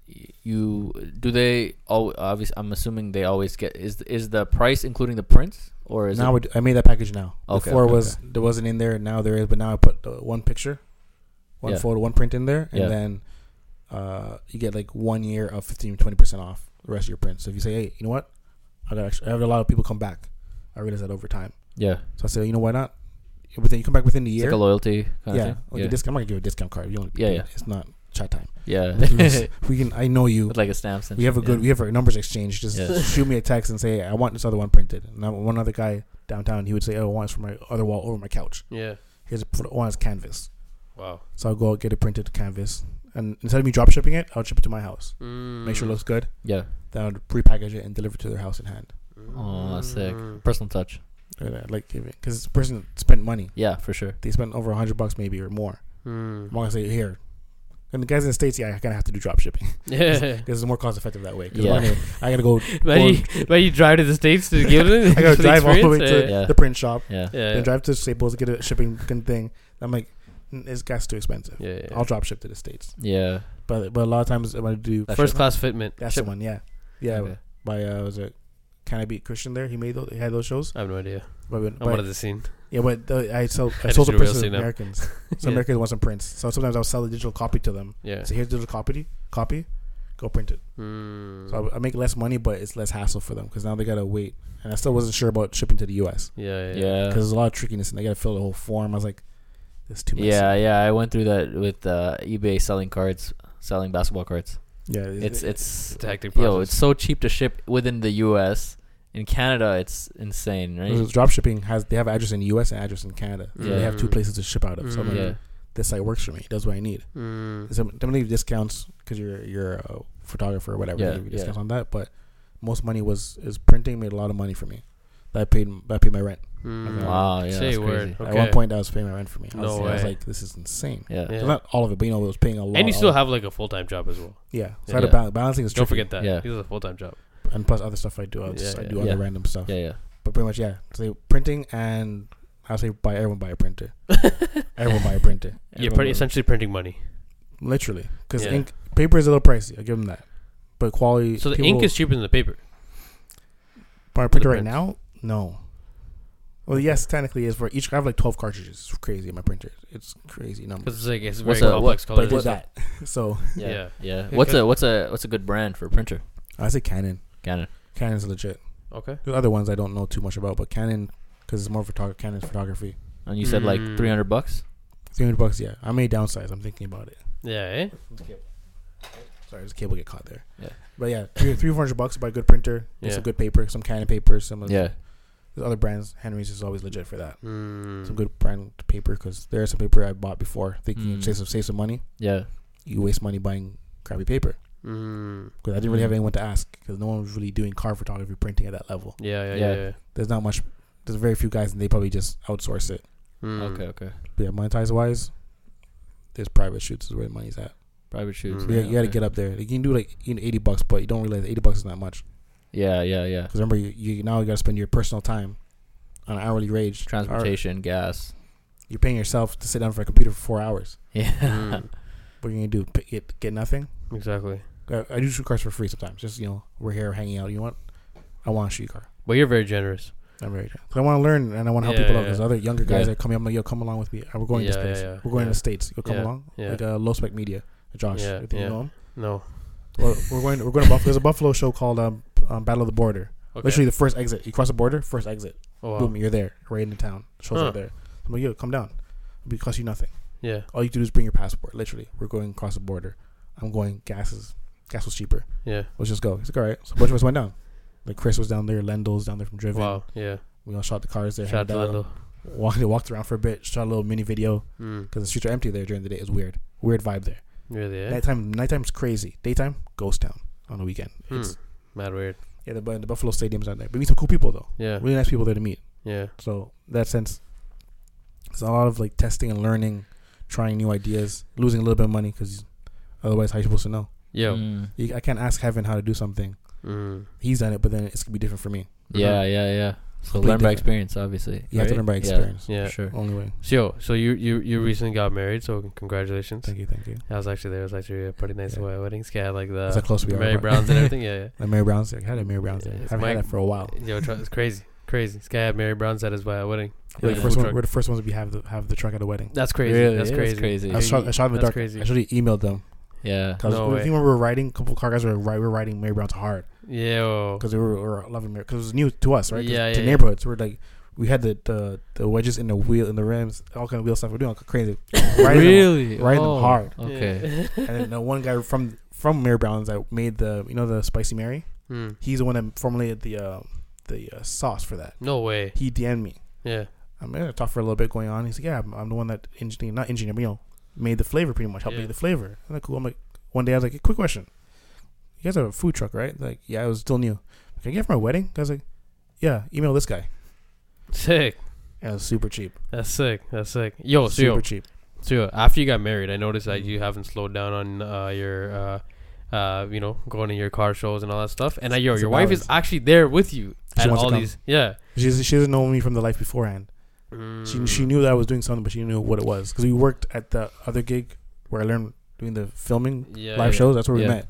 Speaker 2: y- you do they? All obviously, I'm assuming they always get is is the price including the prints or is
Speaker 4: now
Speaker 2: it,
Speaker 4: I, I made that package now.
Speaker 2: Okay,
Speaker 4: Before
Speaker 2: okay,
Speaker 4: it was there wasn't in there. Now there is, but now I put uh, one picture, one
Speaker 2: Yeah.
Speaker 4: photo, one print in there, and
Speaker 2: Yeah.
Speaker 4: then uh, you get like one year of 15 20 percent off the rest of your prints. So if you say, hey, you know what, I got extra, I have a lot of people come back. I realize that over time.
Speaker 2: yeah,
Speaker 4: So I say, you know why not? But then you come back within the
Speaker 2: it's
Speaker 4: year.
Speaker 2: like a loyalty kind
Speaker 4: yeah,
Speaker 2: of
Speaker 4: like
Speaker 2: thing.
Speaker 4: a discount. I'm not gonna give you a discount card. You don't,
Speaker 2: Yeah, yeah.
Speaker 4: It's not
Speaker 2: <laughs>
Speaker 4: chat time. <laughs>
Speaker 2: yeah,
Speaker 4: We can
Speaker 2: yeah.
Speaker 4: just- we can. I know
Speaker 2: <laughs>
Speaker 4: you.
Speaker 2: with like a stamp.
Speaker 4: We have a good.
Speaker 2: Yeah.
Speaker 4: We have our numbers exchange. Just
Speaker 2: Yeah.
Speaker 4: shoot me a text and say I want this other one printed. And I, one other guy downtown, he would say, "Oh, I want this for my other wall over my couch.
Speaker 3: Yeah.
Speaker 4: Here's a put it on his canvas."
Speaker 3: Wow.
Speaker 4: So I'll go out, get a printed canvas, and instead of me drop shipping it, I'll ship it to my house,
Speaker 3: Mm.
Speaker 4: make
Speaker 2: Mm.
Speaker 4: sure it looks good.
Speaker 2: yeah.
Speaker 4: Then I'll prepackage it and deliver it to their house in hand.
Speaker 3: Mm.
Speaker 2: Oh, that's sick. Personal touch.
Speaker 4: And I Like because this person spent money,
Speaker 2: Yeah, for sure.
Speaker 4: they spent over a hundred bucks maybe or more.
Speaker 3: Mm.
Speaker 4: I'm not gonna say here. And the guys in the states, yeah, I kind of have to do drop shipping <laughs>
Speaker 3: <laughs> Yeah.
Speaker 4: because it's more cost effective that way. 'Cause
Speaker 2: Yeah.
Speaker 4: money, I
Speaker 2: <laughs>
Speaker 4: gotta go.
Speaker 3: But
Speaker 4: Or-
Speaker 3: you, but you drive to the states to give it.
Speaker 4: <laughs> I gotta drive all the way to
Speaker 2: Yeah.
Speaker 4: the print shop.
Speaker 2: Yeah,
Speaker 3: <laughs> Yeah. Yeah.
Speaker 4: Then drive to Staples, get a shipping fucking thing. I'm like, "Mm, this gas too expensive.
Speaker 3: yeah, yeah.
Speaker 4: I'll drop ship to the states.
Speaker 2: yeah.
Speaker 4: But but a lot of times I want to do
Speaker 2: That's
Speaker 3: First
Speaker 2: shit.
Speaker 3: class fitment.
Speaker 4: that's the one, yeah, yeah.
Speaker 2: Okay.
Speaker 4: By uh, was it? Can I beat Christian there? He made those, he had those shows.
Speaker 3: I have no idea.
Speaker 4: But, but,
Speaker 3: I'm out of the scene.
Speaker 4: yeah, but uh,
Speaker 3: <laughs>
Speaker 4: I sold I,
Speaker 3: I just
Speaker 4: sold the
Speaker 3: do
Speaker 4: prints
Speaker 3: real
Speaker 4: to
Speaker 3: estate now. <laughs>
Speaker 4: Americans. So
Speaker 3: Yeah.
Speaker 4: Americans want some prints. So sometimes I'll sell the digital copy to them.
Speaker 3: Yeah.
Speaker 4: So here's the digital copy, copy, go print it.
Speaker 3: Mm.
Speaker 4: So I, I make less money, but it's less hassle for them because now they gotta wait. And I still wasn't sure about shipping to the U.S.
Speaker 3: yeah, yeah.
Speaker 2: Yeah.
Speaker 4: because there's a lot of trickiness and they gotta fill the whole form. I was like, this is too messy.
Speaker 2: Yeah, yeah. I went through that with uh, eBay selling cards, selling basketball cards.
Speaker 4: yeah.
Speaker 2: It's it's
Speaker 3: It's a hectic
Speaker 2: yo,
Speaker 3: process.
Speaker 2: it's so cheap to ship within the U.S. In Canada, it's insane, right?
Speaker 4: Because drop shipping has they have address in the U.S. and address in Canada. So
Speaker 2: Yeah.
Speaker 4: They have two places to ship out of. So I'm like,
Speaker 2: Yeah,
Speaker 4: this site works for me. It does what I need.
Speaker 3: Mm.
Speaker 4: Some don't leave discounts because you're you're a photographer or whatever.
Speaker 2: Yeah,
Speaker 4: they give you discounts
Speaker 2: yeah.
Speaker 4: on that, but most money was is printing made a lot of money for me. That paid that paid my rent.
Speaker 3: Mm.
Speaker 2: Wow, yeah,
Speaker 3: Say
Speaker 2: that's
Speaker 3: a
Speaker 2: crazy.
Speaker 3: word. Okay.
Speaker 4: At one point, that was paying my rent for me. I was,
Speaker 3: No
Speaker 4: I was
Speaker 3: way.
Speaker 4: like, this is insane.
Speaker 2: Yeah.
Speaker 3: Yeah.
Speaker 4: Well, Not all of it, but you know, it was paying a lot.
Speaker 3: and you
Speaker 4: all
Speaker 3: still
Speaker 4: of-
Speaker 3: have like a full time job as well.
Speaker 4: yeah. So I had
Speaker 2: Yeah.
Speaker 4: a balance. Balancing is
Speaker 3: Don't
Speaker 4: tricky.
Speaker 3: forget that.
Speaker 2: Yeah.
Speaker 3: Yeah. This is a full time
Speaker 4: <laughs>
Speaker 3: job.
Speaker 4: and plus other stuff I do. I, just,
Speaker 3: Yeah,
Speaker 4: I do
Speaker 2: yeah.
Speaker 4: other
Speaker 2: Yeah.
Speaker 4: random stuff.
Speaker 2: Yeah, yeah.
Speaker 4: But pretty much, yeah. So printing and I say buy everyone buy a printer. everyone buy a printer.
Speaker 3: You're
Speaker 4: Everyone
Speaker 3: pretty,
Speaker 4: buy-
Speaker 3: essentially printing money.
Speaker 4: literally because
Speaker 3: Yeah.
Speaker 4: ink paper is a little pricey. I give them that. But quality.
Speaker 3: So the
Speaker 4: people
Speaker 3: ink is cheaper than the paper.
Speaker 4: buy a printer right
Speaker 3: print.
Speaker 4: now. No. Well, yes, technically it is for each. I have like twelve cartridges. It's crazy. in My printer. It's crazy numbers.
Speaker 3: Because it's like it's very
Speaker 2: What's a-
Speaker 3: complex
Speaker 4: But I
Speaker 3: colors.
Speaker 4: did that. So
Speaker 2: <laughs> Yeah. Yeah.
Speaker 3: Yeah.
Speaker 2: What's
Speaker 3: Okay.
Speaker 2: a what's a what's a good brand for a printer?
Speaker 4: I say Canon.
Speaker 2: Canon.
Speaker 4: Canon's legit.
Speaker 3: Okay.
Speaker 4: There's other ones I don't know too much about, but Canon because it's more photog- Canon's photography.
Speaker 2: And you said like
Speaker 3: Mm.
Speaker 2: 300 bucks?
Speaker 4: Three hundred bucks. Yeah, I may downsize. I'm thinking about it.
Speaker 3: Yeah. Eh?
Speaker 4: Sorry, this cable get caught there.
Speaker 2: Yeah.
Speaker 4: But yeah, three three four hundred bucks buy a good printer. Get
Speaker 3: Yeah.
Speaker 4: some good paper, some Canon paper, some of
Speaker 2: Yeah.
Speaker 4: the other brands. Henry's is always legit for that.
Speaker 3: Mm.
Speaker 2: Hmm.
Speaker 4: Some good brand paper because there are some paper I bought before thinking
Speaker 2: Mm.
Speaker 4: save some save some money.
Speaker 2: Yeah.
Speaker 4: You waste money buying crappy paper
Speaker 3: Mm.
Speaker 4: because I didn't really have
Speaker 2: Mm.
Speaker 4: anyone to ask because no one was really doing car photography printing at that level.
Speaker 3: Yeah.
Speaker 2: Yeah.
Speaker 3: Yeah. Yeah. yeah.
Speaker 4: There's not much. There's very few guys, and they probably just outsource it.
Speaker 3: Mm.
Speaker 2: Okay, okay.
Speaker 4: But yeah, monetize wise, there's private shoots is where the money's at.
Speaker 2: Private shoots.
Speaker 3: Mm.
Speaker 4: But
Speaker 2: yeah,
Speaker 4: yeah, you got to
Speaker 2: okay.
Speaker 4: get up there. Like, you can do like you know, 80 bucks, but you don't realize 80 bucks is not much.
Speaker 2: Yeah, yeah, yeah.
Speaker 4: Because remember, you, you now you got to spend your personal time on an hourly wage. Hour-
Speaker 2: Transportation, gas. <laughs>
Speaker 4: You're paying yourself to sit down for a computer for four hours.
Speaker 2: Yeah.
Speaker 4: <laughs>
Speaker 3: Mm.
Speaker 4: What are you gonna do? P- get get nothing?
Speaker 3: Exactly.
Speaker 4: I, I do shoot cars for free sometimes. Just you know, we're here hanging out. You want? I want to shoot a car.
Speaker 3: But you're very generous.
Speaker 4: I'm ready. 'Cause I want to learn and I want to help
Speaker 3: Yeah,
Speaker 4: people out.
Speaker 3: yeah.
Speaker 4: Because other younger guys
Speaker 2: Yeah.
Speaker 4: are coming. I'm like, yo, come along with me. Uh, We're going to
Speaker 3: Yeah,
Speaker 4: this place.
Speaker 3: yeah, yeah.
Speaker 4: We're going
Speaker 3: Yeah.
Speaker 4: to the states. You'll come
Speaker 3: Yeah.
Speaker 4: along.
Speaker 3: Yeah.
Speaker 4: Like uh, Low Spec Media, Josh.
Speaker 3: Yeah,
Speaker 4: I think
Speaker 3: yeah.
Speaker 4: you know him.
Speaker 3: No.
Speaker 4: Well, we're going. We're going to Buffalo. There's a Buffalo show called um, um, Battle of the Border.
Speaker 3: Okay.
Speaker 4: Literally the first exit. You cross the border, first exit.
Speaker 3: Oh, wow.
Speaker 4: Boom, you're there, right into town. Shows
Speaker 3: Huh.
Speaker 4: up there. I'm like, yo, come down. It'll be cost you nothing.
Speaker 3: Yeah.
Speaker 4: All you do is bring your passport. Literally, we're going across the border. I'm going. Gas is gas was cheaper.
Speaker 3: Yeah.
Speaker 4: Let's just go. It's like all right. So a bunch of us went down. Like Chris was down there, Lendo's down there from Driven.
Speaker 3: Wow. Yeah.
Speaker 4: We all shot the cars there.
Speaker 3: Shout out to
Speaker 4: hung
Speaker 3: Lando.
Speaker 4: down, Walked, <laughs> walked around for a bit, shot a little mini video
Speaker 3: Mm.
Speaker 4: because the streets are empty there during the day. It's weird, weird vibe there.
Speaker 3: Really? Eh?
Speaker 4: Nighttime, nighttime's crazy. Daytime, ghost town on the weekend.
Speaker 3: Hmm.
Speaker 4: It's
Speaker 3: Mad weird.
Speaker 4: yeah, the, the Buffalo Stadium's out there. But we meet some cool people though.
Speaker 3: Yeah.
Speaker 4: Really nice people there to meet.
Speaker 3: Yeah.
Speaker 4: So in that sense, it's a lot of like testing and learning, trying new ideas, losing a little bit of money because otherwise, how you supposed to know?
Speaker 3: Yo.
Speaker 4: Hmm.
Speaker 3: Mm-hmm.
Speaker 2: Mm.
Speaker 4: You, I can't ask Heaven how to do something.
Speaker 3: Mm.
Speaker 4: He's done it, but then it's gonna be different for me.
Speaker 2: Yeah, yeah, yeah. So
Speaker 4: Completely
Speaker 2: learn by
Speaker 4: different.
Speaker 2: experience, obviously.
Speaker 4: You have to
Speaker 2: right?
Speaker 4: learn by
Speaker 2: Yeah,
Speaker 4: experience.
Speaker 3: Yeah. Oh.
Speaker 2: For sure.
Speaker 4: Only way.
Speaker 3: So, yo, so you you you recently got married, so congratulations.
Speaker 4: Thank you, thank you.
Speaker 3: I was actually there. It was actually a pretty nice
Speaker 4: Yeah.
Speaker 3: wed- wedding. It's got like the
Speaker 4: That's how close we are.
Speaker 3: Mary
Speaker 4: bro.
Speaker 3: Browns and
Speaker 4: <laughs>
Speaker 3: everything. Yeah,
Speaker 4: Like Mary Brown's there. I had a Mary Brown's there.
Speaker 3: Yeah,
Speaker 4: I
Speaker 3: it's
Speaker 4: haven't had
Speaker 3: Mike-
Speaker 4: that for a while.
Speaker 3: yeah. Yo, tr- it's crazy, crazy. This guy had Mary Browns at his wed- wedding.
Speaker 4: We're,
Speaker 3: Yeah,
Speaker 4: the
Speaker 3: the
Speaker 4: first
Speaker 3: food
Speaker 4: one,
Speaker 3: truck.
Speaker 4: we're the first ones to have the have the truck at the wedding.
Speaker 3: That's crazy.
Speaker 2: Really,
Speaker 3: That's
Speaker 2: it is
Speaker 3: crazy.
Speaker 2: crazy.
Speaker 4: I shot, I shot in the
Speaker 3: That's
Speaker 4: dark.
Speaker 3: crazy.
Speaker 4: I actually emailed them.
Speaker 2: Yeah.
Speaker 4: Cause
Speaker 3: No
Speaker 4: we- I
Speaker 3: way.
Speaker 4: think when we were riding, a couple car guys were ri- we were riding Mary Brown's hard
Speaker 3: Yo.
Speaker 4: because we were, we were loving Mary because it was new to us, right? 'Cause
Speaker 3: Yeah,
Speaker 4: to
Speaker 3: yeah, yeah.
Speaker 4: neighborhoods, we're like we had the, the the wedges in the wheel in the rims, all kind of wheel stuff. We're doing all
Speaker 3: <laughs>
Speaker 4: crazy, riding
Speaker 2: really?
Speaker 4: them, riding
Speaker 2: Oh,
Speaker 4: them hard.
Speaker 2: Okay.
Speaker 4: And then the one guy from from Mary Brown's that made the you know the spicy Mary,
Speaker 3: Mm.
Speaker 4: he's the one that formulated the uh, the uh, sauce for that.
Speaker 3: No way.
Speaker 4: He DM'd me.
Speaker 3: Yeah.
Speaker 4: I'm gonna talk for a little bit going on. He's like, yeah, I'm, I'm the one that engineer, not engineer, but you know, made the flavor pretty much, helped
Speaker 3: Yeah.
Speaker 4: make the flavor. I'm like, cool. I'm like, one day I was like, quick question, you guys have a food truck, right? They're Like, yeah, it was still new. Can I get it for my wedding? I was like, yeah, email this guy.
Speaker 3: Sick.
Speaker 4: And it was super cheap,
Speaker 3: That's sick. That's sick. Yo, Oh, so
Speaker 4: super
Speaker 3: yo,
Speaker 4: cheap.
Speaker 3: so yo, after you got married, I noticed that you haven't slowed down on uh, your. Uh, uh, you know, going to your car shows and all that stuff, and uh, yo,
Speaker 4: It's a
Speaker 3: your wife is
Speaker 4: balance.
Speaker 3: actually there with you
Speaker 4: She
Speaker 3: at
Speaker 4: wants to
Speaker 3: all
Speaker 4: come.
Speaker 3: these. Yeah,
Speaker 4: She she doesn't know me from the life beforehand. She
Speaker 3: Mm.
Speaker 4: she knew that I was doing something, but she knew what it was because we worked at the other gig where I learned doing the filming
Speaker 3: yeah,
Speaker 4: live
Speaker 3: yeah.
Speaker 4: shows. That's where
Speaker 2: Yeah.
Speaker 4: we met.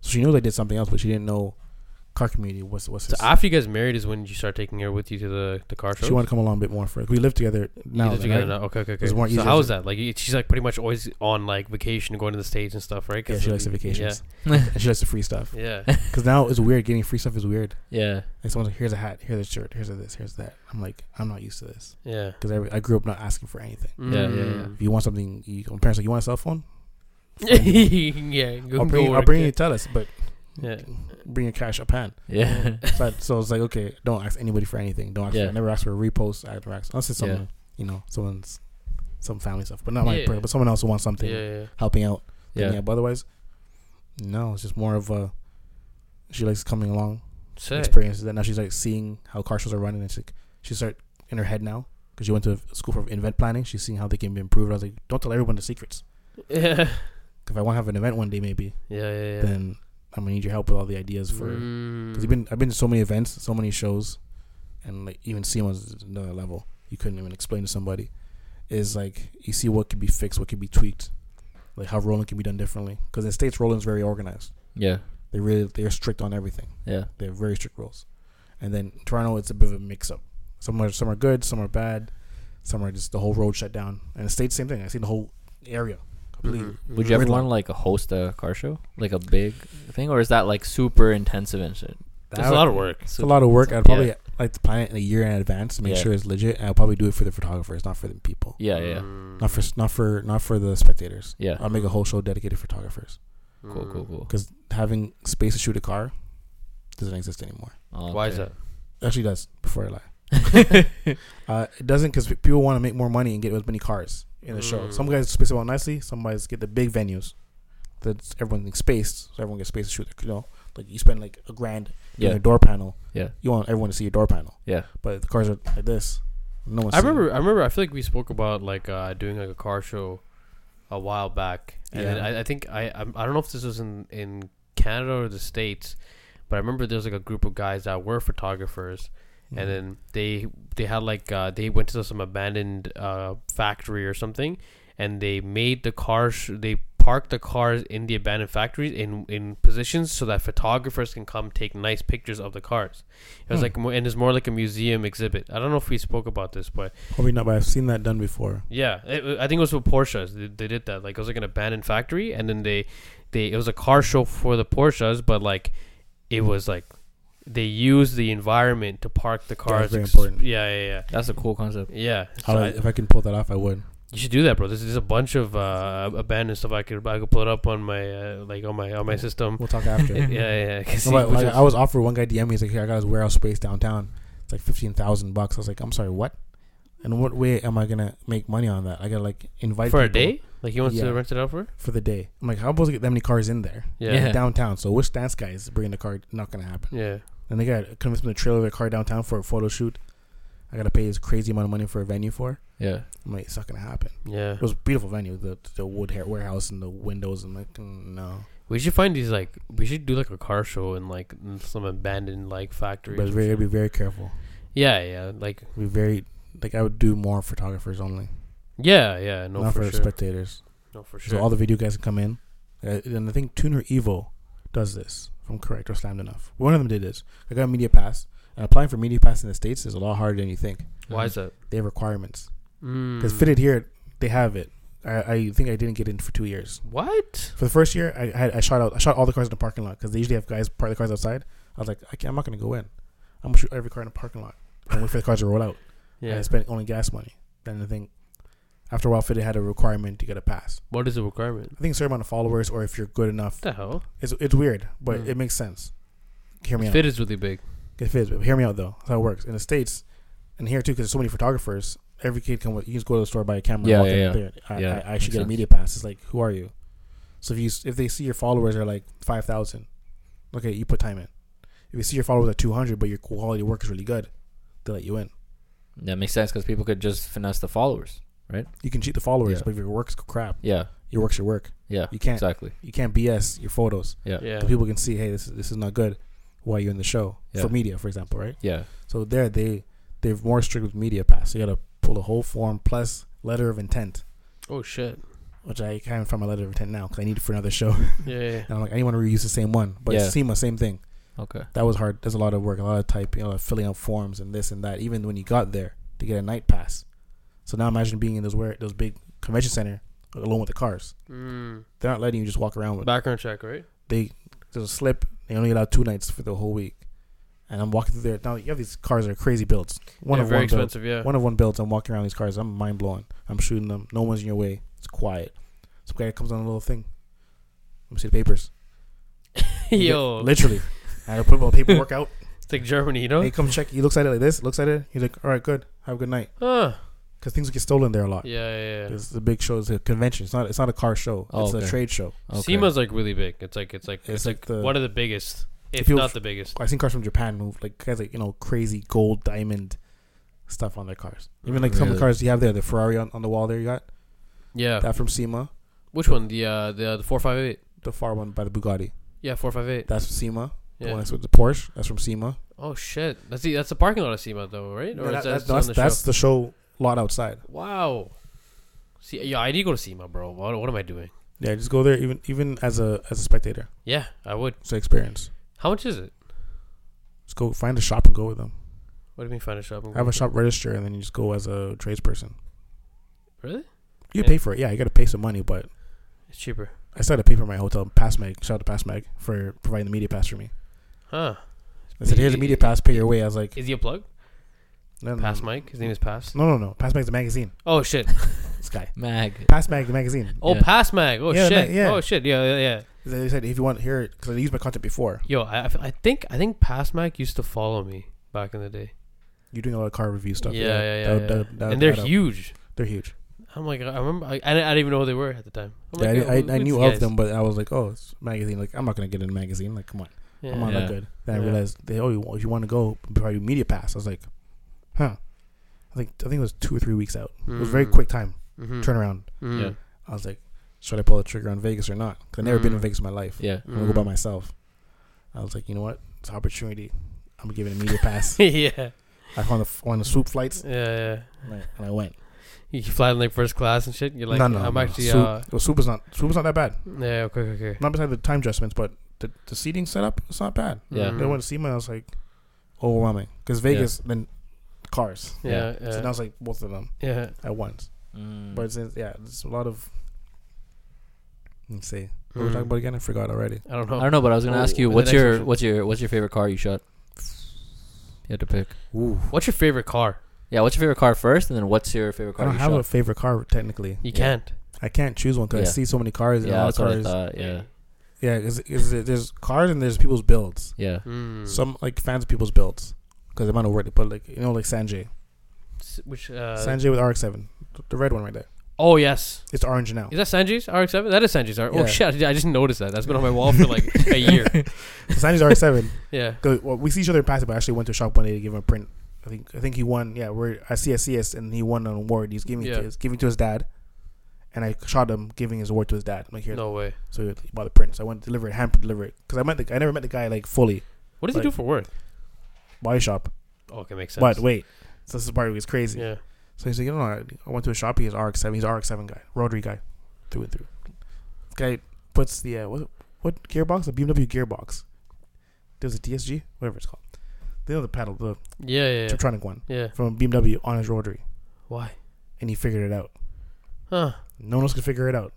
Speaker 4: So she knows I did something else, but she didn't know car community. What's what's
Speaker 3: So
Speaker 4: this?
Speaker 3: after you guys married is when you start taking her with you to the, the car show.
Speaker 4: she wanted to come along a bit more for it. We live together now.
Speaker 3: you live
Speaker 4: then,
Speaker 3: together
Speaker 4: right?
Speaker 3: now. Okay, okay, okay.
Speaker 4: It's more
Speaker 3: So
Speaker 4: easier
Speaker 3: how
Speaker 4: to-
Speaker 3: is that? Like you- she's like pretty much always on like vacation, going to the states and stuff, right?
Speaker 4: Yeah,
Speaker 3: 'Cause
Speaker 4: she likes the
Speaker 3: of-
Speaker 4: vacations. and <laughs> she likes the free stuff.
Speaker 3: Yeah, yeah.
Speaker 4: Because now it's weird. Getting free stuff is weird.
Speaker 2: yeah.
Speaker 4: Like someone's like, here's a hat, here's a shirt, here's a this, here's that. I'm like, I'm not used to this. <laughs>
Speaker 3: yeah. Mm.
Speaker 4: Because I, I grew up not asking for anything.
Speaker 2: Yeah, yeah, yeah.
Speaker 3: <laughs>
Speaker 4: If you want something, you, my parents like, you want a cell phone?
Speaker 3: yeah. yeah, go-
Speaker 4: I'll bring,
Speaker 3: go
Speaker 4: I'll
Speaker 3: work
Speaker 4: bring you
Speaker 3: it.
Speaker 4: tell us, but
Speaker 3: Yeah.
Speaker 4: bring your cash up hand. <laughs>
Speaker 2: Yeah. <laughs>
Speaker 4: So, I, so it's like, okay, don't ask anybody for anything. Don't ask
Speaker 2: Yeah.
Speaker 4: for, I never ask for a repost. I never ask, unless it's
Speaker 2: Yeah.
Speaker 4: someone, you know, someone's some family stuff, but not my
Speaker 3: Yeah.
Speaker 4: program, but someone else who wants something
Speaker 3: Yeah, yeah,
Speaker 4: helping out. then
Speaker 3: yeah.
Speaker 4: yeah,
Speaker 3: yeah.
Speaker 4: but otherwise, no, it's just more of a. She likes coming along,
Speaker 3: Sick.
Speaker 4: experiences that now she's like seeing how car shows are running, and she she start in her head now because she went to a school for event planning. She's seeing how they can be improved. I was like, don't tell everyone the secrets.
Speaker 3: Yeah,
Speaker 4: 'Cause If I want to have an event one day, maybe
Speaker 3: yeah, yeah. Mm. yeah.
Speaker 4: then I'm gonna need your help with all the ideas for. Because I've been I've been to so many events, so many shows, and like even seeing was another level. You couldn't even explain to somebody. Is like you see what could be fixed, what could be tweaked, like how rolling can be done differently. Because in the states, rolling's very organized.
Speaker 2: Yeah.
Speaker 4: They really they're strict on everything.
Speaker 2: Yeah.
Speaker 4: They have very strict rules. And then in Toronto, it's a bit of a mix up. Some are some are good, some are bad, some are just the whole road shut down. And the states, same thing. I seen the whole area
Speaker 3: Mm-hmm.
Speaker 4: completely.
Speaker 2: Would you ever
Speaker 4: Ridlock.
Speaker 2: want to like host a car show, like a big thing, or is that like super intensive and shit?
Speaker 3: That's a lot of work.
Speaker 4: It's a lot of work. I'd probably
Speaker 2: Yeah.
Speaker 4: like to plan it in a year in advance to make
Speaker 2: Yeah.
Speaker 4: sure it's legit. And I'll probably do it for the photographers, not for the people,
Speaker 2: Yeah, yeah, yeah.
Speaker 3: Mm.
Speaker 4: Mm-hmm. not for not for not for the spectators.
Speaker 2: yeah.
Speaker 4: I'll make a whole show dedicated to photographers
Speaker 3: Mm-hmm.
Speaker 2: Cool, cool, cool.
Speaker 4: because having space to shoot a car doesn't exist anymore.
Speaker 2: Oh,
Speaker 3: Mm-hmm. Why is
Speaker 2: okay.
Speaker 3: that?
Speaker 4: Actually, it does. Before I lie,
Speaker 3: <laughs>
Speaker 4: uh, it doesn't because people want to make more money and get as many cars in the show.
Speaker 3: Mm.
Speaker 4: Some guys space them out nicely. Some guys get the big venues that everyone's spaced, so everyone gets space to shoot. Their, you know, like you spend like a grand doing
Speaker 2: Yeah.
Speaker 4: a door panel.
Speaker 2: Yeah.
Speaker 4: you want everyone to see your door panel.
Speaker 2: Yeah.
Speaker 4: but if the cars are like this. No one's
Speaker 3: I
Speaker 4: seeing it.
Speaker 3: remember. I remember. I feel like we spoke about like uh, doing like a car show a while back, and then
Speaker 4: Yeah.
Speaker 3: I, I think I I'm, I don't know if this was in in Canada or the states, but I remember there was like a group of guys that were photographers,
Speaker 4: Mm. Mm-hmm.
Speaker 3: and then they they had like uh, they went to some abandoned uh, factory or something, and they made the cars they parked the cars in the abandoned factories in in positions so that photographers can come take nice pictures of the cars. It was
Speaker 4: Hmm.
Speaker 3: like more, and it's more like a museum exhibit. I don't know if we spoke about this, but
Speaker 4: Probably not, but I've seen that done before.
Speaker 3: yeah, it, I think it was with Porsches. They, they did that. Like it was like an abandoned factory, and then they, they it was a car show for the Porsches, but like, it was like, they used the environment to park the cars.
Speaker 4: very
Speaker 3: ex-
Speaker 4: important.
Speaker 3: Yeah, yeah,
Speaker 2: That's a cool concept.
Speaker 3: yeah, yeah.
Speaker 4: How
Speaker 3: So
Speaker 4: do I-
Speaker 3: I-
Speaker 4: if I can pull that off, I would.
Speaker 3: you should do that, bro. This is a bunch of uh, abandoned stuff. I could I could pull it up on my uh, like on my on my system.
Speaker 4: <laughs> We'll talk after.
Speaker 3: <laughs> yeah, yeah. 'cause
Speaker 4: No,
Speaker 3: he-
Speaker 4: but,
Speaker 3: which
Speaker 4: like,
Speaker 3: is-
Speaker 4: I was offered one guy DM me. He's like, "Here, I got this warehouse space downtown. It's like fifteen thousand bucks." I was like, "I'm sorry, what? And what way am I gonna make money on that? I gotta like invite
Speaker 3: for a
Speaker 4: people
Speaker 3: day. Like he wants
Speaker 4: Yeah.
Speaker 3: to rent it out for.
Speaker 4: for the day. I'm like, how am I supposed to get that many cars in there
Speaker 2: Yeah.
Speaker 3: Yeah,
Speaker 4: downtown? So which dance guy is bringing the car? Not gonna happen.
Speaker 3: yeah.
Speaker 4: And they got convinced me to trailer their car downtown for a photo shoot. I gotta pay this crazy amount of money for a venue for.
Speaker 2: Yeah.
Speaker 4: I'm like, it's not gonna happen.
Speaker 3: yeah.
Speaker 4: It was a beautiful venue, the the wood hair warehouse and the windows. and like, mm, no.
Speaker 3: We should find these like we should do like a car show in like in some abandoned like factory.
Speaker 4: But it's very, be very careful.
Speaker 3: Yeah, yeah, like
Speaker 4: Be very like I would do more photographers only,
Speaker 3: yeah, yeah, no
Speaker 4: not
Speaker 3: for,
Speaker 4: for,
Speaker 3: sure,
Speaker 4: spectators.
Speaker 3: no for sure.
Speaker 4: So all the video guys can come in, Uh, and I think Tuner Evo does this. If I'm correct or slammed enough, one of them did this. I got a media pass, and applying for media pass in the states is a lot harder than you think.
Speaker 3: Why is that?
Speaker 4: They have requirements. Because
Speaker 3: Mm.
Speaker 4: fitted here, they have it. I, I think I didn't get in for two years.
Speaker 3: What?
Speaker 4: For the first year, I had I shot out I shot all the cars in the parking lot because they usually have guys park the cars outside. I was like, I can't, I'm not gonna go in. I'm gonna shoot every car in the parking lot and wait for the cars to roll out. Yeah.
Speaker 3: Yeah.
Speaker 4: I spent only gas money. Then I think after a while, Fitted had a requirement to get a pass.
Speaker 3: What is the requirement?
Speaker 4: I think a certain amount of followers, or if you're good enough,
Speaker 3: What the hell?
Speaker 4: it's it's weird, but
Speaker 2: Mm.
Speaker 3: Hmm.
Speaker 4: it makes sense. Hear me out.
Speaker 3: Fit is really big.
Speaker 4: It fits, but hear me out though. That's how it works in the states, and here too, because there's so many photographers. Every kid can. You can just go to the store buy a camera.
Speaker 2: Yeah,
Speaker 4: walk in
Speaker 2: yeah, yeah.
Speaker 4: there. I,
Speaker 2: Yeah,
Speaker 4: I, I
Speaker 2: makes
Speaker 4: should get a
Speaker 2: sense.
Speaker 4: media pass. It's like, who are you? So if you s- if they see your followers are like five thousand, okay, you put time in. If you see your followers at two hundred, but your quality of work is really good, they let you in.
Speaker 2: That makes sense because people could just finesse the followers.
Speaker 4: You can cheat the followers,
Speaker 2: Yeah.
Speaker 4: but if your work's crap,
Speaker 2: Yeah.
Speaker 4: your work's your work.
Speaker 2: Yeah.
Speaker 4: You can't
Speaker 2: Exactly.
Speaker 4: you can't BS your photos.
Speaker 2: Yeah. Yeah.
Speaker 3: Yeah.
Speaker 4: The People can see, hey, this is, this is not good. Why you're in the show
Speaker 2: Yeah.
Speaker 4: for media, for example, right?
Speaker 2: Yeah.
Speaker 4: So there they they're more strict with media pass. So you got to pull the whole form plus letter of intent,
Speaker 3: Oh
Speaker 4: <laughs>
Speaker 3: shit.
Speaker 4: which I can't find my letter of intent now because I need it for another show. <laughs>
Speaker 3: Yeah. yeah.
Speaker 4: And I'm like, I want to reuse the same one, but
Speaker 2: Yeah.
Speaker 4: it's SEMA, same thing.
Speaker 2: Okay.
Speaker 4: That was hard. There's a lot of work, a lot of typing, a lot of filling out forms and this and that. Even when you got there to get a night pass, so now imagine being in those where those big convention center alone with the cars.
Speaker 3: Mm.
Speaker 4: They're not letting you just walk around with
Speaker 3: Background check, right?
Speaker 4: they there's a slip. They only allowed two nights for the whole week, and I'm walking through there. Now you have these cars that are crazy builds. One
Speaker 3: yeah,
Speaker 4: of
Speaker 3: very
Speaker 4: one build,
Speaker 3: expensive. Yeah.
Speaker 4: one of one builds. I'm walking around these cars. I'm mind blowing. I'm shooting them. No one's in your way. It's quiet. Some guy comes on a little thing. Let me see the
Speaker 3: <laughs>
Speaker 4: papers. <laughs>
Speaker 3: Yo,
Speaker 4: literally, I had to put my paperwork out.
Speaker 3: it's like Germany, you know?
Speaker 4: They come check. He looks at it like this. Looks at it. He's like, "All right, good. Have a good night."
Speaker 3: Huh.
Speaker 4: because things get stolen there a lot.
Speaker 3: Yeah, yeah. yeah.
Speaker 4: It's the big show. It's a convention. It's not. It's not a car show.
Speaker 2: Oh,
Speaker 4: it's
Speaker 2: okay.
Speaker 4: a trade show.
Speaker 2: Okay.
Speaker 3: SEMA's like really big. It's like it's like it's,
Speaker 4: It's
Speaker 3: like
Speaker 4: like the-
Speaker 3: one of the biggest, if,
Speaker 4: If you-
Speaker 3: not the biggest.
Speaker 4: I've seen cars from Japan move like guys like you know crazy gold diamond stuff on their cars. Even like some of
Speaker 2: Really?
Speaker 4: the cars you have there, the Ferrari on, on the wall there you got
Speaker 3: Yeah.
Speaker 4: that from SEMA,
Speaker 3: Which one? The uh the the four five eight.
Speaker 4: the far one by the Bugatti.
Speaker 3: Yeah, four five eight.
Speaker 4: That's from SEMA. The
Speaker 3: Yeah.
Speaker 4: one that's with the Porsche. That's from SEMA.
Speaker 3: Oh shit. That's the that's the parking lot of SEMA though, right?
Speaker 4: No, that-
Speaker 3: is that-
Speaker 4: that-
Speaker 3: it's on
Speaker 4: that's
Speaker 3: the show?
Speaker 4: that's the show lot outside.
Speaker 3: Wow. See, yeah, I need to go to SEMA, bro. What, what am I doing?
Speaker 4: Yeah, just go there even even as a as a spectator.
Speaker 3: Yeah, I would.
Speaker 4: It's an experience.
Speaker 3: How much is it?
Speaker 4: Just go find a shop and go with them.
Speaker 3: What do you mean find a shop? and
Speaker 4: Have
Speaker 3: go?
Speaker 4: a shop register and then you just go as a tradesperson.
Speaker 3: Really? Yeah.
Speaker 4: You pay for it. Yeah, you got to pay some money, but
Speaker 3: It's cheaper.
Speaker 4: I started to pay for my hotel. Passmag, shout out to Passmag for providing the media pass for me.
Speaker 3: Huh.
Speaker 4: I said, "Here's a media pass. Pay your way." I was like,
Speaker 3: Is he a plug?
Speaker 4: "No, no,
Speaker 3: Pass
Speaker 4: no,
Speaker 3: Mike. His name is Pass.
Speaker 4: Um, no, no, no. Passmag's the magazine.
Speaker 3: Oh shit.
Speaker 4: This guy.
Speaker 2: Mag.
Speaker 4: Passmag, the magazine.
Speaker 3: Oh,
Speaker 2: Yeah.
Speaker 3: Pass Mag. Oh
Speaker 4: Yeah,
Speaker 3: shit.
Speaker 4: ma- yeah.
Speaker 3: Oh shit. Yeah, yeah, yeah.
Speaker 4: They said if you want to hear it, because I used my content before.
Speaker 3: Yo, I, I f- I think I think Pass Mag used to follow me back in the day.
Speaker 4: You're doing a lot of car review stuff.
Speaker 3: yeah, yeah, yeah.
Speaker 4: That would-
Speaker 3: yeah.
Speaker 4: that would- that
Speaker 3: and
Speaker 4: would
Speaker 3: they're
Speaker 4: add up.
Speaker 3: huge.
Speaker 4: They're huge.
Speaker 3: I'm like, I remember. I, I didn't I didn't even know who they were at the time. I'm
Speaker 4: Yeah,
Speaker 3: like,
Speaker 4: I,
Speaker 3: yo, who-
Speaker 4: I, I
Speaker 3: who
Speaker 4: knew
Speaker 3: these
Speaker 4: of
Speaker 3: guys?
Speaker 4: them, but I was like, "Oh, it's a magazine. Like, I'm not gonna get in a magazine. Like, come on,
Speaker 3: Yeah.
Speaker 4: I'm not
Speaker 2: Yeah.
Speaker 4: that good." Then I
Speaker 3: Yeah.
Speaker 4: realized they, "Oh, you, if you want to go, probably media pass." I was like, "Huh." I think I think it was two or three weeks out. It was a very
Speaker 3: Mm.
Speaker 4: quick time
Speaker 3: Mhm.
Speaker 4: turnaround.
Speaker 3: Mhm.
Speaker 2: Yeah.
Speaker 4: I was like, "Should I pull the trigger on Vegas or not?" Because I've never been in
Speaker 3: Mm.
Speaker 4: Vegas in my life.
Speaker 2: Yeah.
Speaker 4: I'm gonna go
Speaker 3: Mhm.
Speaker 4: by myself. I was like, you know what? It's an opportunity. I'm gonna give it a media pass.
Speaker 3: <laughs> <laughs> yeah.
Speaker 4: I found the on the swoop flights
Speaker 3: Yeah. Yeah.
Speaker 4: and I- and I went.
Speaker 3: You fly in like first class and shit. You're like,
Speaker 4: no, no,
Speaker 3: I'm
Speaker 4: no.
Speaker 3: actually.
Speaker 4: swoop,
Speaker 3: Uh,
Speaker 4: well, swoop is not swoop is not that bad.
Speaker 3: yeah. Okay. Okay. okay.
Speaker 4: Not beside the time adjustments, but the, the seating setup it's not bad.
Speaker 2: Yeah.
Speaker 3: Mm.
Speaker 4: Then when SEMA, I was like overwhelming because Vegas then cars.
Speaker 3: Yeah. Yeah.
Speaker 4: So now it's like both of them
Speaker 3: yeah.
Speaker 4: at once.
Speaker 2: Mm.
Speaker 4: But it's, it's- yeah, there's a lot of. Let's see. What were we
Speaker 3: Mm.
Speaker 4: talking about again? I forgot already.
Speaker 3: I don't
Speaker 2: I
Speaker 3: know.
Speaker 2: don't know, but I was gonna
Speaker 3: Oh,
Speaker 2: ask you,
Speaker 3: the
Speaker 2: what's
Speaker 3: next
Speaker 2: your
Speaker 3: question.
Speaker 2: what's your what's your favorite car you shot? You had to pick.
Speaker 4: Ooh.
Speaker 3: What's your favorite car?
Speaker 2: Yeah, what's your favorite car first, and then what's your favorite
Speaker 4: I
Speaker 2: car
Speaker 4: don't
Speaker 2: you
Speaker 4: have a
Speaker 2: shot?
Speaker 4: favorite car technically.
Speaker 3: You
Speaker 2: Yeah.
Speaker 3: can't.
Speaker 4: I can't choose one because
Speaker 2: Yeah.
Speaker 4: I see so many cars. And
Speaker 2: yeah,
Speaker 4: all
Speaker 2: that's what
Speaker 4: cars.
Speaker 2: I thought. Uh, Yeah,
Speaker 4: Yeah, because there's cars and there's people's builds.
Speaker 2: yeah.
Speaker 3: Mm.
Speaker 4: Some like fans of people's builds because I'm not aware, but like you know, like Sanjay,
Speaker 3: S- Which? Uh,
Speaker 4: Sanjay with RX-7, th- the red one right there.
Speaker 3: Oh yes.
Speaker 4: It's orange now.
Speaker 3: Is that Sanjay's RX-7? That is Sanjay's RX. Oh
Speaker 4: Yeah.
Speaker 3: shit! I ju- I just noticed that. That's been
Speaker 4: <laughs>
Speaker 3: on my wall for like a year. <laughs>
Speaker 4: Sanjay's RX-7.
Speaker 3: Yeah.
Speaker 4: 'Cause, well, we see each other in passing, but I actually went to shop one day to give him a print. I think I think he won. Yeah, we're at CSCS and he won an award. He's giving it
Speaker 3: Yeah.
Speaker 4: to, he's giving it to his dad, and I shot him giving his award to his dad. I'm like here,
Speaker 3: No way.
Speaker 4: so he bought the print. So I went to deliver it, hand deliver it because I met the I never met the guy like fully
Speaker 3: What does
Speaker 4: Like-
Speaker 3: he do for work?
Speaker 4: body shop.
Speaker 3: Oh, okay, makes sense.
Speaker 4: But wait, so this is part of it's crazy.
Speaker 3: Yeah.
Speaker 4: So he's like, you know, I, I went to a shop. He's RX seven. He's RX seven guy, rotary guy, through and through. This guy puts the uh, what what gearbox? The BMW gearbox. There's a DSG, whatever it's called. The other pedal, the
Speaker 3: Yeah. Yeah. Yeah.
Speaker 4: Tiptronic one
Speaker 3: yeah.
Speaker 4: from BMW on his rotary,
Speaker 3: Why?
Speaker 4: and he figured it out.
Speaker 3: Huh.
Speaker 4: No one else can figure it out.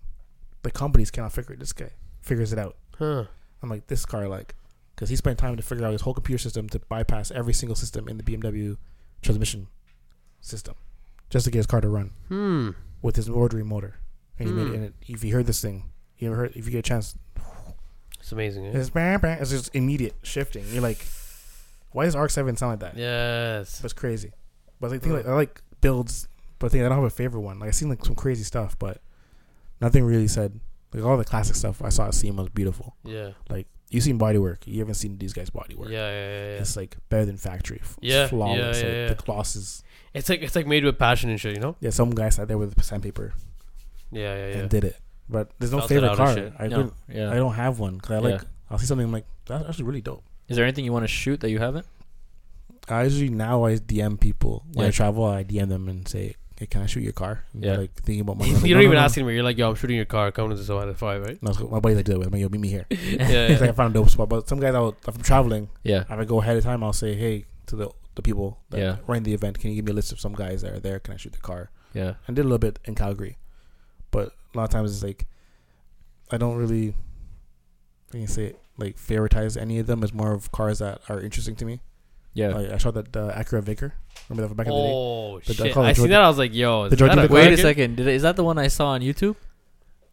Speaker 4: The companies cannot figure it. This guy figures it out.
Speaker 3: Huh.
Speaker 4: I'm like this car, like, because he spent time to figure out his whole computer system to bypass every single system in the BMW transmission system, just to get his car to run.
Speaker 3: Hmm.
Speaker 4: with his rotary motor, and he made
Speaker 3: Hmm.
Speaker 4: it. And it, if you heard this thing, you ever heard? If you get a chance,
Speaker 3: It's amazing. Eh?
Speaker 4: it's, bang, bang, it's just immediate shifting. You're like, why does RX Seven sound like that?
Speaker 3: Yes.
Speaker 4: That's crazy. But I think like, I like builds, but I think I don't have a favorite one. Like I seen like some crazy stuff, but nothing really said. Like all the classic stuff I saw at SEMA was beautiful.
Speaker 3: Yeah.
Speaker 4: Like you seen body work, you haven't seen these guys' body work.
Speaker 3: Yeah. Yeah. Yeah. yeah.
Speaker 4: It's like better than factory. F-
Speaker 3: Yeah, yeah,
Speaker 4: flawless.
Speaker 3: yeah,
Speaker 4: like,
Speaker 3: yeah.
Speaker 4: The glosses.
Speaker 3: It's like it's like made with passion and shit. You know.
Speaker 4: Yeah, some guy sat there with sandpaper
Speaker 3: Yeah. Yeah. Yeah.
Speaker 4: and did it. But there's no
Speaker 3: Felt it
Speaker 4: favorite
Speaker 3: out and
Speaker 4: car.
Speaker 3: shit.
Speaker 4: I
Speaker 2: No,
Speaker 4: couldn't
Speaker 2: yeah.
Speaker 4: I don't have one because I like
Speaker 2: Yeah.
Speaker 4: I'll see something I'm like that's actually really dope.
Speaker 2: Is there anything you want to shoot that you <laughs> haven't?
Speaker 4: I usually now I DM people when
Speaker 2: Yeah.
Speaker 4: I travel. I DM them and say, "Hey, can I shoot your car?" And they're,
Speaker 2: Yeah.
Speaker 4: like
Speaker 2: <laughs>
Speaker 4: thinking about money.
Speaker 3: you
Speaker 4: I'm
Speaker 3: don't
Speaker 4: like, "No,
Speaker 3: even
Speaker 4: no, no."
Speaker 3: ask anymore. You're like, yo, I'm shooting your car. Come to this one at five, right?
Speaker 4: No, it's- my buddies like do that with me. Yo, meet me here.
Speaker 3: yeah.
Speaker 4: It's
Speaker 3: yeah.
Speaker 4: like I found a dope spot. But some guys out if I'm traveling,
Speaker 2: <laughs> Yeah,
Speaker 4: if I go ahead of time, I'll say, "Hey, to the the people that
Speaker 2: Yeah.
Speaker 4: run the event, can you give me a list of some guys that are there? Can I shoot the car?"
Speaker 2: yeah,
Speaker 4: I did a little bit in Calgary, but a lot of times it's like I don't really. I can say it, like favoritize any of them. It's more of cars that are interesting to me.
Speaker 2: yeah.
Speaker 4: Like, I shot that uh, Acura Vicar. Remember that from back in the day?
Speaker 3: Oh
Speaker 4: The- I
Speaker 3: shit!
Speaker 4: call it
Speaker 3: I seen
Speaker 4: Jordan-
Speaker 3: that. I was like, yo, is
Speaker 4: the Jordan
Speaker 3: that a
Speaker 4: Like,
Speaker 2: Wait a
Speaker 3: record?
Speaker 2: second. Did I, is that the one I saw on YouTube?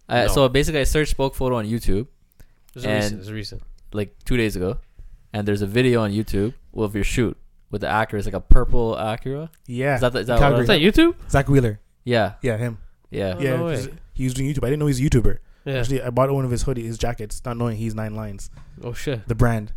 Speaker 2: I,
Speaker 3: No.
Speaker 2: So basically, I searched Spoke Photo on YouTube
Speaker 3: There's a
Speaker 2: And-
Speaker 3: recent. There's a recent.
Speaker 2: like two days ago, and there's a video on YouTube of your shoot with the Acura. It's like a purple Acura.
Speaker 4: Yeah,
Speaker 2: Is that the, is that
Speaker 4: Calgary.
Speaker 2: what
Speaker 3: Oh, Is that YouTube?
Speaker 4: Zach Wheeler.
Speaker 2: Yeah,
Speaker 4: Yeah, him.
Speaker 2: yeah.
Speaker 3: Oh,
Speaker 4: yeah,
Speaker 3: no way.
Speaker 4: 'cause he was doing YouTube. I didn't know he's a YouTuber.
Speaker 3: Yeah.
Speaker 4: Actually, I bought one of his hoodie, his jackets, not knowing he's Nine Lines,
Speaker 3: Oh
Speaker 4: <laughs>
Speaker 3: shit.
Speaker 4: the brand.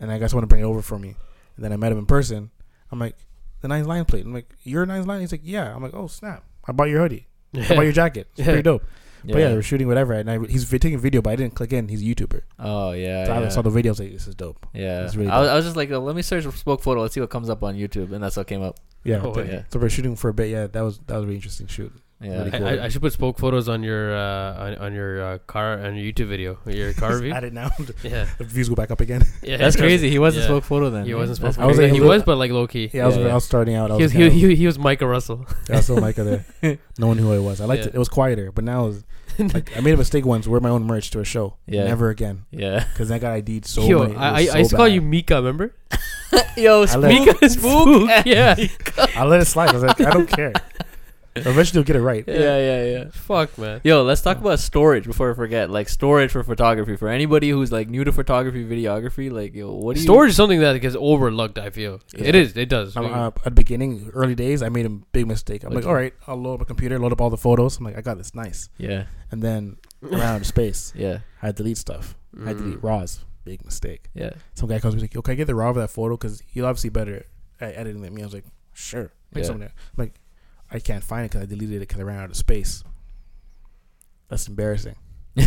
Speaker 4: And I guess want to bring it over for me. And then I met him in person. I'm like, the Nine Line plate. I'm like, you're Nine Line. He's like, yeah. I'm like, oh snap! I bought your hoodie. I
Speaker 2: <laughs>
Speaker 4: bought your jacket. It's
Speaker 3: Yeah.
Speaker 4: pretty dope.
Speaker 2: yeah.
Speaker 4: But yeah, we're shooting whatever, and I, he's vi- taking video, but I didn't click in. He's a YouTuber.
Speaker 2: Oh yeah.
Speaker 4: so I
Speaker 2: yeah.
Speaker 4: saw the video. I was like, this is dope.
Speaker 2: Yeah.
Speaker 4: It's really
Speaker 2: I, was, I was just like, oh, let me search for spoke photo. Let's see what comes up on YouTube, and that's what came up.
Speaker 4: Yeah.
Speaker 3: Oh,
Speaker 4: so-
Speaker 2: yeah.
Speaker 4: So we're shooting for a bit. Yeah, that was that was a really interesting shoot.
Speaker 2: Yeah.
Speaker 3: I,
Speaker 4: Really
Speaker 3: I, I should put spoke photos on your uh, on, on your uh, car on your YouTube video, your
Speaker 4: <laughs>
Speaker 3: car review.
Speaker 4: At
Speaker 2: <laughs>
Speaker 4: it now,
Speaker 3: yeah.
Speaker 4: the views go back up again.
Speaker 2: <laughs>
Speaker 3: yeah,
Speaker 2: That's crazy. He wasn't
Speaker 3: Yeah.
Speaker 2: spoke photo then.
Speaker 3: He wasn't
Speaker 2: That's
Speaker 3: spoke photo.
Speaker 4: I was
Speaker 3: Yeah,
Speaker 4: like-
Speaker 3: he was, but like low key.
Speaker 4: Yeah, I was,
Speaker 2: Yeah, yeah.
Speaker 4: I was starting out. I
Speaker 3: He was
Speaker 4: was,
Speaker 3: he,
Speaker 4: kind of-
Speaker 3: he, he was Micah Russell.
Speaker 4: I was still Micah
Speaker 3: <laughs>
Speaker 4: there, knowing who I was. I liked
Speaker 3: Yeah.
Speaker 4: it. It was quieter, but now
Speaker 3: <laughs>
Speaker 4: it's like, I made a mistake once. Wear my own merch to a show.
Speaker 2: Yeah.
Speaker 4: Never again,
Speaker 2: <laughs>
Speaker 3: <laughs>
Speaker 2: Yeah.
Speaker 4: because I got ID'd so
Speaker 3: Yo,
Speaker 4: many. It
Speaker 3: I, I,
Speaker 4: was so
Speaker 3: I used to call
Speaker 4: <laughs> bad.
Speaker 3: you Mika. Remember? <laughs>
Speaker 2: Yo,
Speaker 4: I
Speaker 2: spook,
Speaker 4: let-
Speaker 2: spook,
Speaker 3: yeah.
Speaker 4: I let it slide. I was like, I
Speaker 3: <laughs>
Speaker 4: don't care. Eventually, you'll get it right.
Speaker 2: yeah, yeah, yeah.
Speaker 3: Fuck man.
Speaker 2: Yo, let's talk about storage before I forget. Like storage for photography for anybody who's like new to photography, videography. Like, yo, what do you
Speaker 3: Storage is something that gets overlooked. I feel it is. It does.
Speaker 4: I'm, uh, at the beginning, early days, I made a big mistake. I'm like,
Speaker 2: Okay.
Speaker 4: all right, I'll load up my computer, load up all the photos. I'm like, I got this, nice.
Speaker 2: Yeah,
Speaker 4: And then
Speaker 3: <laughs>
Speaker 4: around space,
Speaker 2: yeah,
Speaker 4: I had to delete stuff. I had
Speaker 2: Mm.
Speaker 4: to
Speaker 3: Mm.
Speaker 4: delete raws. Big mistake.
Speaker 2: yeah.
Speaker 4: Some guy comes me like, yo, can I get the raw of that photo? Because he's obviously better at editing than me. I was like, sure, make
Speaker 2: Yeah.
Speaker 4: something. there." I'm like, I can't find it because I deleted it because I ran out of space. That's embarrassing.
Speaker 2: <laughs>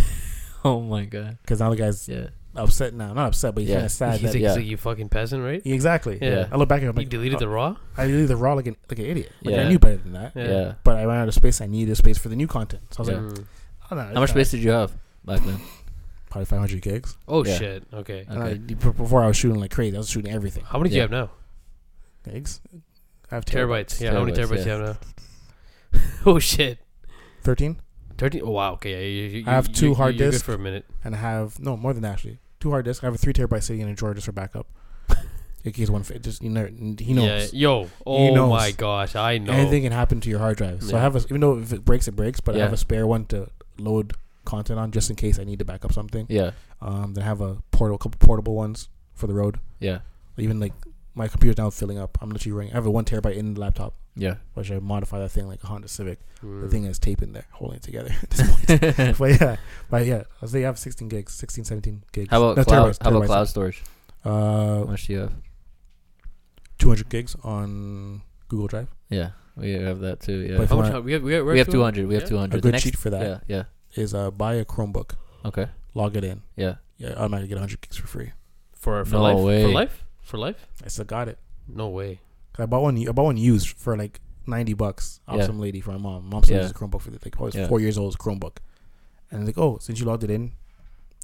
Speaker 2: Oh my god.
Speaker 4: Because now the guy's
Speaker 2: Yeah,
Speaker 4: upset now. Not upset, but he's
Speaker 2: Yeah.
Speaker 4: kind of sad.
Speaker 3: he's,
Speaker 4: that,
Speaker 3: like,
Speaker 2: yeah.
Speaker 3: he's like you fucking peasant, right?
Speaker 4: Yeah, exactly.
Speaker 3: Yeah.
Speaker 4: I look back and I'm
Speaker 3: He
Speaker 4: like, uh, "Oh,
Speaker 3: deleted the raw.
Speaker 4: I deleted the raw like an, like an idiot. Like
Speaker 2: Yeah.
Speaker 4: I knew better than that.
Speaker 2: yeah.
Speaker 3: Yeah.
Speaker 4: but I ran out of space. I needed space for the new content. So I was
Speaker 2: Yeah.
Speaker 4: like,
Speaker 3: Mm.
Speaker 4: oh, no,
Speaker 2: How much space did you have back then?
Speaker 4: Probably 500 gigs.
Speaker 3: Oh
Speaker 2: Yeah.
Speaker 3: shit. Okay.
Speaker 4: And I-
Speaker 2: Okay.
Speaker 4: b- before I was shooting like crazy, I was shooting everything.
Speaker 3: How many do
Speaker 2: Yeah.
Speaker 3: you have now?
Speaker 4: Gigs. I have
Speaker 3: Terabytes. Yeah. How many
Speaker 2: Terabytes,
Speaker 3: terabytes
Speaker 2: yeah.
Speaker 3: do you have now? <laughs> oh shit.
Speaker 4: 13,
Speaker 3: Thirteen. Oh wow. Okay. Yeah. You, you,
Speaker 4: I have
Speaker 3: you-
Speaker 4: two
Speaker 3: you-
Speaker 4: hard
Speaker 3: you're good
Speaker 4: disk.
Speaker 3: for a minute.
Speaker 4: and I have no more than that, actually. Two hard disks. I have a three terabyte sitting in a drawer just
Speaker 2: <laughs>
Speaker 4: for backup. In case one, fa- just you know, he knows.
Speaker 3: Yeah. Yo. Oh
Speaker 4: knows.
Speaker 3: my gosh. I know.
Speaker 4: Anything can happen to your hard drive. So
Speaker 3: Yeah.
Speaker 4: I have a, even though if it breaks, it breaks. But I have
Speaker 2: Yeah.
Speaker 4: a spare one to load content on just in case I need to back up something.
Speaker 2: Yeah,
Speaker 4: Um, then I have a portable, couple portable ones for the road.
Speaker 2: yeah,
Speaker 4: Even like my computer's now filling up. I'm literally running. I have a one terabyte in the laptop. <laughs>
Speaker 2: yeah.
Speaker 4: Why should I modify that thing like a Honda Civic?
Speaker 3: Mm.
Speaker 4: The thing has tape in there holding
Speaker 2: <laughs>
Speaker 4: it together <laughs> at this point. but yeah, but yeah, I was like, I have 16 gigs, 16, 17 gigs.
Speaker 2: How about
Speaker 4: No,
Speaker 2: cloud?
Speaker 4: terabytes,
Speaker 2: How about
Speaker 4: terabytes.
Speaker 2: cloud storage? How
Speaker 4: Uh,
Speaker 2: much do you have?
Speaker 4: 200 gigs on Google Drive.
Speaker 2: Yeah, we have that too. Yeah,
Speaker 4: But
Speaker 3: How
Speaker 4: if
Speaker 3: much?
Speaker 4: I-
Speaker 3: Have, we have. We have,
Speaker 2: we have two hundred. We have
Speaker 3: Yeah.
Speaker 2: two hundred.
Speaker 4: A good cheat for that
Speaker 2: Yeah, yeah.
Speaker 4: is uh, buy a Chromebook,
Speaker 2: Okay.
Speaker 4: log it in.
Speaker 2: Yeah.
Speaker 4: Yeah, automatically get 100 gigs for free.
Speaker 3: for for
Speaker 2: No
Speaker 3: life.
Speaker 2: way.
Speaker 3: For life. For life.
Speaker 4: I still got it.
Speaker 3: No way.
Speaker 4: 'Cause I bought one. I bought one used for like 90 bucks off
Speaker 2: Yeah.
Speaker 4: some lady for my mom. Mom still
Speaker 2: Yeah.
Speaker 4: uses a Chromebook for the like probably
Speaker 2: Yeah.
Speaker 4: four years old Chromebook. And it's like, oh, since you logged it in,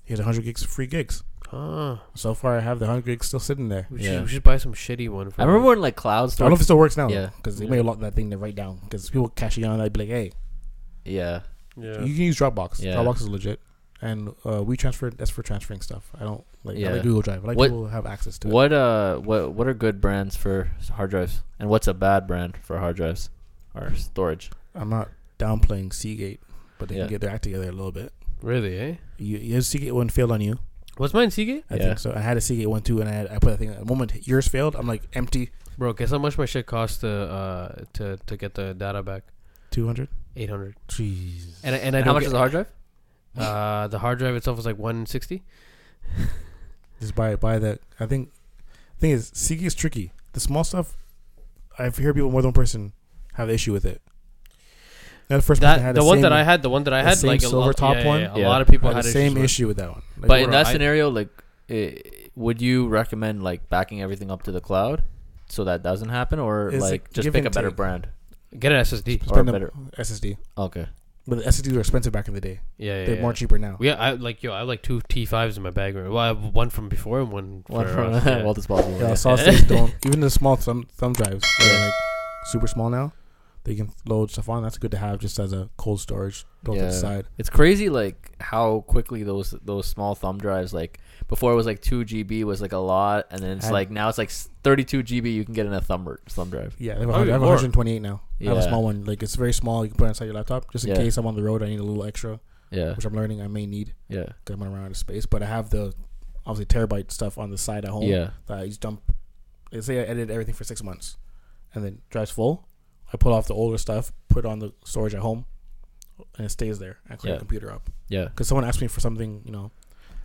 Speaker 4: here's 100 gigs for free gigs.
Speaker 3: Ah.
Speaker 4: So far, I have the 100 gigs still sitting there.
Speaker 3: We,
Speaker 2: Yeah.
Speaker 3: should, we should buy some shitty one. For
Speaker 2: I remember
Speaker 3: life.
Speaker 2: when like cloud
Speaker 4: I don't know
Speaker 2: storage.
Speaker 4: if it still works now.
Speaker 2: Yeah.
Speaker 4: Because they
Speaker 3: Yeah.
Speaker 4: may have locked that thing to write down. Because people cashing in on that, be like, hey,
Speaker 2: Yeah,
Speaker 3: Yeah.
Speaker 4: you can use Dropbox.
Speaker 2: Yeah.
Speaker 4: Dropbox is legit. And uh, we transfer. That's for transferring stuff. I don't like. I
Speaker 2: Yeah.
Speaker 4: like Google Drive. I like
Speaker 2: What-
Speaker 4: people who have access to it.
Speaker 2: What uh, what what are good brands for hard drives, and what's a bad brand for hard drives or storage?
Speaker 4: I'm not downplaying Seagate, but they
Speaker 2: Yeah.
Speaker 4: can get their act together a little bit.
Speaker 3: Really? Eh.
Speaker 4: You, your Seagate one failed on you.
Speaker 3: What's mine? Seagate.
Speaker 4: I
Speaker 2: Yeah.
Speaker 4: think so. I had a Seagate one too, and I, had, I put that thing. The moment yours failed, I'm like empty.
Speaker 3: Bro, guess how much my shit cost to uh to to get the data back?
Speaker 4: Two hundred.
Speaker 3: Eight hundred.
Speaker 4: Jeez.
Speaker 3: And I- and
Speaker 2: And
Speaker 3: I don't
Speaker 2: how much is a
Speaker 3: get-
Speaker 2: hard drive?
Speaker 3: <laughs> Uh, the hard drive itself was like one sixty.
Speaker 4: Just buy buy that. I think. Thing is, Seagate's tricky. The small stuff. I've heard people more than one person have issue with it. Not the first person
Speaker 3: That
Speaker 4: had
Speaker 3: the,
Speaker 4: same-
Speaker 3: one that I had, the one that I
Speaker 4: the
Speaker 3: had,
Speaker 4: same
Speaker 3: like a
Speaker 4: silver
Speaker 3: lot,
Speaker 4: top
Speaker 3: yeah, yeah,
Speaker 4: one?
Speaker 3: yeah,
Speaker 2: Yeah.
Speaker 3: A lot of people
Speaker 4: had
Speaker 3: had
Speaker 4: the
Speaker 3: issues
Speaker 4: same
Speaker 3: with-
Speaker 4: issue with that one. Like,
Speaker 2: But
Speaker 3: Bro,
Speaker 2: in that
Speaker 3: I-
Speaker 2: scenario, like, i would you recommend like backing everything up to the cloud so that doesn't happen, or
Speaker 4: It's
Speaker 2: like
Speaker 4: like
Speaker 2: just
Speaker 4: give
Speaker 2: pick
Speaker 4: and
Speaker 2: a better
Speaker 4: take.
Speaker 2: brand?
Speaker 3: Get an SSD.
Speaker 2: or
Speaker 4: spend
Speaker 2: better-
Speaker 4: a SSD.
Speaker 2: Okay.
Speaker 4: But the SSDs were expensive back in the day.
Speaker 3: Yeah, yeah.
Speaker 4: They're
Speaker 3: yeah.
Speaker 4: more cheaper now.
Speaker 3: Yeah, I like yo. I have like two T fives in my bag. right now. Well, I have one from before and one,
Speaker 2: One
Speaker 3: for
Speaker 2: from <laughs>
Speaker 3: us,
Speaker 4: <laughs>
Speaker 3: yeah.
Speaker 2: Walter's possible. <laughs>
Speaker 4: Yeah, sauces don't even the small thumb thumb drives. They're
Speaker 2: Yeah.
Speaker 4: like super small now. They can load stuff on. That's good to have just as a cold storage. Don't
Speaker 2: Yeah.
Speaker 4: decide.
Speaker 2: It's crazy, like how quickly those those small thumb drives, like before it was like two GB was like a lot, and then it's
Speaker 4: And-
Speaker 2: like now it's like thirty two GB you can get in a thumb thumb drive.
Speaker 4: Yeah, I have, a
Speaker 3: Probably
Speaker 4: hundred- I have
Speaker 3: more.
Speaker 4: 128 now. I have a
Speaker 2: Oh, Yeah.
Speaker 4: small one. Like it's very small. You can put it inside your laptop just in
Speaker 2: Yeah.
Speaker 4: case I'm on the road. I need a little extra,
Speaker 2: Yeah,
Speaker 4: which I'm learning I may need
Speaker 2: yeah,
Speaker 4: because Oh. I'm gonna run out of space. But I have the obviously terabyte stuff on the side at home
Speaker 2: yeah,
Speaker 4: that I just dump let's say I edit everything for six months, and then drives full. I pull off the older stuff, put it on the storage at home, and it stays there. I clear
Speaker 2: Yeah.
Speaker 4: the computer up
Speaker 2: Yeah.
Speaker 4: because someone asked me for something. You know,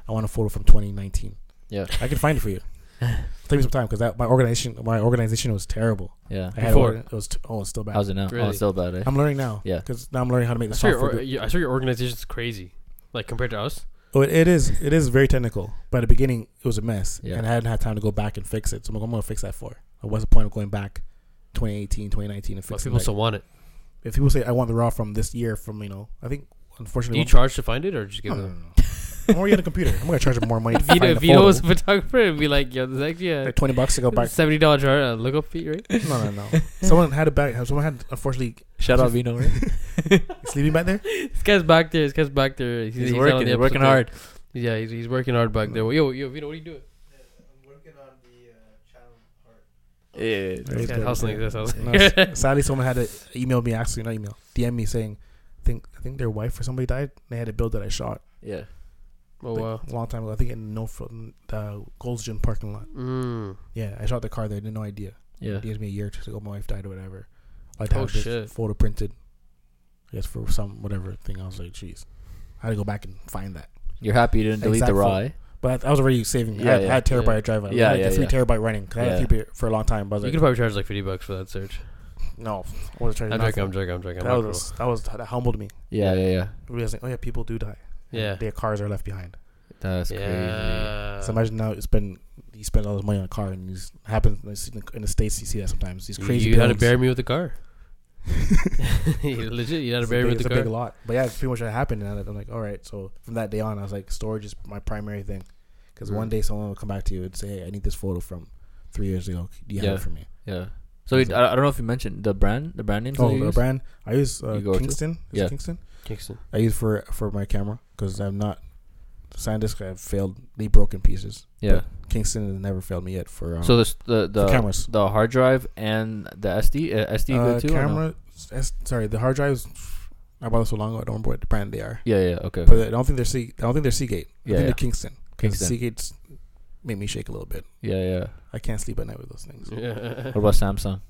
Speaker 4: I want a photo from 2019.
Speaker 2: Yeah.
Speaker 4: I can find it for
Speaker 2: <laughs>
Speaker 4: you. Take me some time because that my organization my organization was terrible.
Speaker 2: Yeah.
Speaker 4: I had
Speaker 3: Before.
Speaker 4: organ- it was t- oh it's still bad.
Speaker 2: How's it now? Oh,
Speaker 3: Really?
Speaker 2: it's still bad. Eh?
Speaker 4: I'm learning now.
Speaker 2: Yeah.
Speaker 4: because now I'm learning how to
Speaker 3: I
Speaker 4: make the
Speaker 3: saw, your,
Speaker 4: software.
Speaker 3: or, you- I saw your organization's crazy, like compared to us.
Speaker 4: Oh, it, it is. It is very technical. But at the beginning, it was a mess,
Speaker 2: Yeah.
Speaker 4: and I hadn't had time to go back and fix it. So I'm like, I'm gonna fix that for. What's the point of going back 2018, 2019, and
Speaker 3: But
Speaker 4: fixing
Speaker 3: people
Speaker 4: that?
Speaker 3: still want it.
Speaker 4: if people say I want the raw from this year, from you know, I think
Speaker 3: Do
Speaker 4: unfortunately,
Speaker 3: you charge to find it or just give
Speaker 4: no, no,
Speaker 3: them?
Speaker 4: no, no. I'm already on a computer. I'm gonna charge them more money. To
Speaker 3: Vito,
Speaker 4: find the
Speaker 3: Vito's
Speaker 4: photo.
Speaker 3: photographer would be like, yo, there's actually a
Speaker 4: like twenty bucks to go back.
Speaker 3: seventy dollar charge uh, lookup fee, right?
Speaker 4: No, no, no.
Speaker 3: <laughs>
Speaker 4: Someone had it back. Someone had unfortunately
Speaker 2: <laughs> Shout out
Speaker 4: <laughs>
Speaker 2: Vino. Right?
Speaker 4: sleeping back there.
Speaker 3: This guy's back there. This guy's back there.
Speaker 2: He's,
Speaker 3: not on
Speaker 2: working.
Speaker 3: the
Speaker 2: He's working
Speaker 3: episode.
Speaker 2: hard.
Speaker 3: Yeah, he's, he's working hard back there. Yo, yo, Vito, what are you doing?
Speaker 1: I'm working on the uh, channel part.
Speaker 2: Yeah.
Speaker 4: There you
Speaker 3: This guy's
Speaker 4: go.
Speaker 3: hustling. This hustling.
Speaker 4: No,
Speaker 3: <laughs>
Speaker 4: s- sadly, someone had to email me, actually not email, DM me saying, I think I think their wife or somebody died. And they had a build that I shot
Speaker 2: Yeah.
Speaker 3: Oh
Speaker 4: like,
Speaker 3: wow.
Speaker 4: a long time ago. I think in Northfield, uh, Gold's Gym parking lot.
Speaker 3: Mm.
Speaker 4: Yeah, I shot the car there. Didn't no idea.
Speaker 2: Yeah.
Speaker 4: It gave me a year to go. My wife died or whatever. I had to
Speaker 3: Oh,
Speaker 4: have this
Speaker 3: shit.
Speaker 4: photo printed. I guess for some whatever thing. I was like, jeez, I had to go back and find that.
Speaker 2: You're happy you didn't delete
Speaker 4: Exactly.
Speaker 2: the raw. eh?
Speaker 4: But I was already saving. I
Speaker 2: Yeah,
Speaker 4: had, I
Speaker 2: yeah,
Speaker 4: had terabyte
Speaker 3: yeah.
Speaker 4: drive. I
Speaker 2: Yeah,
Speaker 4: had like
Speaker 2: yeah,
Speaker 4: a three
Speaker 2: yeah.
Speaker 4: terabyte running. 'cause I had
Speaker 2: Yeah.
Speaker 4: to keep it for a long time. But I was
Speaker 3: You
Speaker 4: like,
Speaker 3: could probably charge like fifty bucks for that search.
Speaker 4: no, I was trying to
Speaker 3: I'm
Speaker 4: not-
Speaker 3: joking. I'm joking. I'm joking.
Speaker 4: That
Speaker 3: I'm joking.
Speaker 4: was that was that humbled me.
Speaker 2: Yeah. Yeah. Yeah.
Speaker 4: realizing, oh yeah, people do die.
Speaker 3: Yeah. Uh.
Speaker 4: Their cars are left behind.
Speaker 2: That's crazy.
Speaker 3: yeah.
Speaker 4: so imagine now it's been you spend all this money on a car and it happens in the- in the states. You see that sometimes these crazy.
Speaker 3: You had to
Speaker 4: builds.
Speaker 3: bury me with the car. <laughs> You Legit, you had to
Speaker 4: It's
Speaker 3: bury
Speaker 4: a
Speaker 3: me
Speaker 4: big,
Speaker 3: with
Speaker 4: it's
Speaker 3: the
Speaker 4: a big
Speaker 3: car.
Speaker 4: lot. But yeah, it's pretty much what happened. And I'm like, all right. So from that day on, I was like, storage is my primary thing. Because one
Speaker 2: Mm.
Speaker 4: day someone will come back to you and say, hey, I need this photo from three years ago. Do you have
Speaker 2: Yeah.
Speaker 4: it for me?
Speaker 2: <laughs> Yeah. So you, I, I don't know if you mentioned the brand, the brand name.
Speaker 4: Oh, the brand I use uh,
Speaker 2: You go to?
Speaker 4: Kingston. Is it
Speaker 2: Yeah.
Speaker 4: Kingston.
Speaker 3: Kingston.
Speaker 4: I use for for my camera because I'm not. SanDisk, I've failed. They broken pieces.
Speaker 2: Yeah.
Speaker 4: Kingston has never failed me yet for um,
Speaker 2: So the s- the the,
Speaker 4: for cameras.
Speaker 2: the hard drive and the SD uh, SD
Speaker 4: Uh,
Speaker 2: good too. or no?
Speaker 4: camera. S- sorry, the hard drives. I bought them so long ago. I don't remember what brand they are.
Speaker 2: Yeah. Yeah. Okay.
Speaker 4: But I don't think they're Se- I don't think they're Seagate. I
Speaker 2: Yeah,
Speaker 4: think
Speaker 2: yeah.
Speaker 4: they're Kingston. 'Cause
Speaker 2: Kingston.
Speaker 4: Seagate's made me shake a little bit.
Speaker 2: Yeah. Yeah.
Speaker 4: I can't sleep at night with those
Speaker 3: <laughs>
Speaker 4: things.
Speaker 3: Yeah.
Speaker 2: What about Samsung?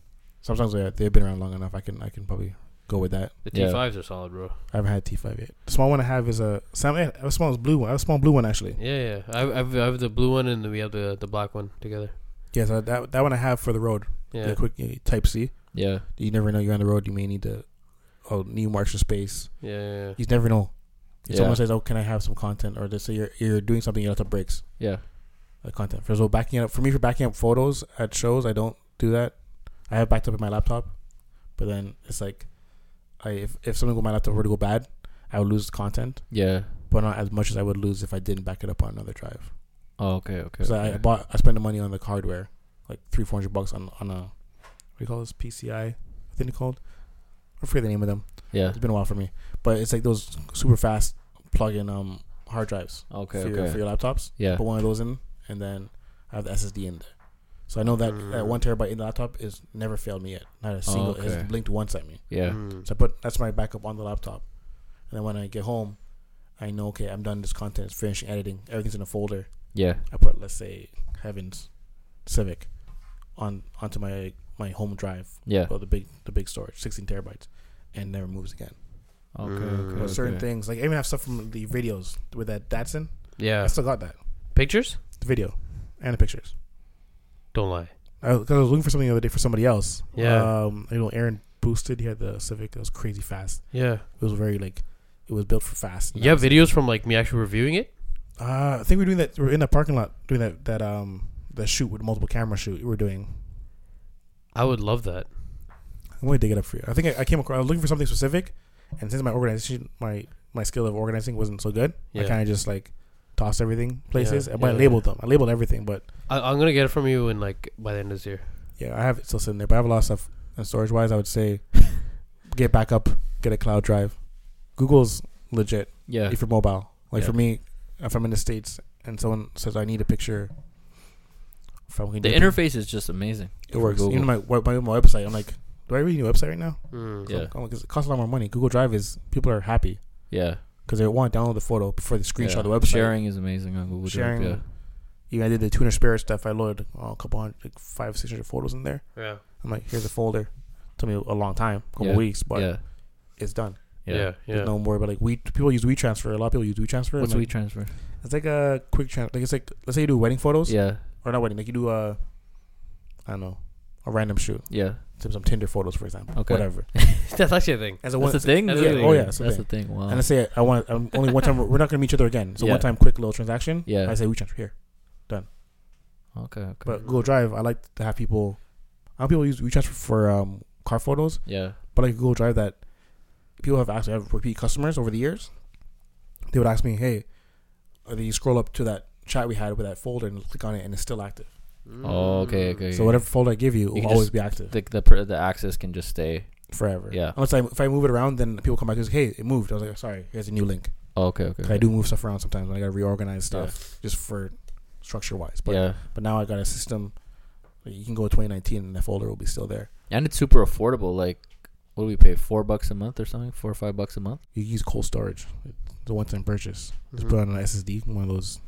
Speaker 4: Sometimes they they've been around long enough. I can I can probably go with that.
Speaker 3: The
Speaker 2: Yeah.
Speaker 3: T5s are solid, bro.
Speaker 4: I haven't had T five yet. The small one I have is a Sam. I have a small blue one. I have a small blue one actually.
Speaker 3: Yeah, yeah. I have, I have, I have the blue one and we have the the black one together.
Speaker 4: Yeah, so uh, that that one I have for the road.
Speaker 3: Yeah.
Speaker 4: Yeah, quick uh, Type C.
Speaker 2: Yeah.
Speaker 4: You never know. You're on the road. You may need to. Oh, new marks for space.
Speaker 3: Yeah, yeah, yeah.
Speaker 4: You never know. If
Speaker 2: Yeah.
Speaker 4: someone says, "Oh, can I have some content?" or they say you're you're doing something, you have to breaks.
Speaker 2: Yeah.
Speaker 4: uh, content. For so backing up for me for backing up photos at shows, I don't do that. I have backed up in my laptop, but then it's like, I if if something with my laptop were to go bad, I would lose content,
Speaker 2: Yeah.
Speaker 4: but not as much as I would lose if I didn't back it up on another drive.
Speaker 2: Oh, okay. Okay.
Speaker 4: So I
Speaker 2: okay.
Speaker 4: bought I spent the money on the hardware, like three four hundred bucks on on a what do you call this PCI? I think they called. I forget the name of them.
Speaker 2: Yeah.
Speaker 4: It's been a while for me, but it's like those super fast plug-in um hard drives
Speaker 2: Okay.
Speaker 4: for,
Speaker 2: Okay.
Speaker 4: your, for your laptops
Speaker 2: yeah.
Speaker 4: put one of those in, and then I have the SSD in there. So I know that that
Speaker 3: Mm.
Speaker 4: one terabyte in the laptop is never failed me yet. Not a single. It
Speaker 2: okay.
Speaker 4: has blinked once at me.
Speaker 2: Yeah.
Speaker 3: Mm.
Speaker 4: So I put that's my backup on the laptop, and then when I get home, I know okay I'm done. This content is finishing editing. Everything's in a folder.
Speaker 2: Yeah.
Speaker 4: I put let's say Heavens, Civic, on onto my my home drive.
Speaker 2: Yeah.
Speaker 4: Well, the big the big storage, 16 terabytes, and never moves again.
Speaker 2: Okay.
Speaker 3: Mm.
Speaker 2: okay,
Speaker 4: But certain
Speaker 2: okay.
Speaker 4: things like I even have stuff from the videos with that Datsun.
Speaker 3: Yeah.
Speaker 4: I still got that
Speaker 3: Pictures?
Speaker 4: the video, and the pictures.
Speaker 3: Don't lie.
Speaker 4: because I, was looking for something the other day for somebody else.
Speaker 3: Yeah.
Speaker 4: Um, you know, Aaron boosted. He had the Civic. It was crazy fast.
Speaker 3: Yeah.
Speaker 4: It was very like, it was built for fast.
Speaker 3: You have videos from like me actually reviewing it?
Speaker 4: Uh, I think we're doing that. We're in the parking lot doing that. That um, that shoot with multiple camera shoot. we We're doing.
Speaker 3: I would love that.
Speaker 4: I'm gonna dig it up for you. I think I, I came across. I was looking for something specific, and since my organization, my my skill of organizing wasn't so good, I
Speaker 3: Yeah.
Speaker 4: kind of just like tossed everything places.
Speaker 3: Yeah,
Speaker 4: But I
Speaker 3: yeah,
Speaker 4: labeled them. I labeled everything, but
Speaker 3: I, I'm gonna get it from you in like by the end of this year.
Speaker 4: Yeah, I have it still sitting there, but I have a lot of stuff. And storage wise, I would say
Speaker 2: <laughs>
Speaker 4: get backup, get a cloud drive. Google's legit
Speaker 2: Yeah.
Speaker 4: if you're mobile. Like
Speaker 2: Yeah.
Speaker 4: for me, if I'm in the States and someone says I need a picture, from
Speaker 2: The interface is just amazing.
Speaker 4: it works.
Speaker 2: Google.
Speaker 4: Even my, my my website, I'm like, do I really need a website right now?
Speaker 3: Mm.
Speaker 2: Yeah.
Speaker 4: I'm like, 'Cause it costs a lot more money. Google Drive is people are happy
Speaker 2: Yeah.
Speaker 4: because they want to download the photo before they screenshot
Speaker 2: yeah.
Speaker 4: the website.
Speaker 2: Sharing is amazing on Google Drive.
Speaker 4: Sharing.
Speaker 2: Yeah.
Speaker 4: Even I did the tuner spirit stuff. I loaded oh, a couple hundred, like five, six hundred photos in there.
Speaker 3: Yeah.
Speaker 4: I'm like, here's the folder. Took me a long time, couple
Speaker 2: Yeah.
Speaker 4: weeks, but
Speaker 2: yeah.
Speaker 4: it's done.
Speaker 2: Yeah.
Speaker 3: Yeah. Yeah.
Speaker 4: There's no more. But like, we people use WeTransfer. A lot of people use WeTransfer.
Speaker 2: What's we
Speaker 4: and, like,
Speaker 2: transfer?
Speaker 4: It's like a quick transfer. Like it's like let's say you do wedding photos,
Speaker 2: Yeah.
Speaker 4: or not wedding. Like you do a, I don't know, a random shoot,
Speaker 2: Yeah.
Speaker 4: some, some Tinder photos, for example.
Speaker 2: Okay. <laughs>
Speaker 4: Whatever.
Speaker 3: <laughs> That's actually a thing.
Speaker 4: As a
Speaker 2: That's the thing.
Speaker 3: That's
Speaker 4: yeah,
Speaker 3: a thing.
Speaker 4: Oh yeah.
Speaker 2: That's
Speaker 4: it's a
Speaker 2: the
Speaker 4: thing.
Speaker 2: thing. Wow.
Speaker 4: And I say I want um, only one time. <laughs> We're not gonna meet each other again. So
Speaker 2: Yeah.
Speaker 4: one time, quick little transaction.
Speaker 2: Yeah.
Speaker 4: I say WeTransfer here.
Speaker 2: okay. Okay.
Speaker 4: But Google Drive, I like to have people. I know people use WeTransfer for um, car photos,
Speaker 2: yeah.
Speaker 4: but like Google Drive, that people have actually have repeat customers over the years. They would ask me, "Hey," or they scroll up to that chat we had with that folder and click on it, and it's still active.
Speaker 3: Mm. Hmm.
Speaker 2: Oh, okay. Okay.
Speaker 4: So whatever folder I give you, it
Speaker 2: You
Speaker 4: will
Speaker 2: can
Speaker 4: always
Speaker 2: just
Speaker 4: be active
Speaker 2: The, the per- the access can just stay.
Speaker 4: forever.
Speaker 2: Yeah.
Speaker 4: Unless I if I move it around, then people come back and say, "Hey, it moved." I was like, "Sorry, here's a new link."
Speaker 2: Oh, okay. Okay.
Speaker 4: 'Cause
Speaker 2: okay.
Speaker 4: I do move stuff around sometimes, and I gotta reorganize stuff just for structure wise. But
Speaker 2: yeah.
Speaker 4: but now I got a system. Like you can go to 2019, and that folder will be still there.
Speaker 2: And it's super affordable. Like, what do we pay? Four bucks a month or something? Four or five bucks a month?
Speaker 4: you use cold storage. It's a one time purchase.
Speaker 3: Hmm. Mm-hmm.
Speaker 4: Just put it on an SSD, one of those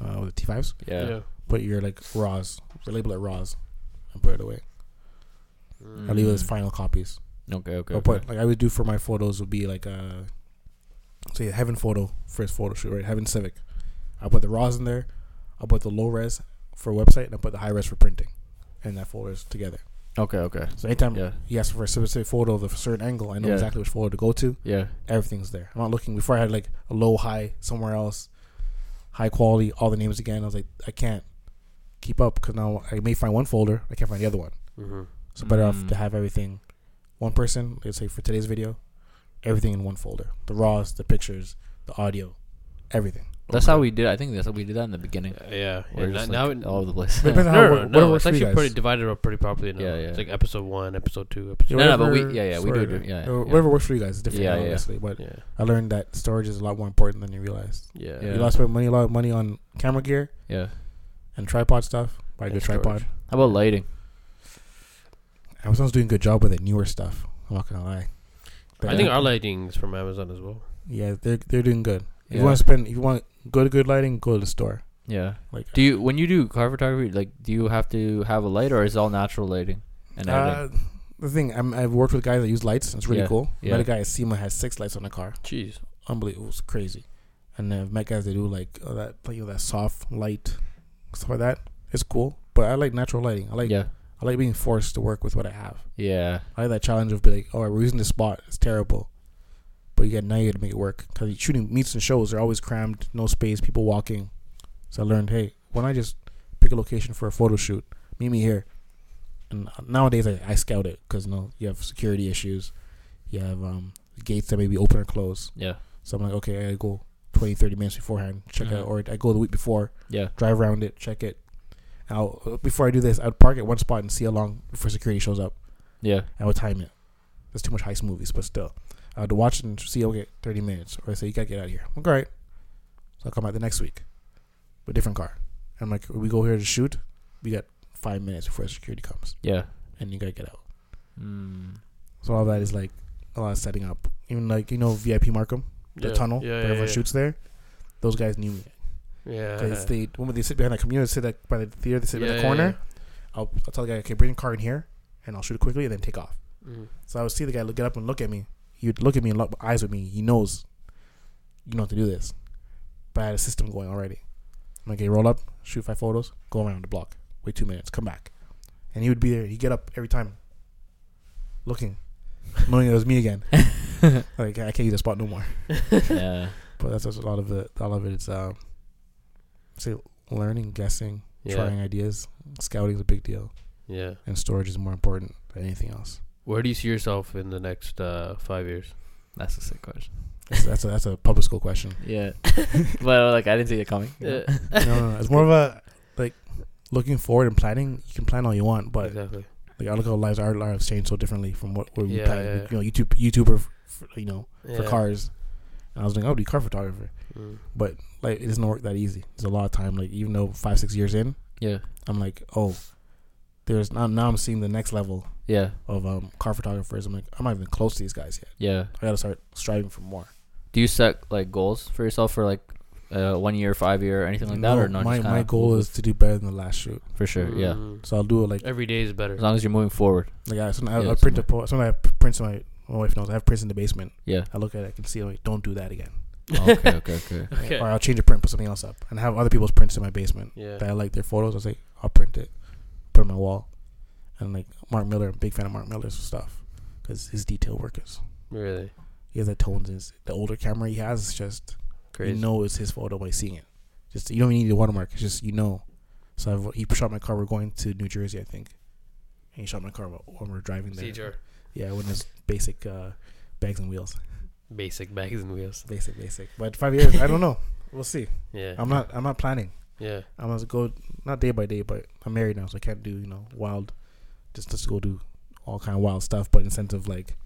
Speaker 4: uh, with the T5s.
Speaker 2: Yeah.
Speaker 4: Put your like RAWs, label it RAWs, and put it away.
Speaker 3: Hmm.
Speaker 4: Or leave it as
Speaker 2: Mm.
Speaker 4: final copies.
Speaker 2: Okay. Okay.
Speaker 4: Or
Speaker 2: okay.
Speaker 4: put like I would do for my photos would be like uh say heaven photo first photo shoot right heaven civic. I put the RAWs in there. I put the low res for website and I put the high res for printing, and that folder's together.
Speaker 2: Okay. Okay.
Speaker 4: So anytime
Speaker 2: Yeah.
Speaker 4: he asks for a specific photo of a certain angle, I know
Speaker 2: Yeah.
Speaker 4: exactly which folder to go to.
Speaker 2: Yeah.
Speaker 4: everything's there. I'm not looking. Before I had like a low, high somewhere else, high quality, all the names again. I was like, I can't keep up because now I may find one folder, I can't find the other one.
Speaker 3: Mm-hmm.
Speaker 4: So better
Speaker 2: Mm.
Speaker 4: off to have everything. One person, let's say for today's video, everything in one folder: the raws, the pictures, the audio, everything.
Speaker 2: That's how we did. I think that's how we did that in the beginning.
Speaker 3: Yeah.
Speaker 2: We're
Speaker 3: yeah.
Speaker 2: just
Speaker 3: Now,
Speaker 2: like
Speaker 3: now
Speaker 2: all over the place.
Speaker 4: But- but
Speaker 2: no,
Speaker 3: No,
Speaker 4: how it
Speaker 3: no,
Speaker 4: work-
Speaker 3: no,
Speaker 4: what works
Speaker 3: It's
Speaker 4: for you
Speaker 3: actually
Speaker 4: guys?
Speaker 3: pretty divided up pretty properly now.
Speaker 2: Yeah, yeah.
Speaker 3: It's like episode one, episode two, episode.
Speaker 2: <laughs> no, but we
Speaker 4: Whatever
Speaker 2: yeah yeah we do,
Speaker 4: sort
Speaker 2: do
Speaker 4: of-
Speaker 2: Uh, yeah, yeah.
Speaker 4: or Whatever works for you guys is different,
Speaker 2: Yeah, yeah.
Speaker 4: obviously. But
Speaker 3: Yeah,
Speaker 4: I learned that storage is a lot more important than you realize.
Speaker 3: yeah,
Speaker 2: Yeah.
Speaker 4: You lost money, a lot of money on camera gear
Speaker 2: yeah.
Speaker 4: and tripod stuff. Buy a
Speaker 2: And
Speaker 4: good
Speaker 2: storage.
Speaker 4: tripod.
Speaker 2: How about lighting?
Speaker 4: Amazon's doing a good job with the newer stuff. I'm not gonna lie.
Speaker 3: I
Speaker 4: They're-
Speaker 3: think our lighting's from Amazon as well.
Speaker 4: yeah, they're they're doing good. If
Speaker 2: Yeah.
Speaker 4: you want to spend, if you want good good lighting, go to the store.
Speaker 2: Yeah.
Speaker 4: Like uh,
Speaker 2: Do you when you do car photography like do you have to have a light or is it all natural lighting and everything?
Speaker 4: uh, the thing I'm, I've worked with guys that use lights. and It's really
Speaker 2: Yeah,
Speaker 4: cool.
Speaker 2: yeah.
Speaker 4: Met a guy at SEMA has six lights on the car.
Speaker 3: Jeez.
Speaker 4: Unbelievable, it's crazy. And then I've met guys that do like uh, that, like you know, that soft light stuff like that. It's cool, but I like natural lighting. I like
Speaker 2: yeah.
Speaker 4: I like being forced to work with what I have.
Speaker 2: Yeah.
Speaker 4: I like that challenge of be like, oh, we're using this spot. It's terrible. But you get now you got to make it work because shooting meets and shows are always crammed, no space, people walking. So I learned, hey, why not I just pick a location for a photo shoot? Meet me here. And uh, nowadays I, I scout it because you know you have security issues, you have um, gates that may be open or closed.
Speaker 2: Yeah.
Speaker 4: So I'm like, okay, I go 20, 30 minutes beforehand, check it
Speaker 2: Mhm.
Speaker 4: out, or I go the week before,
Speaker 2: Yeah.
Speaker 4: drive around it, check it. And I'll, before I do this, I'd park at one spot and see how long before security shows up.
Speaker 2: Yeah.
Speaker 4: I would time it. There's too much heist movies, but still. I would watch it and see, okay, 30 minutes. Or I say, you gotta get out of here. I'm like, all right. So I'll come out the next week with a different car. And I'm like, we go here to shoot. We got five minutes before security comes,
Speaker 2: Yeah.
Speaker 4: and you gotta get out. <laughs>
Speaker 2: Mm.
Speaker 4: So all that is like a lot of setting up. Even like, you know, VIP Markham, the
Speaker 3: Yeah.
Speaker 4: tunnel,
Speaker 3: Yeah,
Speaker 4: where
Speaker 3: yeah,
Speaker 4: everyone
Speaker 3: yeah.
Speaker 4: shoots there. Those guys knew me.
Speaker 3: Yeah.
Speaker 4: Because they, when they sit behind that computer, they sit like by the theater, they sit
Speaker 3: Yeah,
Speaker 4: in
Speaker 3: yeah,
Speaker 4: the corner. I'll, I'll tell the guy, okay, bring the car in here, and I'll shoot it quickly, and then take off.
Speaker 3: Mm.
Speaker 4: So I would see the guy look get up and look at me. He would look at me and lock eyes with me. He knows you know how to do this. But I had a system going already. I'm like, okay, roll up, shoot five photos, go around the block, wait two minutes, come back. And he would be there. He'd get up every time, looking, knowing it was me again. like, I can't use the spot no more.
Speaker 2: yeah.
Speaker 4: But that's just a lot of it. A lot of it is, um, say, learning, guessing,
Speaker 3: Yeah.
Speaker 4: trying ideas. Scouting is a big deal.
Speaker 3: Yeah.
Speaker 4: And storage is more important than anything else.
Speaker 3: Where do you see yourself in the next uh, five years?
Speaker 2: That's a sick question.
Speaker 4: That's, that's, a, that's a public school question. <laughs>
Speaker 2: Yeah. but like I didn't see it coming.
Speaker 3: Yeah.
Speaker 4: no, no, no. It's more of a like looking forward and planning. You can plan all you want, but
Speaker 3: exactly.
Speaker 4: like I look how lives our lives change so differently from what we
Speaker 3: Yeah,
Speaker 4: planned.
Speaker 3: yeah, yeah.
Speaker 4: You know, YouTube YouTuber, f- f you know, for
Speaker 3: Yeah.
Speaker 4: cars. And I was like, I'll be a car photographer,
Speaker 3: Mm.
Speaker 4: but like it doesn't work that easy. There's a lot of time. Like even though five six years in,
Speaker 2: Yeah.
Speaker 4: I'm like, oh, there's now now I'm seeing the next level
Speaker 2: Yeah.
Speaker 4: of um car photographers. I'm like, I'm not even close to these guys yet.
Speaker 2: Yeah.
Speaker 4: I gotta start striving for more.
Speaker 2: Do you set like goals for yourself for like uh, one year, five year, or anything like that, or not?
Speaker 4: my,
Speaker 2: just
Speaker 4: my
Speaker 2: kinda
Speaker 4: goal
Speaker 2: move
Speaker 4: is to do better than the last shoot,
Speaker 2: for sure. Yeah,
Speaker 3: Mm.
Speaker 4: so I'll do it like
Speaker 3: Every day is better.
Speaker 2: as long as you're moving forward.
Speaker 4: like I, sometimes I,
Speaker 2: Yeah,
Speaker 4: I print a po- sometimes I print my my wife knows I have prints in the basement. <laughs>
Speaker 2: Yeah. Oh,
Speaker 4: I look at it, I can see like don't do that again,
Speaker 3: <laughs>
Speaker 2: okay. Okay. Okay.
Speaker 3: Okay.
Speaker 4: <laughs> or I'll change a print, put something else up, and I have other people's prints in my basement
Speaker 3: Yeah.
Speaker 4: that I like their photos. I was like, I'll print it, put it on my wall, and like Mark Miller, I'm a big fan of Mark Miller's stuff because his detail work is
Speaker 3: Really
Speaker 4: he has the tones. Is the older camera he has is just
Speaker 3: crazy.
Speaker 4: you know it's his photo by seeing it. Just you don't even need the watermark. It's just you know. So I've, he shot my car. We're going to New Jersey, I think. And he shot my car while- when we were driving there.
Speaker 3: CGR.
Speaker 4: Yeah, with his basic uh, bags and wheels.
Speaker 3: Basic bags and wheels.
Speaker 4: Basic, basic. But five years, I don't know. We'll see.
Speaker 3: Yeah.
Speaker 4: I'm not. I'm not planning.
Speaker 3: yeah.
Speaker 4: I'm gonna go not day by day, but I'm married now, so I can't do you know wild. Just just go do all kind of wild stuff, but instead of like,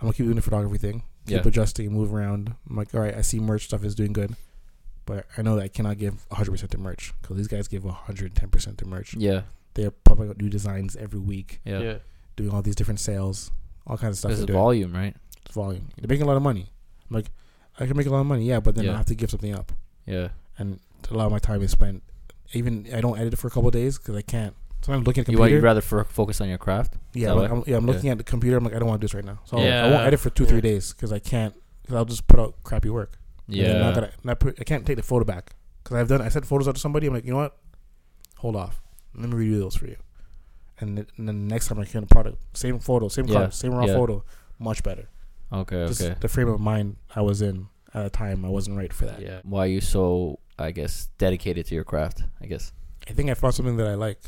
Speaker 4: I'm gonna keep doing the photography thing, keep
Speaker 2: Yeah.
Speaker 4: adjusting, move around. I'm like, all right, I see merch stuff is doing good, but I know that I cannot give 100 percent to merch because these guys give 110 percent to merch.
Speaker 2: Yeah.
Speaker 4: They're popping out new designs every week,
Speaker 2: Yeah.
Speaker 3: Yeah.
Speaker 4: doing all these different sales, all kinds of stuff.
Speaker 2: This
Speaker 4: they're
Speaker 2: is
Speaker 4: doing.
Speaker 2: volume, right?
Speaker 4: It's volume. They're making a lot of money. I'm like, I can make a lot of money, yeah, but then
Speaker 2: Yeah.
Speaker 4: I have to give something up
Speaker 2: Yeah.
Speaker 4: and a lot of my time is spent. Even I don't edit for a couple of days because I can't. Sometimes I'm looking at the
Speaker 2: You want
Speaker 4: computer.
Speaker 2: you'd rather fo- focus on your craft?
Speaker 4: yeah,
Speaker 2: that
Speaker 4: I'm,
Speaker 2: way?
Speaker 4: I'm- yeah, I'm looking at the computer. I'm like, I don't want to do this right now. So I'll- I
Speaker 3: Yeah.
Speaker 4: won't edit for two, three
Speaker 3: Yeah.
Speaker 4: days because I can't. Because I'll just put out crappy work. And then now
Speaker 2: Yeah.
Speaker 4: that I, not put, I can't take the photo back because I've done. I sent photos out to somebody. I'm like, you know what? Hold off. Let me redo those for you. And, th- and then next time I can the product, same photo, same
Speaker 2: Yeah.
Speaker 4: color, same raw
Speaker 2: Yeah.
Speaker 4: photo, much better.
Speaker 2: Okay. Okay.
Speaker 4: Just the frame of mind I was in at the time, I wasn't right for that.
Speaker 3: Yeah.
Speaker 2: Why are you so, I guess, dedicated to your craft? I guess.
Speaker 4: I think I found something that I like.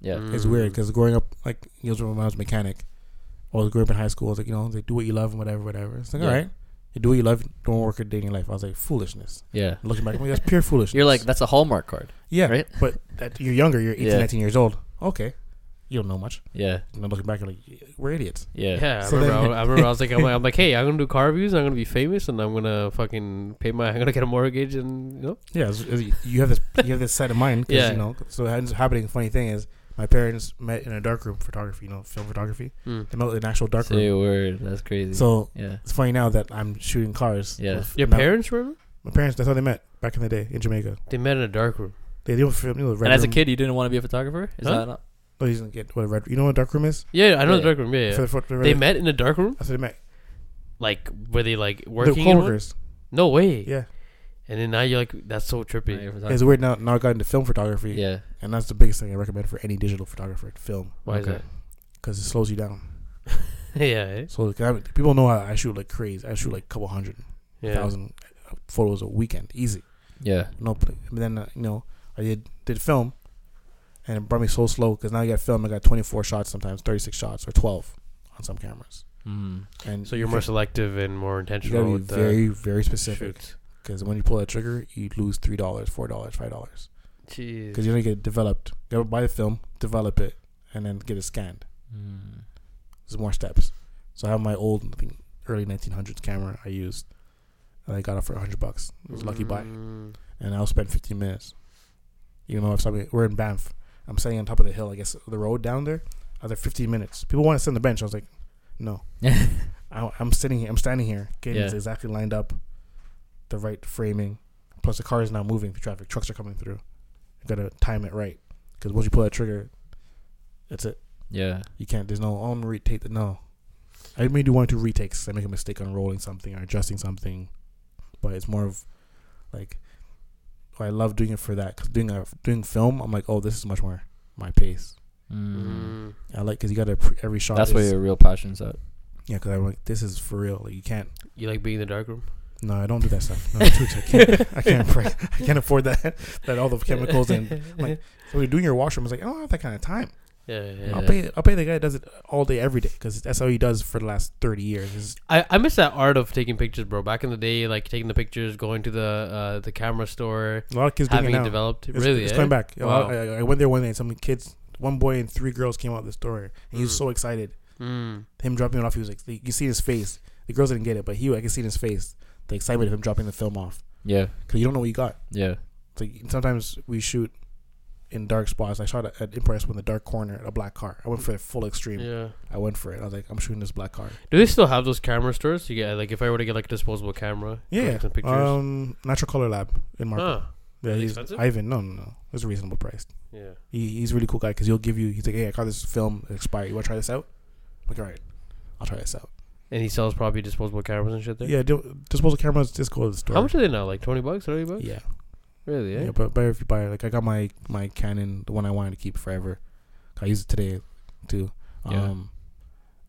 Speaker 2: Yeah.
Speaker 3: Mm.
Speaker 4: It's weird because growing up, like, you know, when I was a mechanic, or growing up in high school, I was like, you know, they do what you love and whatever, whatever. It's like,
Speaker 2: Yeah.
Speaker 4: all right, you do what you love, don't work a day in your life. I was like, foolishness.
Speaker 2: Yeah.
Speaker 4: Looking back, I'm like, that's pure foolishness.
Speaker 2: You're like that's a Hallmark card.
Speaker 4: <laughs> yeah,
Speaker 2: right?
Speaker 4: But that, you're younger, you're 18,
Speaker 2: Yeah.
Speaker 4: 19 years old. Okay, you don't know much.
Speaker 2: Yeah.
Speaker 4: And then looking back, you're like, we're idiots.
Speaker 2: Yeah.
Speaker 3: Yeah,
Speaker 4: So
Speaker 3: I, remember,
Speaker 4: then-
Speaker 3: I, I remember. I was like, I'm, like- I'm like, hey, I'm gonna do car reviews. I'm gonna be famous, and I'm gonna fucking pay my. I'm gonna get a mortgage, and you know.
Speaker 4: Yeah, it's- it's- you have this, you have this set of mind. 'cause,
Speaker 3: Yeah.
Speaker 4: you know. So it ends up happening. Funny thing is, my parents met in a darkroom photography, you know, film photography.
Speaker 3: Mm.
Speaker 4: They met in an actual darkroom.
Speaker 2: Say a word. That's crazy.
Speaker 4: So
Speaker 2: yeah.
Speaker 4: it's funny now that I'm shooting cars.
Speaker 2: Yeah.
Speaker 4: with
Speaker 3: Your
Speaker 4: no-
Speaker 3: parents remember?
Speaker 4: My parents. That's how they met back in the day in Jamaica.
Speaker 3: They met in a dark room.
Speaker 4: They do a film. You know, the red
Speaker 2: And as a
Speaker 4: room-
Speaker 2: kid, you didn't want to be a photographer. Is
Speaker 3: Huh?
Speaker 2: that not?
Speaker 4: no, he doesn't get what a red. You know what a dark room is?
Speaker 3: Yeah, I know
Speaker 2: Yeah.
Speaker 3: the dark room. Yeah,
Speaker 4: For
Speaker 3: yeah.
Speaker 4: the, for the
Speaker 3: They
Speaker 4: red-
Speaker 3: met in a dark room.
Speaker 4: That's what they met.
Speaker 3: Like, were they like
Speaker 4: They're
Speaker 3: working? in one?
Speaker 4: coworkers.
Speaker 3: No way.
Speaker 4: Yeah,
Speaker 3: And then now you're like, that's so
Speaker 2: Not
Speaker 3: trippy.
Speaker 2: your
Speaker 4: it's
Speaker 2: photographer?
Speaker 4: weird now. Now I got into film photography,
Speaker 2: Yeah.
Speaker 4: and that's the biggest thing I recommend for any digital photographer: film,
Speaker 3: Why
Speaker 2: Okay.
Speaker 3: is
Speaker 4: because it slows you down.
Speaker 3: that? <laughs> yeah. eh?
Speaker 4: So like, I, people know how I shoot like crazy. I shoot like a couple hundred
Speaker 3: Yeah.
Speaker 4: thousand photos a weekend, easy.
Speaker 2: Yeah.
Speaker 4: No, but then uh, you know I did did film, and it brought me so slow because now I got film. I got twenty four shots sometimes, thirty six shots or twelve on some cameras.
Speaker 2: Mm.
Speaker 4: And
Speaker 3: So you're more selective and more
Speaker 4: you
Speaker 3: intentional
Speaker 4: gotta be
Speaker 3: with the
Speaker 4: very very specific.
Speaker 3: shoots.
Speaker 4: Because when you pull that trigger, you lose three dollars, four dollars, five dollars.
Speaker 3: Jeez.
Speaker 4: Because you don't get it developed. You gotta buy the film, develop it, and then get it scanned.
Speaker 2: Mm. <laughs>
Speaker 4: There's more steps. So I have my old, I think, early 1900s camera I used, and I got it for 100 bucks. It was a lucky buy,
Speaker 3: Mm.
Speaker 4: and I'll spend 15 minutes. Even though if somebody, we're in Banff, I'm sitting on top of the hill. I guess the road down there. Other 15 minutes. People want to sit on the bench. I was like, no. I, I'm sitting here. I'm standing here. Getting
Speaker 2: Yeah.
Speaker 4: is exactly lined up, the right framing. Plus, the car is not moving. The traffic trucks are coming through. You gotta time it right because once you pull that trigger, that's it.
Speaker 2: Yeah.
Speaker 4: You can't. There's no. Oh, I'm gonna retake the no. I may do one or two retakes. I make a mistake on rolling something or adjusting something, but it's more of like I love doing it for that because doing a doing film, I'm like, oh, this is much more my pace.
Speaker 2: Mm.
Speaker 3: Mm.
Speaker 4: I like because you gotta pre- every shot.
Speaker 2: That's
Speaker 4: is,
Speaker 2: where your real passion's at.
Speaker 4: yeah. Because I'm like, this is for real. Like you can't.
Speaker 3: You like being in the dark room?
Speaker 4: No, I don't do that stuff. No, dude, <laughs> I
Speaker 3: <laughs>
Speaker 4: can't. I can't. Pray. I can't afford that. That all the chemicals and like, so you're doing your washroom. It's like oh, I don't have that kind of time.
Speaker 3: Yeah. yeah,
Speaker 4: I'll
Speaker 3: yeah.
Speaker 4: pay. I'll pay the guy that does it all day, every day, because that's how he does for the last thirty years. Is
Speaker 3: I, I miss that art of taking pictures, bro. Back in the day, like taking the pictures, going to the uh, the camera store,
Speaker 4: a lot of kids doing it
Speaker 3: having
Speaker 4: now.
Speaker 3: it developed.
Speaker 4: It's,
Speaker 3: really,
Speaker 4: it's
Speaker 3: eh?
Speaker 4: coming back. A lot-
Speaker 3: Wow.
Speaker 4: I, I went there one day, and some kids, one boy and three girls came out of the store, and he was
Speaker 3: Mm.
Speaker 4: so excited.
Speaker 3: Mm.
Speaker 4: Him dropping it off, he was like, you can see his face. The girls didn't get it, but he, I could see in his face the excitement of him dropping the film off
Speaker 2: Yeah.
Speaker 4: because you don't know what you got.
Speaker 2: Yeah.
Speaker 4: It's like sometimes we shoot in dark spots. I shot at, at Impress with a dark corner, a black car. I went for the full extreme.
Speaker 3: Yeah.
Speaker 4: I went for it. I was like, I'm shooting this black car.
Speaker 3: Do they still have those camera stores? You get like if I were to get like a disposable camera,
Speaker 4: Yeah.
Speaker 3: take some pictures.
Speaker 4: Um, Natural Color Lab in Marco.
Speaker 3: Huh.
Speaker 4: yeah,
Speaker 3: really
Speaker 4: he's
Speaker 3: expensive?
Speaker 4: Ivan. No, no, no. It was a reasonable price.
Speaker 3: Yeah.
Speaker 4: He, he's a really cool guy because he'll give you. He's like, hey, I got this film it expired. You want to try this out? I'm like, all right, I'll try this out.
Speaker 3: And he sells probably disposable cameras and shit there.
Speaker 4: Yeah, do, disposable cameras. Just go to the store.
Speaker 3: How much are they now? Like twenty bucks, thirty bucks?
Speaker 4: Yeah,
Speaker 3: Really?
Speaker 4: yeah.
Speaker 3: Eh?
Speaker 4: but better if you buy. Like, I got my my Canon, the one I wanted to keep forever. I use it today too.
Speaker 3: Yeah.
Speaker 4: Um,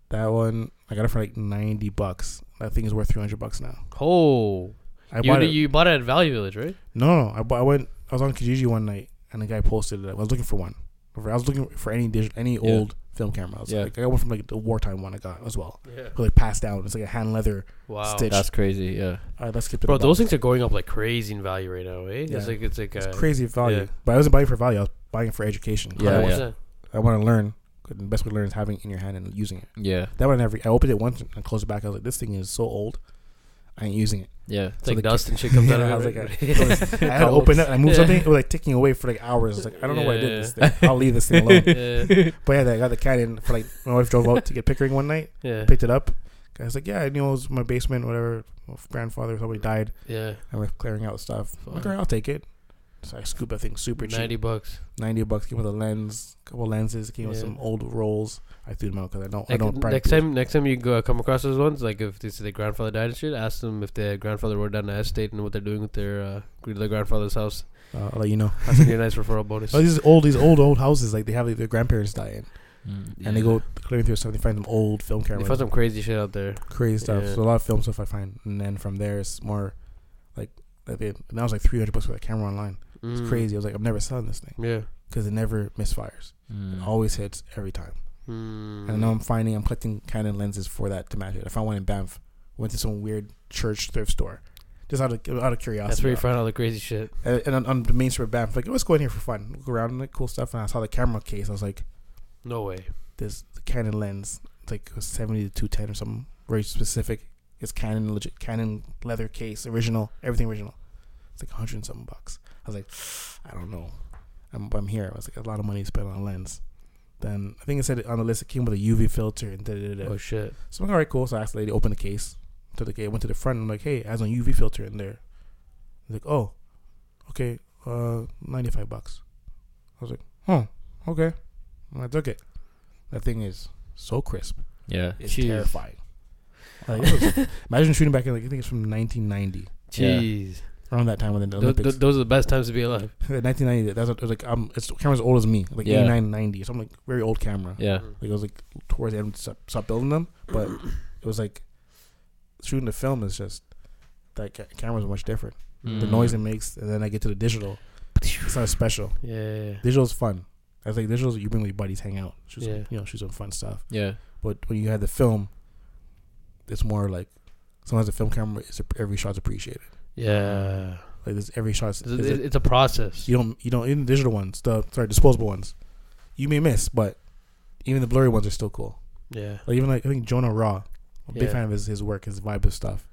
Speaker 4: that one I got it for like ninety bucks. That thing is worth three hundred bucks now.
Speaker 3: Oh,
Speaker 4: I
Speaker 3: you
Speaker 4: bought
Speaker 3: bought
Speaker 4: it.
Speaker 3: you bought it at Value Village, right?
Speaker 4: No, no. I, bu- I went. I was on Kijiji one night, and the guy posted it. I was looking for one. For- I was looking for any digital, any
Speaker 2: Yeah.
Speaker 4: old film camera. I was
Speaker 2: Yeah.
Speaker 4: like, I got one from like the wartime one I got as well.
Speaker 3: Yeah.
Speaker 4: It was, like passed down. It's like a hand leather.
Speaker 3: Wow.
Speaker 4: Stitch.
Speaker 2: That's crazy. Yeah.
Speaker 4: All right, let's skip to
Speaker 3: Bro,
Speaker 4: the
Speaker 3: those
Speaker 4: box.
Speaker 3: things are going up like crazy in value right now, eh?
Speaker 4: Yeah.
Speaker 3: It's like it's like uh,
Speaker 4: it's crazy value.
Speaker 3: yeah.
Speaker 4: But I wasn't buying it for value. I was buying it for education.
Speaker 2: Yeah,
Speaker 4: I,
Speaker 3: Yeah,
Speaker 4: want-
Speaker 2: yeah.
Speaker 4: I want to learn. The best way to learn is having it in your hand and using it.
Speaker 2: Yeah.
Speaker 4: That one I never. I opened it once and closed it back. I was like, this thing is so old. I ain't using it.
Speaker 2: Yeah.
Speaker 3: It's
Speaker 4: So
Speaker 3: like
Speaker 4: the-
Speaker 3: dust
Speaker 4: <laughs>
Speaker 3: and shit comes out
Speaker 4: Yeah, I
Speaker 3: of
Speaker 4: was
Speaker 3: it.
Speaker 4: like,
Speaker 3: right?
Speaker 4: I was- I had to open it. and
Speaker 3: <laughs>
Speaker 4: I moved something. It was like ticking away for like hours. It's like I don't know why I did this
Speaker 3: Yeah.
Speaker 4: thing. I'll leave
Speaker 3: <laughs>
Speaker 4: this thing alone.
Speaker 3: yeah.
Speaker 4: But yeah, I got the Canon for like my wife drove out to get Pickering one night,
Speaker 3: Yeah.
Speaker 4: picked it up. I was like, yeah, I knew it was in my basement, whatever. My grandfather or somebody died,
Speaker 3: yeah.
Speaker 4: and we're clearing out stuff. I'm like,
Speaker 3: Fuck.
Speaker 4: all right, I'll take it. So I scooped that thing super cheap,
Speaker 3: Ninety
Speaker 4: 90,
Speaker 3: bucks.
Speaker 4: bucks. Came with a lens, couple lenses. Came with
Speaker 3: Yeah.
Speaker 4: some old rolls. I threw them out because I don't, I
Speaker 3: Like,
Speaker 4: don't.
Speaker 3: next time, next time you go come across those ones, like if they say their grandfather died and shit, ask them if their grandfather wrote down the estate and what they're doing with their uh, their grandfather's house.
Speaker 4: uh, I'll let you know.
Speaker 3: That's gonna be a nice referral bonus.
Speaker 4: <laughs> Oh, these old, these old, old houses like they have like, their grandparents die in,
Speaker 2: Mm.
Speaker 4: and they go clearing through stuff. They find some old film
Speaker 3: They
Speaker 4: cameras,
Speaker 3: found some crazy shit out there.
Speaker 4: crazy stuff.
Speaker 3: Yeah.
Speaker 4: So a lot of film stuff I find, and then from there it's more like like they, now it's like three hundred bucks for that camera online. It's
Speaker 3: Mm.
Speaker 4: crazy. I was like, I'm never selling this thing
Speaker 3: Yeah.
Speaker 4: because it never misfires. It
Speaker 2: Mm.
Speaker 4: always hits every time.
Speaker 3: Mm.
Speaker 4: And now I'm finding, I'm collecting Canon lenses for that to match it. I found one in Banff. Went to some weird church thrift store, just out of out of curiosity.
Speaker 3: That's where you find all the crazy shit.
Speaker 4: And, and on, on the main street of Banff, like let's go in here for fun, look around, like cool stuff. And I saw the camera case. I was like,
Speaker 3: No way.
Speaker 4: this Canon lens, it's like a 70 to 210 or something, very specific. It's Canon legit, Canon leather case, original, everything original. It's like 100 and something bucks. I was like, I don't know. I'm, I'm here. I was like, a lot of money spent on a lens. Then I think it said on the list it came with a UV filter and da da da. da.
Speaker 3: Oh shit.
Speaker 4: So I'm like, all right, cool. So I asked the lady, open the case. To the gate, went to the front. And I'm like, hey, it has a UV filter in there. He's like, oh, okay, uh, 95 bucks. I was like, huh, okay. And I took it. That thing is so crisp.
Speaker 2: Yeah.
Speaker 4: It's
Speaker 3: Jeez.
Speaker 4: terrifying. Like, it <laughs> was- imagine shooting back in, like, I think it's from 1990.
Speaker 2: Yeah.
Speaker 3: Jeez.
Speaker 4: Around that time when the
Speaker 3: Th-
Speaker 4: Olympics.
Speaker 3: th- those are the best times to be alive.
Speaker 4: <laughs> the 1990, that's what, it was like, um, it's the camera's old as me, like
Speaker 2: Yeah.
Speaker 4: 89, 90. So I'm like, very old camera.
Speaker 2: Yeah.
Speaker 3: Mm.
Speaker 4: Like it was like towards the end, stopped, stopped building them, but it was like shooting the film is just that ca- camera's much different. The
Speaker 2: Mm.
Speaker 4: noise it makes, and then I get to the digital. It's not special.
Speaker 3: Yeah.
Speaker 4: Digital's fun. I think digital's you bring your buddies, hang out, shoot some,
Speaker 3: Yeah.
Speaker 4: you know, shoot some fun stuff.
Speaker 2: Yeah.
Speaker 4: But when you have the film, it's more like sometimes the film camera is every shot's appreciated.
Speaker 3: Yeah.
Speaker 4: Like this, every shot's
Speaker 3: It's,
Speaker 4: is
Speaker 3: it's,
Speaker 4: a-
Speaker 3: it's a process.
Speaker 4: you don't you don't in digital ones the sorry disposable ones, you may miss, but even the blurry ones are still cool.
Speaker 3: Yeah.
Speaker 4: Like even like I think Jonah Raw, I'm a big
Speaker 3: Yeah.
Speaker 4: fan of his, his work, his vibe of stuff.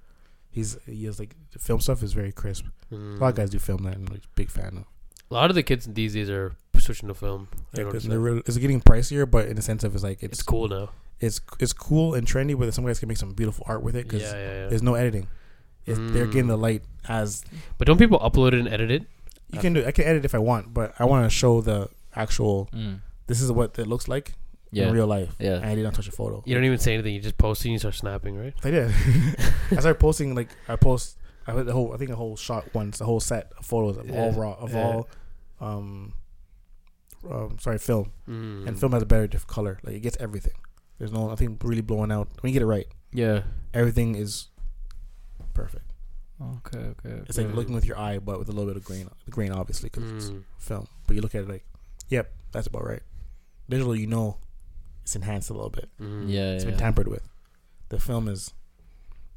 Speaker 4: He's he has like the film stuff is very crisp. A
Speaker 3: Mm.
Speaker 4: lot of guys do film that, and I'm a big fan of.
Speaker 3: A lot of the kids these days are switching to film. I
Speaker 4: Like,
Speaker 3: noticed
Speaker 4: they're
Speaker 3: that.
Speaker 4: real- it's getting pricier, but in the sense of it's like it's,
Speaker 3: it's cool now.
Speaker 4: It's it's cool and trendy, but some guys can make some beautiful art with
Speaker 3: Yeah,
Speaker 4: it because
Speaker 3: yeah, yeah.
Speaker 4: there's no editing. It's, They're
Speaker 3: Mm.
Speaker 4: getting the light as
Speaker 3: But don't people upload it and edit it?
Speaker 4: you can do. I can edit if I want, but I want to show the actual.
Speaker 2: Mm.
Speaker 4: This is what it looks like
Speaker 2: Yeah.
Speaker 4: in real life.
Speaker 2: Yeah.
Speaker 4: and I didn't touch a photo.
Speaker 3: You don't even say anything. You just post it and you start snapping, right?
Speaker 4: I <laughs> did. I started posting like I post I put the whole I think a whole shot once, a whole set of photos of all
Speaker 3: Yeah,
Speaker 4: raw of
Speaker 3: yeah.
Speaker 4: all um um sorry, film.
Speaker 3: Mm.
Speaker 4: And film has a better diff color. Like it gets everything. There's no nothing really blowing out. When you get it right,
Speaker 2: Yeah.
Speaker 4: everything is perfect.
Speaker 2: Okay. Okay.
Speaker 4: It's like
Speaker 3: Yeah.
Speaker 4: looking with your eye but with a little bit of grain the grain obviously because it's
Speaker 3: Mm.
Speaker 4: film. But you look at it like, yep, that's about right. Digital you know it's enhanced a little bit.
Speaker 3: Mm.
Speaker 2: Yeah.
Speaker 4: It's
Speaker 2: yeah.
Speaker 4: been tampered with. The film is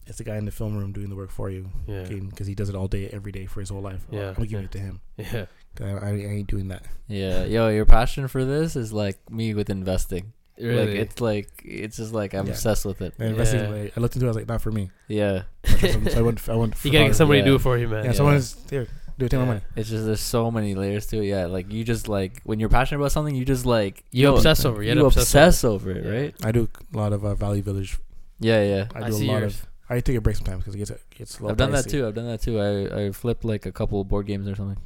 Speaker 4: it's the guy in the film room doing the work for you.
Speaker 3: Yeah.
Speaker 4: because he does it all day, every day for his whole life.
Speaker 3: Yeah.
Speaker 4: I'm gonna give it to him.
Speaker 3: <laughs> Yeah.
Speaker 4: 'Cause I, I ain't doing that.
Speaker 2: Yeah. Yo, your passion for this is like me with investing. Like
Speaker 3: Really?
Speaker 2: it's like it's just like I'm
Speaker 4: Yeah.
Speaker 2: obsessed with it.
Speaker 4: And investing,
Speaker 3: Yeah.
Speaker 4: like, I looked into, it, I was like, not for me. <laughs>
Speaker 2: Yeah.
Speaker 4: so I went,
Speaker 3: <laughs> you
Speaker 4: I went.
Speaker 3: gotta
Speaker 4: photography.
Speaker 3: get somebody
Speaker 2: Yeah.
Speaker 3: to do it for you, man.
Speaker 4: Yeah,
Speaker 2: Yeah.
Speaker 4: someone's there. Do it. Take my
Speaker 3: Yeah.
Speaker 4: money.
Speaker 2: It's just there's so many layers to it. Yeah, like you just like when you're passionate about something, you just like
Speaker 3: You
Speaker 2: yo,
Speaker 3: obsess over it.
Speaker 2: You obsess, over, it,
Speaker 3: Yeah.
Speaker 2: right?
Speaker 4: I do a lot of uh, Valley Village.
Speaker 2: Yeah, yeah.
Speaker 3: I,
Speaker 4: I do a
Speaker 3: see
Speaker 4: lot
Speaker 3: yours.
Speaker 4: of. I take a break sometimes because it gets it gets a little.
Speaker 2: I've done that
Speaker 4: dicey.
Speaker 2: too. I've done that too. I I flipped like a couple board games or something.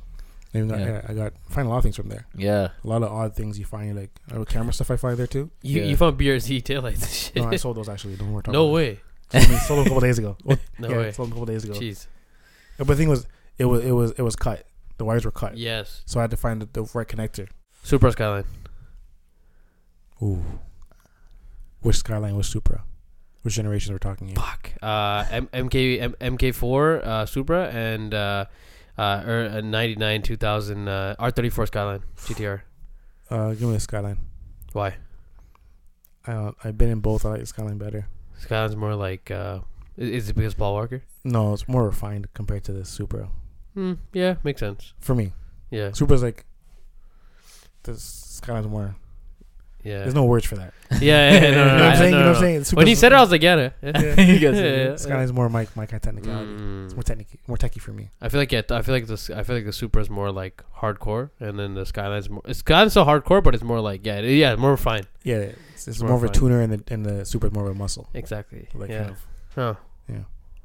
Speaker 4: Even though,
Speaker 2: Yeah.
Speaker 4: yeah. I got find a lot of things from there.
Speaker 2: Yeah,
Speaker 4: A lot of odd things you find. You're like I know camera stuff I find there
Speaker 3: <laughs>
Speaker 4: too.
Speaker 3: You,
Speaker 2: Yeah.
Speaker 3: you found BRZ taillights and shit.
Speaker 4: No,
Speaker 3: <laughs>
Speaker 4: I sold those actually. Don't worry.
Speaker 3: no way.
Speaker 4: Sold them, sold them a couple days ago. Well,
Speaker 3: <laughs> No
Speaker 4: yeah,
Speaker 3: way.
Speaker 4: Sold them a couple days ago.
Speaker 3: Jeez.
Speaker 4: But the thing was, it was it was it was cut. The wires were cut.
Speaker 3: Yes.
Speaker 4: So I had to find the, the right connector.
Speaker 3: Super Skyline.
Speaker 4: Ooh. Which Skyline was Supra? Which generation we're talking here?
Speaker 3: Fuck. Uh, M- MK M- MK4 uh, Supra and uh, uh, er, a 99 2000 uh, R34 Skyline GTR.
Speaker 4: Uh, give me a Skyline.
Speaker 3: Why?
Speaker 4: I don't, I've been in both. I like the Skyline better.
Speaker 3: Skyline's more like. Uh, i- is it because Paul Walker?
Speaker 4: No, it's more refined compared to the Supra
Speaker 3: Hmm. yeah, makes sense.
Speaker 4: for me.
Speaker 3: Yeah,
Speaker 4: Supra's like the Skyline's more.
Speaker 3: yeah.
Speaker 4: There's no words for that.
Speaker 3: <laughs> yeah, yeah, yeah, no, no,
Speaker 4: <laughs> you
Speaker 3: no,
Speaker 4: know what
Speaker 3: I-
Speaker 4: I'm saying?
Speaker 3: no,
Speaker 4: you
Speaker 3: no,
Speaker 4: know what I'm
Speaker 3: no.
Speaker 4: saying?
Speaker 3: When he
Speaker 4: Supra's-
Speaker 3: said it, I was like, yeah, <laughs>
Speaker 4: <laughs>
Speaker 3: yeah.
Speaker 2: you guys,
Speaker 3: Yeah,
Speaker 2: yeah,
Speaker 3: yeah.
Speaker 4: Skyline's more my my kind of technicality. It's more
Speaker 3: Mm.
Speaker 4: technical, more techie for me.
Speaker 3: I feel like yeah, I feel like this. I feel like the Supra is more like hardcore, and then the Skyline's more. It's Skyline's so hardcore, but it's more like yeah, it- yeah, more refined.
Speaker 4: Yeah, it's, it's
Speaker 3: More
Speaker 4: more, of a
Speaker 3: refined.
Speaker 4: tuner, and the and the Supra's more of a muscle.
Speaker 3: Exactly.
Speaker 4: Like
Speaker 3: yeah.
Speaker 4: kind of
Speaker 3: Huh.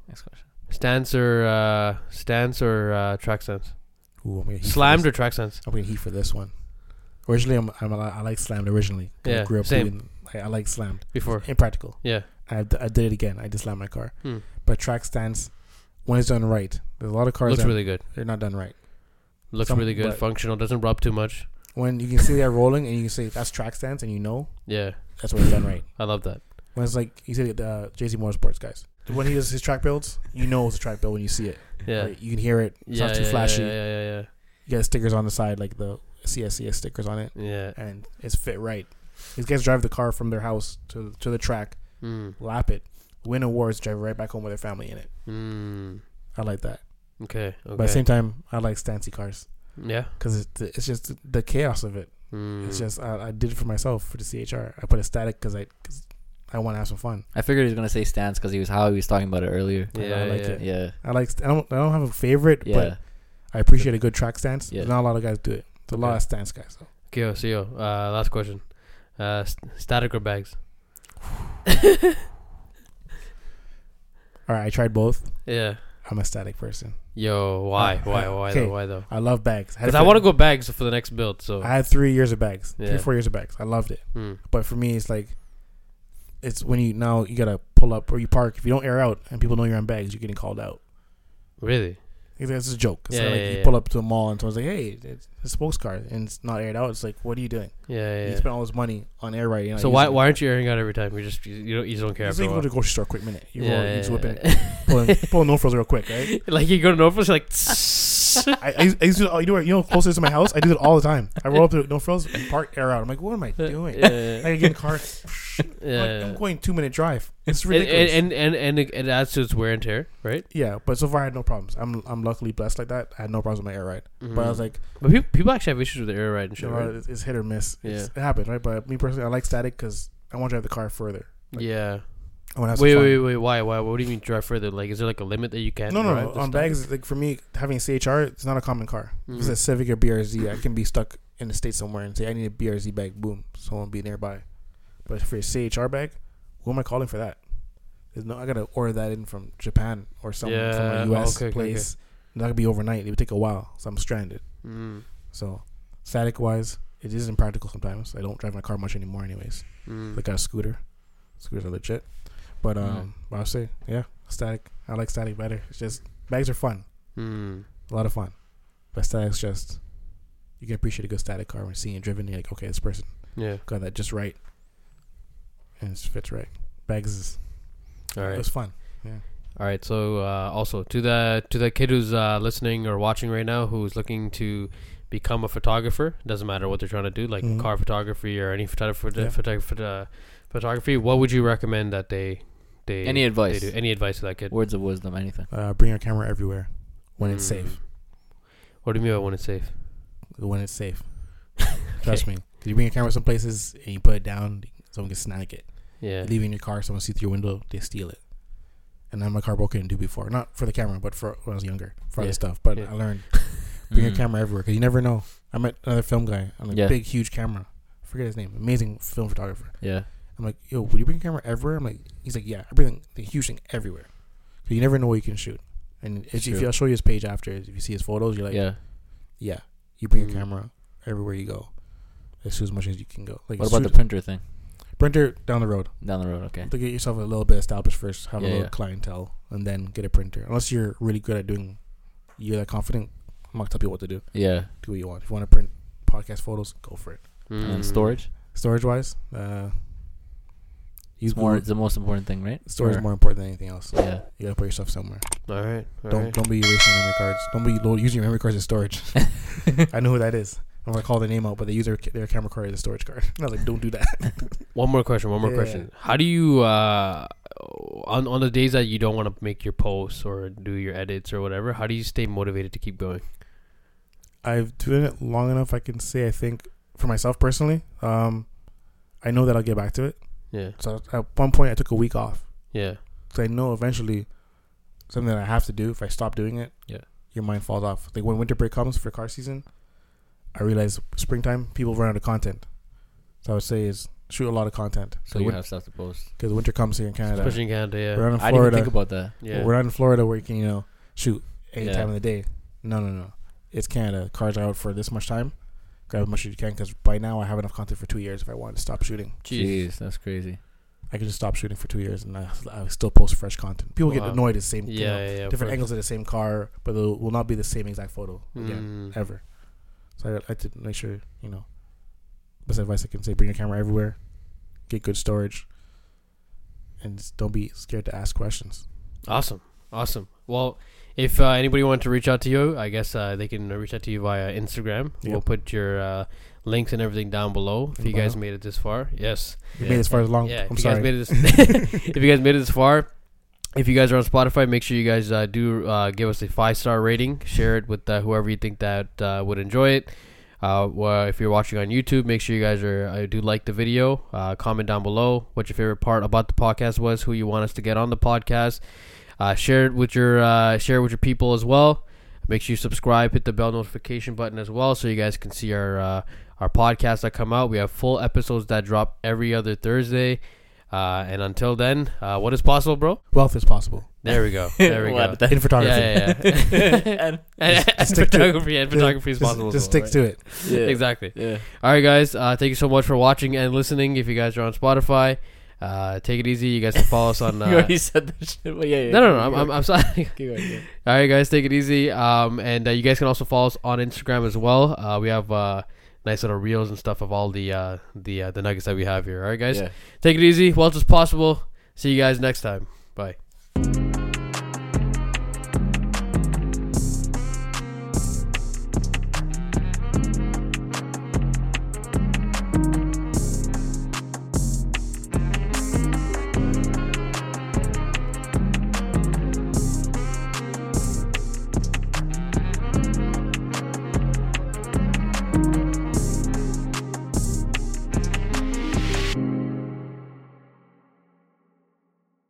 Speaker 2: Next question.
Speaker 3: Stance or uh, stance or uh, track sense?
Speaker 4: ooh, I'm gonna heat for
Speaker 3: Slammed
Speaker 4: this.
Speaker 3: or track sense?
Speaker 4: I'm getting heat for this one. Originally, I'm, I'm a li- I like slammed originally. 'cause
Speaker 3: Yeah,
Speaker 4: I grew up
Speaker 3: same.
Speaker 4: doing- I, I like slammed.
Speaker 3: Before.
Speaker 4: Impractical.
Speaker 3: Yeah.
Speaker 4: I, d- I did it again. I just slammed my car.
Speaker 3: Hmm.
Speaker 4: But track stance, when it's done right, there's a lot of cars
Speaker 3: Looks
Speaker 4: that
Speaker 3: really good.
Speaker 4: they're not done right.
Speaker 3: Looks
Speaker 4: Some-
Speaker 3: really good.
Speaker 4: but-
Speaker 3: Functional. Doesn't rub too much.
Speaker 4: When you can see that rolling and you can say that's track stance and you know
Speaker 3: Yeah.
Speaker 4: that's when it's done right.
Speaker 3: I love that.
Speaker 4: When it's like you said, uh, JC Motorsports guys. When he does his track builds, you know it's a track build when you see it.
Speaker 3: Yeah.
Speaker 4: Like, you can hear it. It's
Speaker 3: yeah,
Speaker 4: not too
Speaker 3: yeah,
Speaker 4: flashy.
Speaker 3: Yeah. Yeah. Yeah.
Speaker 4: You got stickers on the side, like the CSCS stickers on it,
Speaker 3: Yeah. yeah.
Speaker 4: and it's fit right. These guys drive the car from their house to to the track,
Speaker 3: Mm.
Speaker 4: lap it, win awards, drive right back home with their family in it.
Speaker 3: Mm.
Speaker 4: I like that.
Speaker 3: Okay. Okay.
Speaker 4: But at the same time, I like stancy cars
Speaker 3: yeah.
Speaker 4: because it's, it's just the chaos of it.
Speaker 3: Mm.
Speaker 4: It's just I, I did it for myself for the CHR. I put a static because I cause I want to have some fun.
Speaker 2: I figured he was gonna say stance because he was how he was talking about it earlier.
Speaker 3: yeah.
Speaker 4: I like
Speaker 3: yeah.
Speaker 4: it.
Speaker 2: Yeah,
Speaker 4: I like st- I don't I don't have a favorite,
Speaker 2: yeah.
Speaker 4: but I appreciate a good track stance.
Speaker 2: Yeah.
Speaker 4: Not a lot of guys do it. It's a lot
Speaker 3: Okay.
Speaker 4: of stance guys. though.
Speaker 3: Okay. oh, see you. Uh, last question. Uh, st- static or bags?
Speaker 4: All right, I tried both.
Speaker 3: Yeah.
Speaker 4: I'm a static person.
Speaker 3: Yo, why?
Speaker 4: Uh,
Speaker 3: why?
Speaker 4: uh,
Speaker 3: Why?
Speaker 4: okay.
Speaker 3: Though? Why though?
Speaker 4: I love bags. had
Speaker 3: Because
Speaker 4: a
Speaker 3: I
Speaker 4: fit-
Speaker 3: want to go bags for the next build. So.
Speaker 4: I had three years of bags,
Speaker 3: Yeah.
Speaker 4: three four years of bags. I loved it,
Speaker 3: Hmm.
Speaker 4: but for me, it's like it's when you now you gotta pull up or you park. If you don't air out and people know you're on bags, you're getting called out.
Speaker 3: Really?
Speaker 4: Like, That's a joke. It's
Speaker 3: Yeah,
Speaker 4: like
Speaker 3: yeah,
Speaker 4: you
Speaker 3: yeah.
Speaker 4: pull up to a mall and someone's like, "Hey, it's a spokes car," and it's not aired out. It's like, what are you doing?
Speaker 3: Yeah. yeah,
Speaker 4: You
Speaker 3: yeah.
Speaker 4: spent all this money on air right. you're not
Speaker 3: So why
Speaker 4: using it.
Speaker 3: why aren't you airing out every time? You just you, you don't you just don't care.
Speaker 4: It's
Speaker 3: After a
Speaker 4: like you go
Speaker 3: while.
Speaker 4: to the grocery store, quick minute. You
Speaker 3: Yeah,
Speaker 4: roll,
Speaker 3: yeah,
Speaker 4: you just
Speaker 3: yeah,
Speaker 4: whip
Speaker 3: yeah.
Speaker 4: it, <laughs> pulling pulling no frills real quick, right?
Speaker 3: <laughs> like you go to Norfolk,
Speaker 4: <laughs>
Speaker 3: like
Speaker 4: I, I, used- I used to, oh, you know, what- you know, closest to my house, I do that all the time. I roll up to no frills, and park air out. I'm like, what am I doing?
Speaker 3: <laughs> Yeah,
Speaker 4: <laughs> I get
Speaker 3: <laughs>
Speaker 4: in the car. Like, I'm going two minute drive. It's ridiculous.
Speaker 3: And, and and and it, it adds to its wear and tear, right?
Speaker 4: yeah, but so far I had no problems. I'm I'm luckily blessed like that. I had no problems with my air ride. But
Speaker 3: Mm.
Speaker 4: I was like,
Speaker 3: but people, people actually have issues with their air ride and
Speaker 4: you
Speaker 3: shit.
Speaker 4: know,
Speaker 3: Right?
Speaker 4: it's, it's hit or miss. It's, it happens, right? But me personally, I like static because I want to drive the car further. like,
Speaker 3: yeah.
Speaker 4: I want to have some
Speaker 3: Wait,
Speaker 4: fun.
Speaker 3: wait, wait. Why? Why? What do you mean drive further? Like, is there like a limit that you can't?
Speaker 4: No, no,
Speaker 3: drive
Speaker 4: no.
Speaker 3: the
Speaker 4: On
Speaker 3: stuff?
Speaker 4: bags, like for me, having a CHR, it's not a common car. If it's
Speaker 3: Mhm.
Speaker 4: a Civic or BRZ, I can be stuck in the state somewhere and say I need a BRZ bag. Boom, someone be nearby. But for a CHR bag, who am I calling for that? There's no, I gotta order that in from Japan or some
Speaker 3: Yeah,
Speaker 4: from a US
Speaker 3: okay, okay,
Speaker 4: place. That could be overnight. It would take a while, so I'm stranded.
Speaker 3: Mm,
Speaker 4: So, static wise, it is impractical sometimes. I don't drive my car much anymore, anyways.
Speaker 3: mm.
Speaker 4: Like I got a scooter. Scooters are legit. But um, but I'll say, yeah, static. I like static better. It's just bags are fun
Speaker 3: mm.
Speaker 4: a lot of fun. But static's just you can appreciate a good static car when seeing it driven. You're like, okay, this person
Speaker 3: Yeah.
Speaker 4: got that just right, and it fits right. Bags is
Speaker 3: All
Speaker 4: it
Speaker 3: right.
Speaker 4: was fun.
Speaker 3: All right. So uh, also to the to the kid who's uh, listening or watching right now, who's looking to become a photographer, doesn't matter what they're trying to do, like
Speaker 4: Mhm.
Speaker 3: car photography or any photographer
Speaker 4: Yeah.
Speaker 3: photography. What would you recommend that they they
Speaker 2: Any advice?
Speaker 3: They do? Any advice to that kid?
Speaker 2: Words of wisdom, anything.
Speaker 4: Uh, bring your camera everywhere when it's
Speaker 3: Mm.
Speaker 4: safe.
Speaker 3: What do you mean by when it's safe?
Speaker 4: When it's safe, trust me. 'Cause you bring your camera some places and you put it down, someone can snag it.
Speaker 3: Yeah.
Speaker 4: You leave it in your car, someone see through your window, they steal it. And then my car broke in do before, not for the camera, but for when I was younger, for
Speaker 3: Yeah.
Speaker 4: other stuff. But
Speaker 3: Yeah.
Speaker 4: I learned Bring a
Speaker 2: Mhm.
Speaker 4: camera everywhere because you never know. I met another film guy on a
Speaker 2: Yeah.
Speaker 4: big, huge camera. I forget his name. Amazing film photographer.
Speaker 2: Yeah.
Speaker 4: I'm like, yo, will you bring a camera everywhere? I'm like, he's like, yeah, I bring the huge thing everywhere. But you never know what you can shoot. And if, if
Speaker 2: True.
Speaker 4: you, I'll show you his page after. If you see his photos, you're like, yeah,
Speaker 2: yeah.
Speaker 4: you bring
Speaker 3: Mm.
Speaker 4: a camera everywhere you go. Let's do as much as you can go. Like,
Speaker 2: What about the
Speaker 4: shoot-
Speaker 2: printer thing
Speaker 4: printer down the road?
Speaker 2: down the road? Okay.
Speaker 4: To get yourself a little bit established first, have
Speaker 2: Yeah,
Speaker 4: a little
Speaker 2: yeah.
Speaker 4: clientele, and then get a printer. Unless you're really good at doing, you're that confident. I'm not gonna tell people what to do.
Speaker 2: Yeah.
Speaker 4: Do what you want. If you want to print podcast photos, go for it.
Speaker 2: And then
Speaker 3: Mm.
Speaker 2: storage.
Speaker 4: Storage wise, uh, use
Speaker 2: It's more.
Speaker 4: Google.
Speaker 2: It's the most important thing, right?
Speaker 4: Storage
Speaker 2: Or-
Speaker 4: is more important than anything else.
Speaker 2: Yeah.
Speaker 4: You gotta put your stuff somewhere.
Speaker 3: All right. all
Speaker 4: don't
Speaker 3: right.
Speaker 4: don't be erasing memory cards. Don't be load, using your memory cards
Speaker 2: <laughs>
Speaker 4: as storage. I know who that is. I'm gonna call their name out, but they use their their camera card as a storage card. <laughs> I was like, don't do that.
Speaker 3: One more question. One more
Speaker 4: Yeah.
Speaker 3: question. How do you uh, on on the days that you don't want to make your posts or do your edits or whatever? How do you stay motivated to keep going?
Speaker 4: I've done it long enough. I can say I think for myself personally, um, I know that I'll get back to it.
Speaker 3: Yeah.
Speaker 4: So at one point, I took a week off
Speaker 3: Yeah.
Speaker 4: because I know eventually something that I have to do. If I stop doing it,
Speaker 2: Yeah.
Speaker 4: your mind falls off. Like when winter break comes for car season, I realize springtime people run out of content. So I would say is shoot a lot of content.
Speaker 2: So you have stuff to post.
Speaker 4: because winter comes here in Canada.
Speaker 3: Especially in Canada. Yeah.
Speaker 4: We're not
Speaker 2: I didn't even
Speaker 4: in Florida.
Speaker 2: think about that.
Speaker 3: yeah.
Speaker 4: We're not in Florida where you can you know shoot any
Speaker 2: Yeah.
Speaker 4: time of the day. No, no, no. It's Canada. Cars are out for this much time. Grab as much as you can because by now I have enough content for two years. If I wanted to stop shooting,
Speaker 2: Jeez, that's <laughs> crazy.
Speaker 4: I could just stop shooting for two years and I, I still post fresh content. People get
Speaker 3: Wow.
Speaker 4: annoyed at the same, you
Speaker 3: yeah,
Speaker 4: know,
Speaker 3: yeah, yeah, of
Speaker 4: different
Speaker 3: course.
Speaker 4: angles of the same car, but it will not be the same exact photo again
Speaker 3: Mm.
Speaker 4: ever. So I I like to make sure you know. Best advice I can say: bring your camera everywhere, get good storage, and just don't be scared to ask questions.
Speaker 3: Awesome. Awesome. Well, if uh, anybody wanted to reach out to you, I guess uh, they can reach out to you via Instagram. We'll
Speaker 4: Yep.
Speaker 3: put your uh, links and everything down below if
Speaker 4: In
Speaker 3: you guys
Speaker 4: bio.
Speaker 3: made it this far. Yes.
Speaker 4: You
Speaker 2: Yeah.
Speaker 4: made it as far as long.
Speaker 3: yeah, if
Speaker 4: I'm
Speaker 3: you
Speaker 4: sorry.
Speaker 3: guys made it this, <laughs> if you guys made it this far, if you guys are on Spotify, make sure you guys uh, do uh, give us a five star rating. Share it with uh, whoever you think that uh, would enjoy it. Uh, well, if you're watching on YouTube, make sure you guys are uh, do like the video. Uh, comment down below what your favorite part about the podcast was, who you want us to get on the podcast. Uh, share it with your uh, share it with your people as well. Make sure you subscribe, hit the bell notification button as well, so you guys can see our uh, our podcasts that come out. We have full episodes that drop every other Thursday. Uh, and until then, uh, what is possible, bro?
Speaker 4: Wealth is possible
Speaker 3: There we
Speaker 4: <laughs>
Speaker 3: go. There we go.
Speaker 2: <laughs>
Speaker 4: in photography.
Speaker 3: Yeah, yeah,
Speaker 4: <laughs>
Speaker 3: yeah. <laughs> and, and
Speaker 4: stick to it.
Speaker 3: photography,
Speaker 4: <laughs>
Speaker 3: and photography is
Speaker 4: Just-
Speaker 3: possible. as
Speaker 4: Just
Speaker 3: well,
Speaker 4: stick
Speaker 3: right?
Speaker 4: to it.
Speaker 2: Yeah.
Speaker 3: Exactly.
Speaker 2: Yeah.
Speaker 3: All right, guys. Uh, thank you so much for watching and listening. If you guys are on Spotify, uh, take it easy. You guys can follow us
Speaker 4: <laughs>
Speaker 3: on. Uh,
Speaker 2: you
Speaker 3: no,
Speaker 2: already said that shit. But yeah, yeah.
Speaker 3: no, no. I'm, I'm, I'm sorry.
Speaker 2: Keep going, keep going.
Speaker 3: All right, guys, take it easy. Um, and uh, you guys can also follow us on Instagram as well. Uh, we have uh, nice little reels and stuff of all the uh, the uh, the nuggets that we have here. All right, guys,
Speaker 2: Yeah.
Speaker 3: take it easy. Well, it's possible. See you guys next time. Bye.